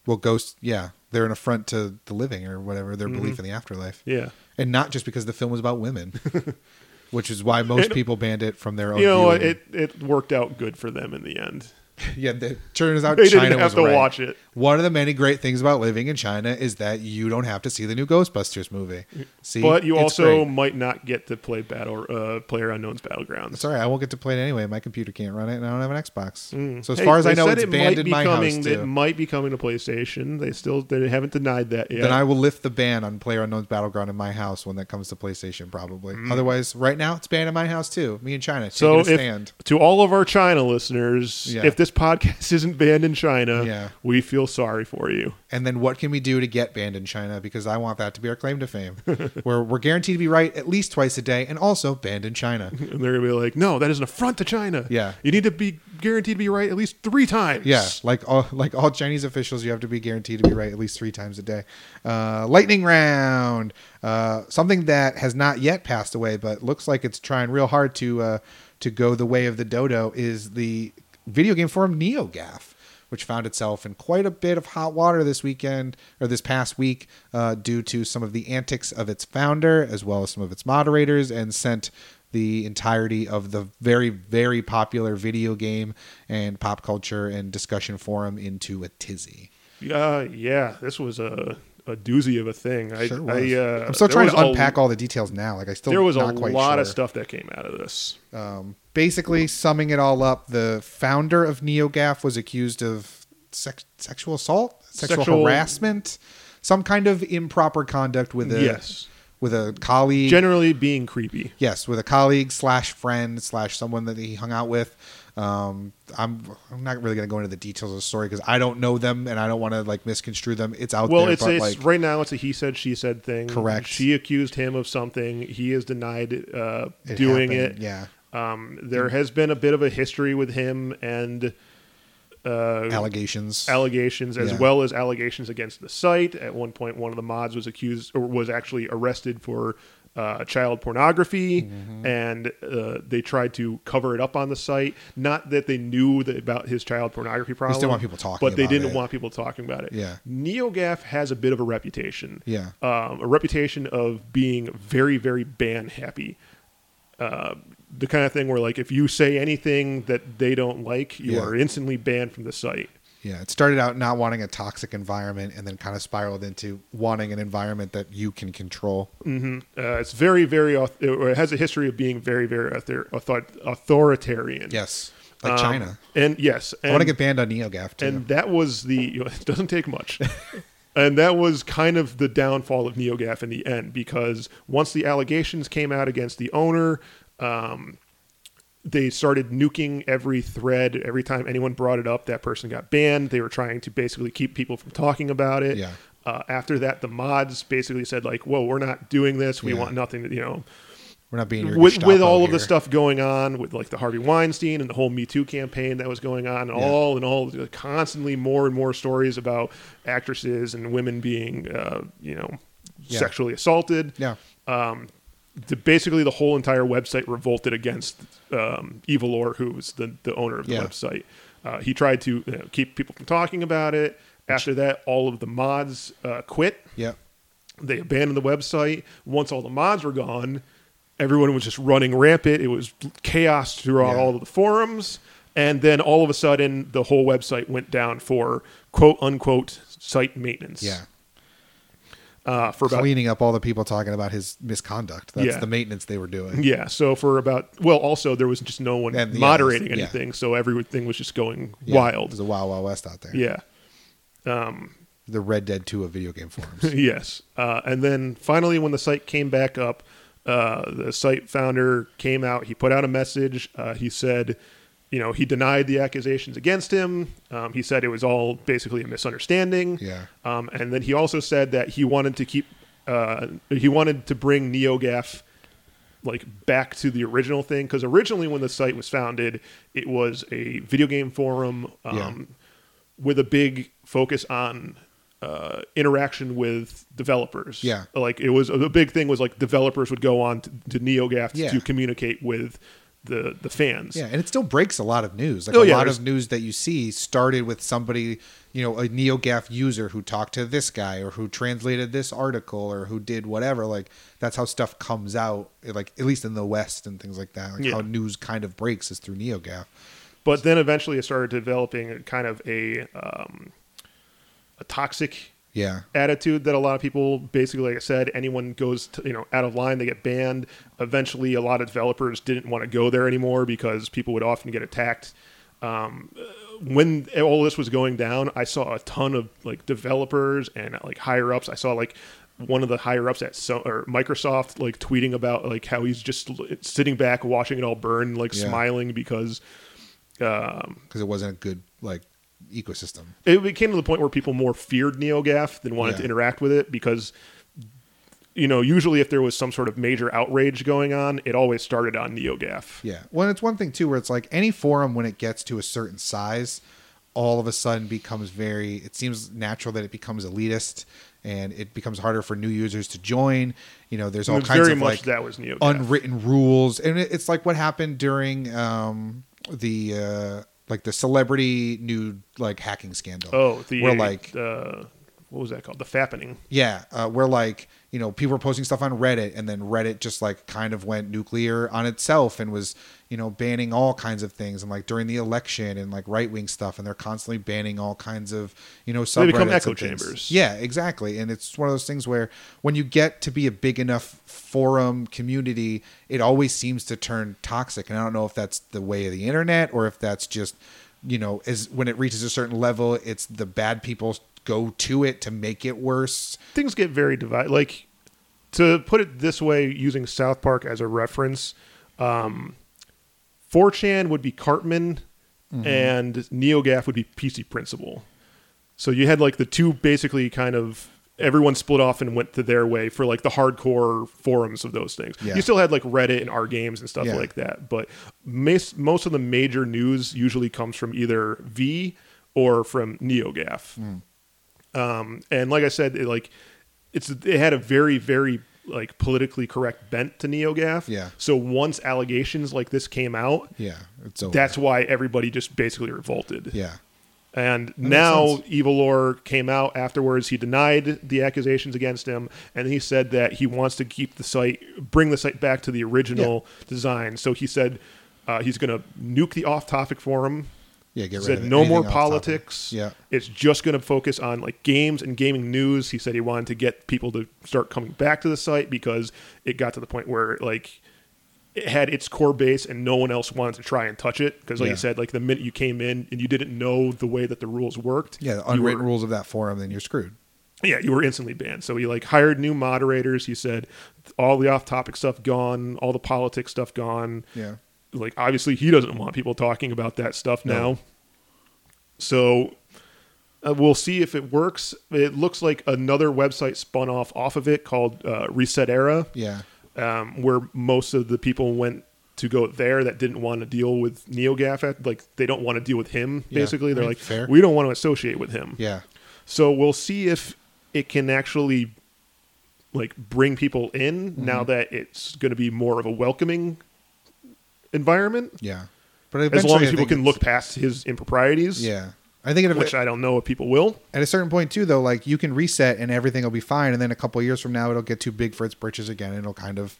Well, ghosts, yeah, they're an affront to the living or whatever their belief Mm-hmm. in the afterlife, Yeah. and not just because the film was about women, (laughs) which is (laughs) why most And- people banned it from their own. You know, what? viewing. it it worked out good for them in the end. Yeah, the, turns out (laughs) They China didn't was have to right. watch it. One of the many great things about living in China is that you don't have to see the new Ghostbusters movie. See, But you It's also great. might not get to play Battle uh, Player Unknown's Battlegrounds. sorry, I won't get to play it anyway. My computer can't run it, and I don't have an Xbox. So as Mm. Hey, far as they I know, said it's it banned might in be my coming, house It too. might be coming to PlayStation. They still they haven't denied that yet. Then I will lift the ban on Player Unknown's Battleground in my house when that comes to PlayStation, probably. Otherwise, right now it's banned in my house too. Me and China taking Mm. so a if, stand. to all of our China listeners, Yeah. if this podcast (laughs) isn't banned in China, Yeah. we feel sorry for you. And then what can we do to get banned in China? Because I want that to be our claim to (laughs) fame. where we're guaranteed to be right at least twice a day and also banned in China. And they're gonna be like, no, that is an affront to China. Yeah. you need to be guaranteed to be right at least three times. Yeah, like all like all Chinese officials, you have to be guaranteed to be right at least three times a day. Uh, lightning round, uh, something that has not yet passed away, but looks like it's trying real hard to uh, to go the way of the dodo. Is the video game forum NeoGaf, which found itself in quite a bit of hot water this weekend or this past week uh, due to some of the antics of its founder as well as some of its moderators, and sent the entirety of the very very popular video game and pop culture and discussion forum into a tizzy. Uh, yeah, this was a, a doozy of a thing. I, Sure was. I, uh, I'm still there trying to was a- unpack all the details now. Like I still There was a not lot quite sure. of stuff that came out of this. Um, basically, summing it all up, the founder of NeoGaf was accused of sex- sexual assault, sexual, Sexual- harassment, some kind of improper conduct with a Yes. with a colleague. Generally being creepy. yes, with a colleague slash friend slash someone that he hung out with. Um, I'm I'm not really gonna go into the details of the story because I don't know them and I don't want to like misconstrue them. It's out Well, there, it's, but it's like right now it's a he said she said thing. Correct. She accused him of something. He has denied uh, doing happened, it. Yeah, Um, there has been a bit of a history with him and uh, allegations. allegations as Yeah. well as allegations against the site. At one point, one of the mods was accused or was actually arrested for uh, child pornography, Mm-hmm. and uh, they tried to cover it up on the site. Not that they knew that about his child pornography problem. want people talking but they about didn't it. want people talking about it. Yeah. NeoGaf has a bit of a reputation. Yeah. um, a reputation of being very, very ban happy. Uh, the kind of thing where, like, if you say anything that they don't like, you Yeah. are instantly banned from the site. Yeah, it started out not wanting a toxic environment and then kind of spiraled into wanting an environment that you can control. Uh, it's very, very. auth- Or it has a history of being very, very author- author- authoritarian. Yes, like Um, China. And yes, I want and, to get banned on NeoGaf too. and that was the. You know, (laughs) it doesn't take much. and that was kind of the downfall of NeoGaf in the end because once the allegations came out against the owner. Um, they started nuking every thread every time anyone brought it up that person got banned they were trying to basically keep people from talking about it Yeah. uh, after that the mods basically said like whoa we're not doing this we Yeah. want nothing to you know We're not being your with, with Gestapo all of the here. stuff going on with like the Harvey Weinstein and the whole Me Too campaign that was going on, and all and all constantly more and more stories about actresses and women being, uh, you know, Yeah. sexually assaulted. Yeah, Um, the, basically, the whole entire website revolted against um, Evil Or, who was the, the owner of the Yeah. website. Uh, he tried to you know, keep people from talking about it. After that, all of the mods uh, quit yeah, they abandoned the website once all the mods were gone everyone was just running rampant it was chaos throughout Yeah. all of the forums and then all of a sudden the whole website went down for quote unquote site maintenance yeah. uh, for about Cleaning up all the people talking about his misconduct. That's Yeah. the maintenance they were doing. yeah so for about well also there was just no one And the moderating others, yeah. anything so everything was just going Yeah, It wild was a wild, wild west out there. yeah The Red Dead 2 of video game (laughs) forums. yes. Uh, and then finally, when the site came back up, uh, the site founder came out. He put out a message. Uh, he said, you know, he denied the accusations against him. Um, he said it was all basically a misunderstanding. Yeah. Um, and then he also said that he wanted to keep, uh, he wanted to bring NeoGaf like back to the original thing because originally when the site was founded, it was a video game forum um, Yeah. with a big focus on uh, interaction with developers. Yeah. like it was the big thing was like developers would go on to, to NeoGaf Yeah. to communicate with the the fans. Yeah, and it still breaks a lot of news. Like Oh, a yeah, lot there's- of news that you see started with somebody, you know, a NeoGaf user who talked to this guy or who translated this article or who did whatever. Like that's how stuff comes out. Like at least in the West and things like that. Like Yeah. how news kind of breaks is through NeoGaf. But then eventually it started developing kind of a um, a toxic Yeah, attitude that a lot of people basically like i said anyone goes to, you know out of line they get banned eventually a lot of developers didn't want to go there anymore because people would often get attacked um, uh, when all this was going down i saw a ton of like developers and like higher ups i saw like one of the higher ups at so or microsoft like tweeting about like how he's just l- sitting back watching it all burn like Yeah. smiling because Um, because it wasn't a good like ecosystem. it became to the point where people more feared NeoGAF than wanted Yeah. to interact with it because, you know, usually if there was some sort of major outrage going on, it always started on NeoGAF. Yeah. Well, it's one thing too where it's like any forum when it gets to a certain size, all of a sudden becomes very. It seems natural that it becomes elitist, and it becomes harder for new users to join. You know, there's all kinds Very of much like that was NeoGAF. unwritten rules, and it, it's like what happened during um, the uh, like the celebrity nude like hacking scandal. oh, the where like uh, what was that called? The fappening. yeah, uh, where like you know people were posting stuff on Reddit, and then Reddit just like kind of went nuclear on itself and was you know banning all kinds of things, and like during the election and like right wing stuff, and they're constantly banning all kinds of you know subreddits. They become and echo things. chambers. Yeah, exactly, and it's one of those things where when you get to be a big enough forum community, it always seems to turn toxic, and I don't know if that's the way of the internet or if that's just you know is when it reaches a certain level it's the bad people go to it to make it worse Things get very divided. Like to put it this way, using South Park as a reference, um, 4chan would be Cartman, Mm-hmm. and NeoGAF would be PC Principle. So you had like the two basically kind of everyone split off and went to their way for like the hardcore forums of those things. Yeah. You still had like Reddit and R games and stuff Yeah. like that, but mas- most of the major news usually comes from either V or from Mm-hmm. NeoGAF. Um, and like I said, it, like it's it had a very very like politically correct bent to NeoGAF. Yeah. So once allegations like this came out, Yeah, it's over. that's why everybody just basically revolted. yeah, And makes now sense. Evil Lore came out afterwards. He denied the accusations against him, and he said that he wants to keep the site, bring the site back to the original design. So he said uh, he's going to nuke the off-topic forum. yeah. Get He rid said of it. no Anything more off topic. politics. Yeah, It's just going to focus on like games and gaming news. He said he wanted to get people to start coming back to the site because it got to the point where like it had its core base and no one else wanted to try and touch it because like Yeah. you said like the minute you came in and you didn't know the way that the rules worked yeah. The you unwritten were- rules of that forum, then you're screwed. yeah, you were instantly banned. So he like hired new moderators. He said all the off-topic stuff gone, all the politics stuff gone. Yeah. Like obviously he doesn't want people talking about that stuff No. now. So uh, we'll see if it works. It looks like another website spun off off of it called uh, Reset Era, Yeah, um, where most of the people went to go there that didn't want to deal with NeoGAF. at- Like they don't want to deal with him. Yeah. Basically, they're I mean, like, fair. we don't want to associate with him. yeah, So we'll see if it can actually like bring people in Mm-hmm. now that it's going to be more of a welcoming environment yeah. But as long eventually as I people think can it's- look past his improprieties Yeah, I think it, which i don't know if people will at a certain point too, though, like you can reset and everything will be fine, and then a couple years from now, it'll get too big for its britches again, and it'll kind of,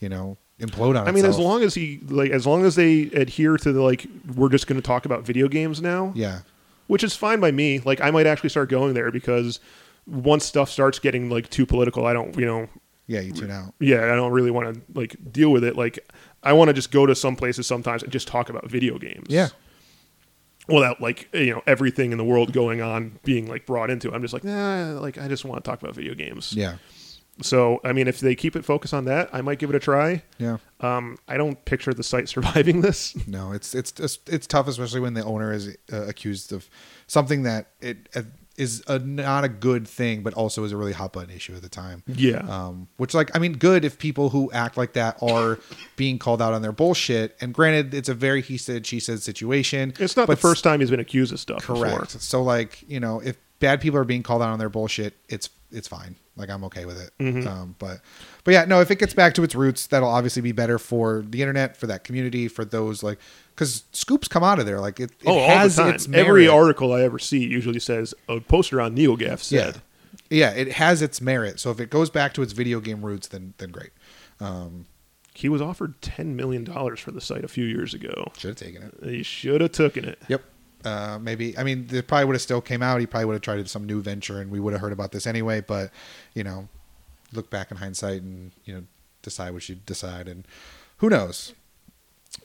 you know, implode on. i mean as itself. long as he like as long as they adhere to the like we're just going to talk about video games now Yeah, which is fine by me like i might actually start going there because once stuff starts getting like too political i don't you know yeah. You tune out. yeah, I don't really want to like deal with it. Like, I want to just go to some places sometimes and just talk about video games. Yeah. Without like you know everything in the world going on being like brought into, it. I'm just like nah, like I just want to talk about video games. Yeah, So I mean, if they keep it focused on that, I might give it a try. yeah. Um, I don't picture the site (laughs) surviving this. No, it's it's it's, it's tough, especially when the owner is uh, accused of something that it uh, is a, not a good thing, but also is a really hot button issue at the time. Yeah. um, which like I mean, good if people who act like that are being called out on their bullshit. And granted, it's a very he said she said situation. It's not but the first time he's been accused of stuff. correct. Before. So like you know, if bad people are being called out on their bullshit, it's it's fine. Like I'm okay with it. Mm-hmm. Um, but but yeah, no. If it gets back to its roots, that'll obviously be better for the internet, for that community, for those like because scoops come out of there. Like it, it Oh, all the has time. its Every merit. article I ever see usually says a poster on NeoGaf said. Yeah. yeah, it has its merit. So if it goes back to its video game roots, then then great. He was offered ten million dollars for the site a few years ago. Should have taken it. He should have taken it. Yep. Uh, maybe I mean they probably would have still came out. He probably would have tried some new venture, and we would have heard about this anyway. But you know, look back in hindsight and you know decide what you decide, and who knows.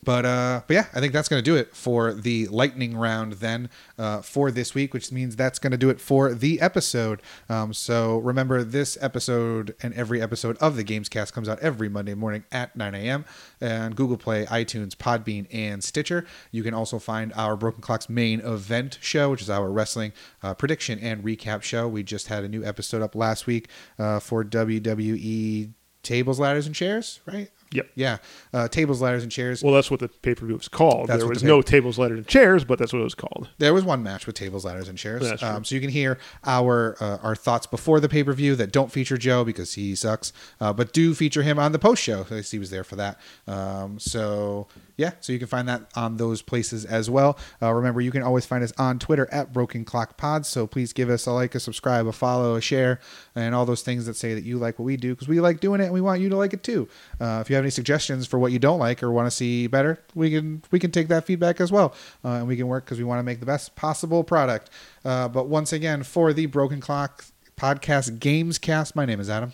But uh, but yeah, I think that's going to do it for the lightning round then uh, for this week, which means that's going to do it for the episode. Um, so remember, this episode and every episode of the Gamescast comes out every Monday morning at 9 a.m. and Google Play, iTunes, Podbean, and Stitcher. You can also find our Broken Clocks main event show, which is our wrestling uh, prediction and recap show. We just had a new episode up last week uh, for WWE tables, ladders, and chairs, right? Yep. Yeah, uh, tables, ladders, and chairs. Well, that's what the pay per view was called. That's there what was the no tables, letters, and chairs, but that's what it was called. there was one match with tables, ladders, and chairs. That's true. Um, so you can hear our uh, our thoughts before the pay per view that don't feature Joe because he sucks, uh, but do feature him on the post show. At least he was there for that. Um, so yeah, so you can find that on those places as well. Uh, remember, you can always find us on Twitter at Broken Clock Pod. So please give us a like, a subscribe, a follow, a share, and all those things that say that you like what we do because we like doing it and we want you to like it too. Uh, if you have any suggestions for what you don't like or want to see better, we can we can take that feedback as well, uh, and we can work because we want to make the best possible product. Uh, but once again, for the Broken Clock Podcast Games Cast, my name is Adam,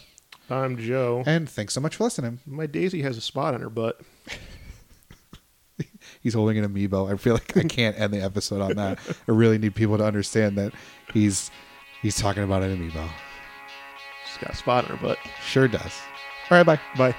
I'm Joe. and thanks so much for listening. My Daisy has a spot on her butt. He's holding an amiibo. I feel like I can't end the episode on that. I really need people to understand that he's he's talking about an amiibo. She's got a spot on her butt. Sure does. All right, bye. Bye.